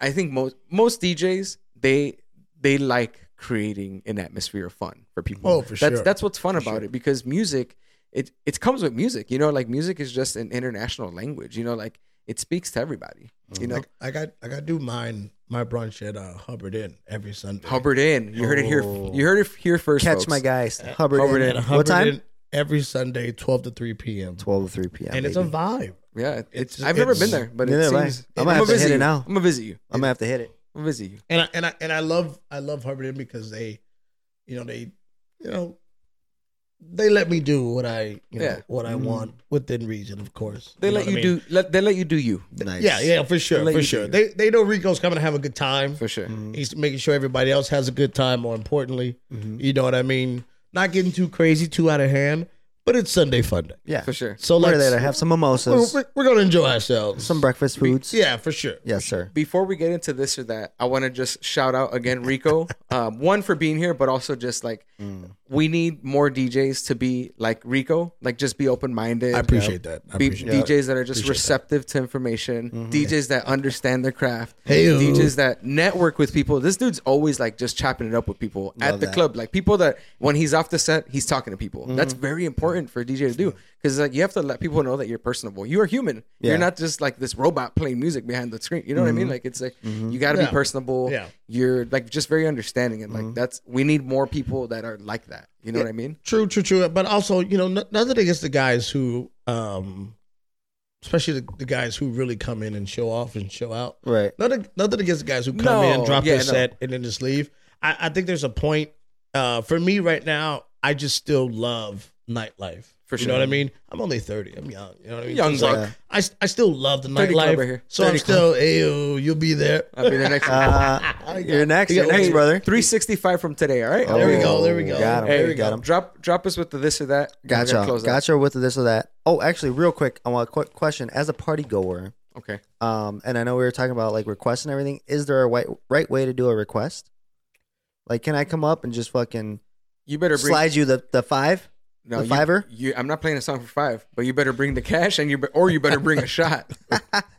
[SPEAKER 2] I think most most DJs they they like creating an atmosphere of fun for people.
[SPEAKER 3] Oh, for
[SPEAKER 2] that's,
[SPEAKER 3] sure.
[SPEAKER 2] That's what's fun about it because music it it comes with music. You know, like music is just an international language. You know, like it speaks to everybody. You know,
[SPEAKER 3] Like, I got I got to do mine my brunch at uh, Hubbard Inn every Sunday.
[SPEAKER 2] Hubbard Inn. You heard it here.
[SPEAKER 1] Oh.
[SPEAKER 2] You heard it here first.
[SPEAKER 1] Catch
[SPEAKER 2] folks.
[SPEAKER 1] my guys. Hubbard.
[SPEAKER 2] Hubbard
[SPEAKER 1] in.
[SPEAKER 2] in.
[SPEAKER 3] At
[SPEAKER 1] What
[SPEAKER 3] Hubbard
[SPEAKER 1] time?
[SPEAKER 3] Inn every Sunday, twelve to three p.m.
[SPEAKER 1] 12 to 3 p.m.
[SPEAKER 3] and it's a
[SPEAKER 1] baby.
[SPEAKER 3] vibe.
[SPEAKER 2] Yeah, it- it's,
[SPEAKER 3] It's-
[SPEAKER 2] I've never been
[SPEAKER 3] it's-
[SPEAKER 2] there, but
[SPEAKER 1] Neither
[SPEAKER 2] it
[SPEAKER 1] have I.
[SPEAKER 2] seems.
[SPEAKER 1] I'm gonna have
[SPEAKER 2] gonna
[SPEAKER 1] to hit
[SPEAKER 2] visit
[SPEAKER 1] it
[SPEAKER 2] you.
[SPEAKER 1] now.
[SPEAKER 2] I'm gonna visit you.
[SPEAKER 1] I'm going to have to hit it.
[SPEAKER 2] I'm gonna visit you.
[SPEAKER 3] And I and I and I love I love Hubbard Inn because they, you know they, you know, they let me do what I
[SPEAKER 2] Yeah.
[SPEAKER 3] you know what I want within reason, of course.
[SPEAKER 2] They
[SPEAKER 3] know
[SPEAKER 2] let you
[SPEAKER 3] what I mean?
[SPEAKER 2] do. Let, they let you do you
[SPEAKER 1] Nice.
[SPEAKER 3] Yeah, yeah, for
[SPEAKER 2] They
[SPEAKER 3] sure,
[SPEAKER 2] let
[SPEAKER 3] for
[SPEAKER 2] you
[SPEAKER 3] sure.
[SPEAKER 2] do
[SPEAKER 3] They they know Rico's coming to have a good time.
[SPEAKER 2] for sure.
[SPEAKER 3] He's making sure everybody else has a good time. More importantly,
[SPEAKER 1] Mm-hmm.
[SPEAKER 3] you know what I mean. Not getting too crazy, too out of hand, but it's Sunday fun day.
[SPEAKER 1] Yeah.
[SPEAKER 2] For sure.
[SPEAKER 3] So
[SPEAKER 1] We're
[SPEAKER 3] let's
[SPEAKER 1] there to have some
[SPEAKER 3] we're,
[SPEAKER 1] mimosas,
[SPEAKER 3] we're, we're gonna enjoy ourselves.
[SPEAKER 1] some breakfast foods.
[SPEAKER 3] yeah, for sure.
[SPEAKER 1] Yes, sir.
[SPEAKER 2] before we get into
[SPEAKER 3] Mm.
[SPEAKER 2] this or that, I want to just shout out again Rico, um, one for being here, but also just like we need more DJs to be like Rico, like just be open minded.
[SPEAKER 3] I appreciate that. I
[SPEAKER 2] Be-
[SPEAKER 3] appreciate that.
[SPEAKER 2] DJs that are just
[SPEAKER 3] Appreciate that. Mm-hmm.
[SPEAKER 2] receptive to information, DJs that understand their craft,
[SPEAKER 3] Heyo.
[SPEAKER 2] DJs that network with people. This dude's always like just chopping it up with people at the
[SPEAKER 1] that. Mm-hmm.
[SPEAKER 2] club, like people that when he's off the set, he's talking to people. That's very important for a DJ to do because like you have to let people know that you're personable. You are human.
[SPEAKER 1] Yeah. Mm-hmm.
[SPEAKER 2] You're not just like this robot playing music behind the screen. You know what I mean? Like it's like you got to
[SPEAKER 3] Yeah.
[SPEAKER 2] be personable.
[SPEAKER 3] Yeah.
[SPEAKER 2] You're like just very understanding and like
[SPEAKER 1] Mm-hmm.
[SPEAKER 2] that's we need more people that are like that. You know what I mean?
[SPEAKER 3] True, true, true. But also, you know, n- nothing against the guys who, um, especially the, the guys who really come in and show off and show out.
[SPEAKER 1] Right.
[SPEAKER 3] Nothing, nothing against the guys who come
[SPEAKER 2] No,
[SPEAKER 3] in, drop
[SPEAKER 2] yeah,
[SPEAKER 3] their
[SPEAKER 2] no.
[SPEAKER 3] set, and then just leave. I, I think there's a point. Uh, for me right now, I just still love nightlife.
[SPEAKER 2] For
[SPEAKER 3] You know
[SPEAKER 2] sure.
[SPEAKER 3] what I mean? I'm only 30. I'm young. You know what I mean?
[SPEAKER 2] Young
[SPEAKER 3] It's like,
[SPEAKER 1] buck.
[SPEAKER 3] I, s- I still love the
[SPEAKER 2] 30 club
[SPEAKER 3] nightlife.
[SPEAKER 2] right here.
[SPEAKER 3] So I'm
[SPEAKER 2] 30
[SPEAKER 3] still, ayo, you'll be there.
[SPEAKER 2] I'll be there next time.
[SPEAKER 1] Uh, you're next. You're
[SPEAKER 3] got
[SPEAKER 1] next,
[SPEAKER 3] one.
[SPEAKER 1] brother. Oh,
[SPEAKER 2] 365 from today. All right.
[SPEAKER 3] There we go, there we go.
[SPEAKER 1] Got him.
[SPEAKER 3] Hey,
[SPEAKER 1] There we got him.
[SPEAKER 2] Drop drop us with the this or that. and we're gonna
[SPEAKER 1] Gotcha.
[SPEAKER 2] close out.
[SPEAKER 1] Gotcha with this or that. Oh, actually, real quick, I want a quick question. As a party goer,
[SPEAKER 2] Okay.
[SPEAKER 1] um, and I know we were talking about like requests and everything. Is there a right, right way to do a request? Like, can I come up and just fucking
[SPEAKER 2] You better bring
[SPEAKER 1] slide you the, the five?
[SPEAKER 2] no,
[SPEAKER 1] the
[SPEAKER 2] you-
[SPEAKER 1] fiver?
[SPEAKER 2] You, I'm not playing a song for five, but you better bring the cash and you be- or you better bring a shot.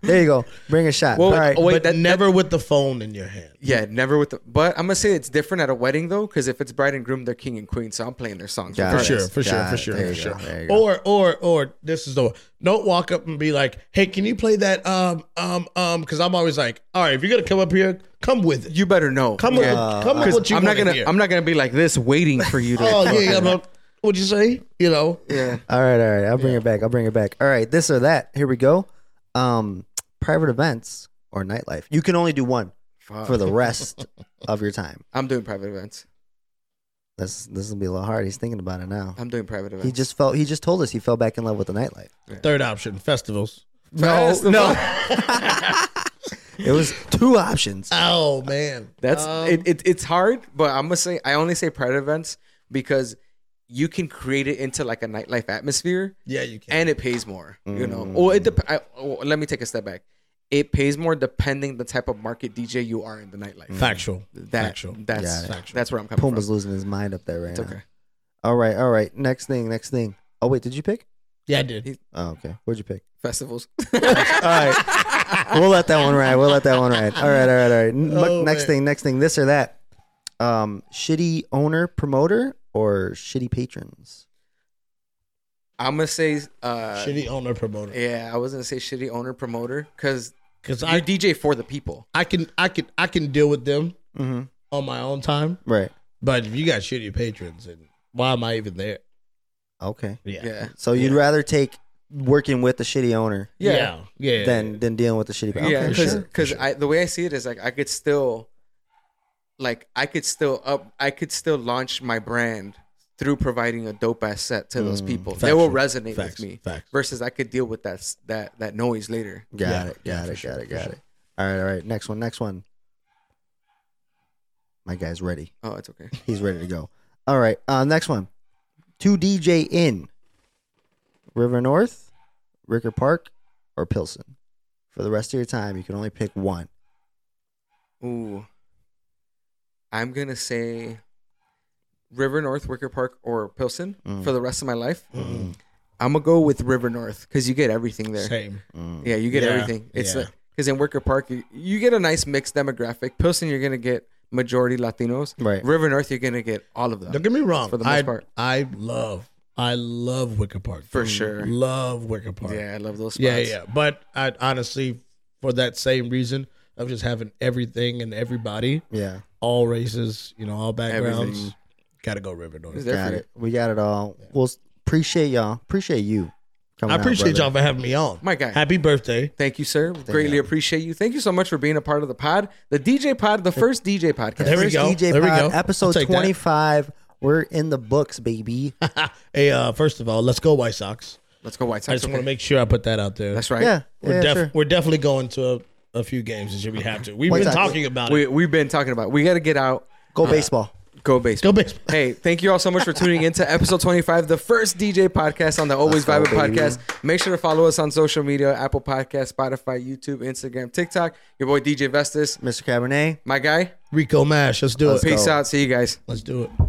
[SPEAKER 1] There you go. Bring a shot.
[SPEAKER 2] Well,
[SPEAKER 1] All right.
[SPEAKER 2] oh, wait,
[SPEAKER 3] but
[SPEAKER 2] that-
[SPEAKER 3] never with the phone in your hand.
[SPEAKER 2] Yeah, never with the. But I'm gonna say it's different at a wedding though, because if it's bride and groom, they're king and queen, so I'm playing their songs.
[SPEAKER 1] Got
[SPEAKER 3] For
[SPEAKER 1] it.
[SPEAKER 3] sure, for sure,
[SPEAKER 1] Got
[SPEAKER 3] for
[SPEAKER 1] it.
[SPEAKER 3] sure,
[SPEAKER 1] There
[SPEAKER 3] for
[SPEAKER 1] you go,
[SPEAKER 3] sure. Oh.
[SPEAKER 1] there you go.
[SPEAKER 3] Or or or this is the don't walk up and be like, hey, can you play that um um um? Because I'm always like, all right, if you're gonna come up here, come with it.
[SPEAKER 2] You better know.
[SPEAKER 3] Come
[SPEAKER 2] yeah. Uh,
[SPEAKER 3] with come with what you
[SPEAKER 2] I'm not
[SPEAKER 3] want
[SPEAKER 2] gonna.
[SPEAKER 3] to hear.
[SPEAKER 2] I'm not gonna be like this, waiting for you to.
[SPEAKER 3] oh yeah, yeah. but What'd you say? You know,
[SPEAKER 2] yeah.
[SPEAKER 1] All right, all right. I'll bring it back. I'll bring it back. All right, this or that. Here we go. Um, private events or nightlife. You can only do one
[SPEAKER 3] Uh.
[SPEAKER 2] Fuck.
[SPEAKER 1] for the rest of your time.
[SPEAKER 2] I'm doing private events.
[SPEAKER 1] This this will be a little hard. He's thinking about it now.
[SPEAKER 3] Uh,
[SPEAKER 2] I'm doing private events.
[SPEAKER 1] He just felt. He just told us he fell back in love with the nightlife.
[SPEAKER 3] third option, festivals.
[SPEAKER 1] No,
[SPEAKER 2] Festival.
[SPEAKER 1] no. It was two options.
[SPEAKER 3] Oh man,
[SPEAKER 2] That's
[SPEAKER 3] Um,
[SPEAKER 2] it, it. It's hard, but I'm gonna say I only say pride events because you can create it into like a nightlife atmosphere,
[SPEAKER 3] yeah, you can.
[SPEAKER 2] and it pays more. You know, or it. Dep- I, oh, let me take a step back. It pays more depending the type of market DJ you are in the nightlife.
[SPEAKER 3] Factual,
[SPEAKER 2] That,
[SPEAKER 3] factual.
[SPEAKER 2] That's
[SPEAKER 1] Yeah.
[SPEAKER 2] that's where I'm coming
[SPEAKER 1] Puma's
[SPEAKER 2] from.
[SPEAKER 1] losing his mind up there right
[SPEAKER 2] It's
[SPEAKER 1] now.
[SPEAKER 2] okay.
[SPEAKER 1] All right, all right. Next thing, next thing. Oh wait, did you pick?
[SPEAKER 3] Yeah, I did.
[SPEAKER 1] Oh, okay. Where'd you pick?
[SPEAKER 2] Festivals.
[SPEAKER 1] All right, we'll let that one ride. We'll let that one ride. All right, all right, all right. N-
[SPEAKER 3] Oh,
[SPEAKER 1] next
[SPEAKER 3] man.
[SPEAKER 1] thing, next thing. This or that. Um, shitty owner, promoter, or shitty patrons.
[SPEAKER 2] I'm gonna say. Uh,
[SPEAKER 3] Shitty owner promoter.
[SPEAKER 2] yeah, I was gonna say shitty owner promoter because
[SPEAKER 3] Because
[SPEAKER 2] you
[SPEAKER 3] I
[SPEAKER 2] DJ for the people.
[SPEAKER 3] I can I can I can deal with them
[SPEAKER 1] Mm-hmm.
[SPEAKER 3] on my own time.
[SPEAKER 1] Right.
[SPEAKER 3] But if you got shitty patrons, and why am I even there?
[SPEAKER 1] Okay.
[SPEAKER 2] Yeah.
[SPEAKER 1] So you'd rather take working with the shitty owner
[SPEAKER 3] Yeah.
[SPEAKER 2] Yeah.
[SPEAKER 3] Yeah. yeah.
[SPEAKER 1] than than dealing with the shitty. pa-
[SPEAKER 2] Yeah,
[SPEAKER 1] Okay,
[SPEAKER 2] because
[SPEAKER 1] sure.
[SPEAKER 2] because I the way I see it is like I could still, like I could still up I could still launch my brand through providing a dope ass set to those people. They will
[SPEAKER 3] Factual.
[SPEAKER 2] resonate
[SPEAKER 3] Facts.
[SPEAKER 2] with me.
[SPEAKER 3] Facts.
[SPEAKER 2] Versus I could deal with that s- that that noise later.
[SPEAKER 1] Got
[SPEAKER 3] Yeah,
[SPEAKER 1] it.
[SPEAKER 3] yeah,
[SPEAKER 1] Got
[SPEAKER 3] for
[SPEAKER 1] it.
[SPEAKER 3] sure,
[SPEAKER 1] got it.
[SPEAKER 3] for
[SPEAKER 1] Got
[SPEAKER 3] sure.
[SPEAKER 1] it. All right. All right. Next one. Next one. My guy's ready.
[SPEAKER 2] Oh, it's okay.
[SPEAKER 1] He's ready to go. All right. Uh, next one. Two DJ in River North, Ricker Park, or Pilsen. For the rest of your time, you can only pick one.
[SPEAKER 2] Ooh, I'm gonna say River North, Wicker Park, or Pilsen
[SPEAKER 3] Mm.
[SPEAKER 2] for the rest of my life. I'm gonna go with River North because you get everything there.
[SPEAKER 3] Same.
[SPEAKER 2] Yeah, you get
[SPEAKER 3] Yeah,
[SPEAKER 2] everything. It's
[SPEAKER 3] yeah.
[SPEAKER 2] because in Wicker Park, you, you get a nice mixed demographic. Pilsen, you're gonna get majority Latinos.
[SPEAKER 1] Right.
[SPEAKER 2] River North, you're gonna get all of them.
[SPEAKER 3] Don't get me wrong.
[SPEAKER 2] For the most
[SPEAKER 3] I,
[SPEAKER 2] part.
[SPEAKER 3] I love, I love Wicker Park
[SPEAKER 2] For sure.
[SPEAKER 3] Love Wicker Park.
[SPEAKER 2] Yeah, I love those spots.
[SPEAKER 3] yeah, yeah. But I honestly, for that same reason of just having everything and everybody,
[SPEAKER 1] Yeah.
[SPEAKER 3] all races, you know, all backgrounds,
[SPEAKER 2] Everything.
[SPEAKER 3] gotta go River
[SPEAKER 2] Is
[SPEAKER 3] North.
[SPEAKER 2] there
[SPEAKER 1] Got
[SPEAKER 2] for you?
[SPEAKER 1] it. We got it all. We'll s- appreciate y'all. Appreciate you. Coming
[SPEAKER 3] I appreciate y'all
[SPEAKER 1] out,
[SPEAKER 3] for having me on.
[SPEAKER 2] My guy.
[SPEAKER 3] Happy birthday.
[SPEAKER 2] Thank you, sir. Greatly appreciate you. Thank you so much for being a part of the pod, the DJ pod, the first DJ podcast.
[SPEAKER 3] There we
[SPEAKER 1] First
[SPEAKER 3] go.
[SPEAKER 1] DJ
[SPEAKER 3] There we
[SPEAKER 1] Pod,
[SPEAKER 3] go. I'll
[SPEAKER 1] episode
[SPEAKER 3] take that.
[SPEAKER 1] 25. We're in the books, baby.
[SPEAKER 2] Ah.
[SPEAKER 3] hey, uh, first of all, let's go White Sox.
[SPEAKER 2] Let's go White
[SPEAKER 3] I
[SPEAKER 2] Sox.
[SPEAKER 3] just
[SPEAKER 2] okay?
[SPEAKER 3] want to make sure I put that out there.
[SPEAKER 2] That's right.
[SPEAKER 1] Yeah.
[SPEAKER 3] We're,
[SPEAKER 1] yeah,
[SPEAKER 3] def-
[SPEAKER 1] sure.
[SPEAKER 3] we're definitely going to a, a few games this year. We have to. We've
[SPEAKER 1] White
[SPEAKER 3] been
[SPEAKER 1] Sox.
[SPEAKER 3] talking about
[SPEAKER 2] We
[SPEAKER 3] it.
[SPEAKER 2] we've been talking about. it. We got to get out.
[SPEAKER 1] Go baseball.
[SPEAKER 2] Go baseball.
[SPEAKER 3] Go baseball.
[SPEAKER 2] Hey, thank you all so much for tuning in to episode 25, the first DJ podcast on the Always
[SPEAKER 1] Let's
[SPEAKER 2] Vibe
[SPEAKER 1] go, baby.
[SPEAKER 2] podcast. Make sure to follow us on social media Apple Podcast, Spotify, YouTube, Instagram, TikTok. Your boy DJ Vestas,
[SPEAKER 1] Mr. Cabernet.
[SPEAKER 2] my guy.
[SPEAKER 3] Rico Mash. Let's do it.
[SPEAKER 2] Uh, Peace
[SPEAKER 1] go.
[SPEAKER 2] out. See you guys.
[SPEAKER 3] Let's do it.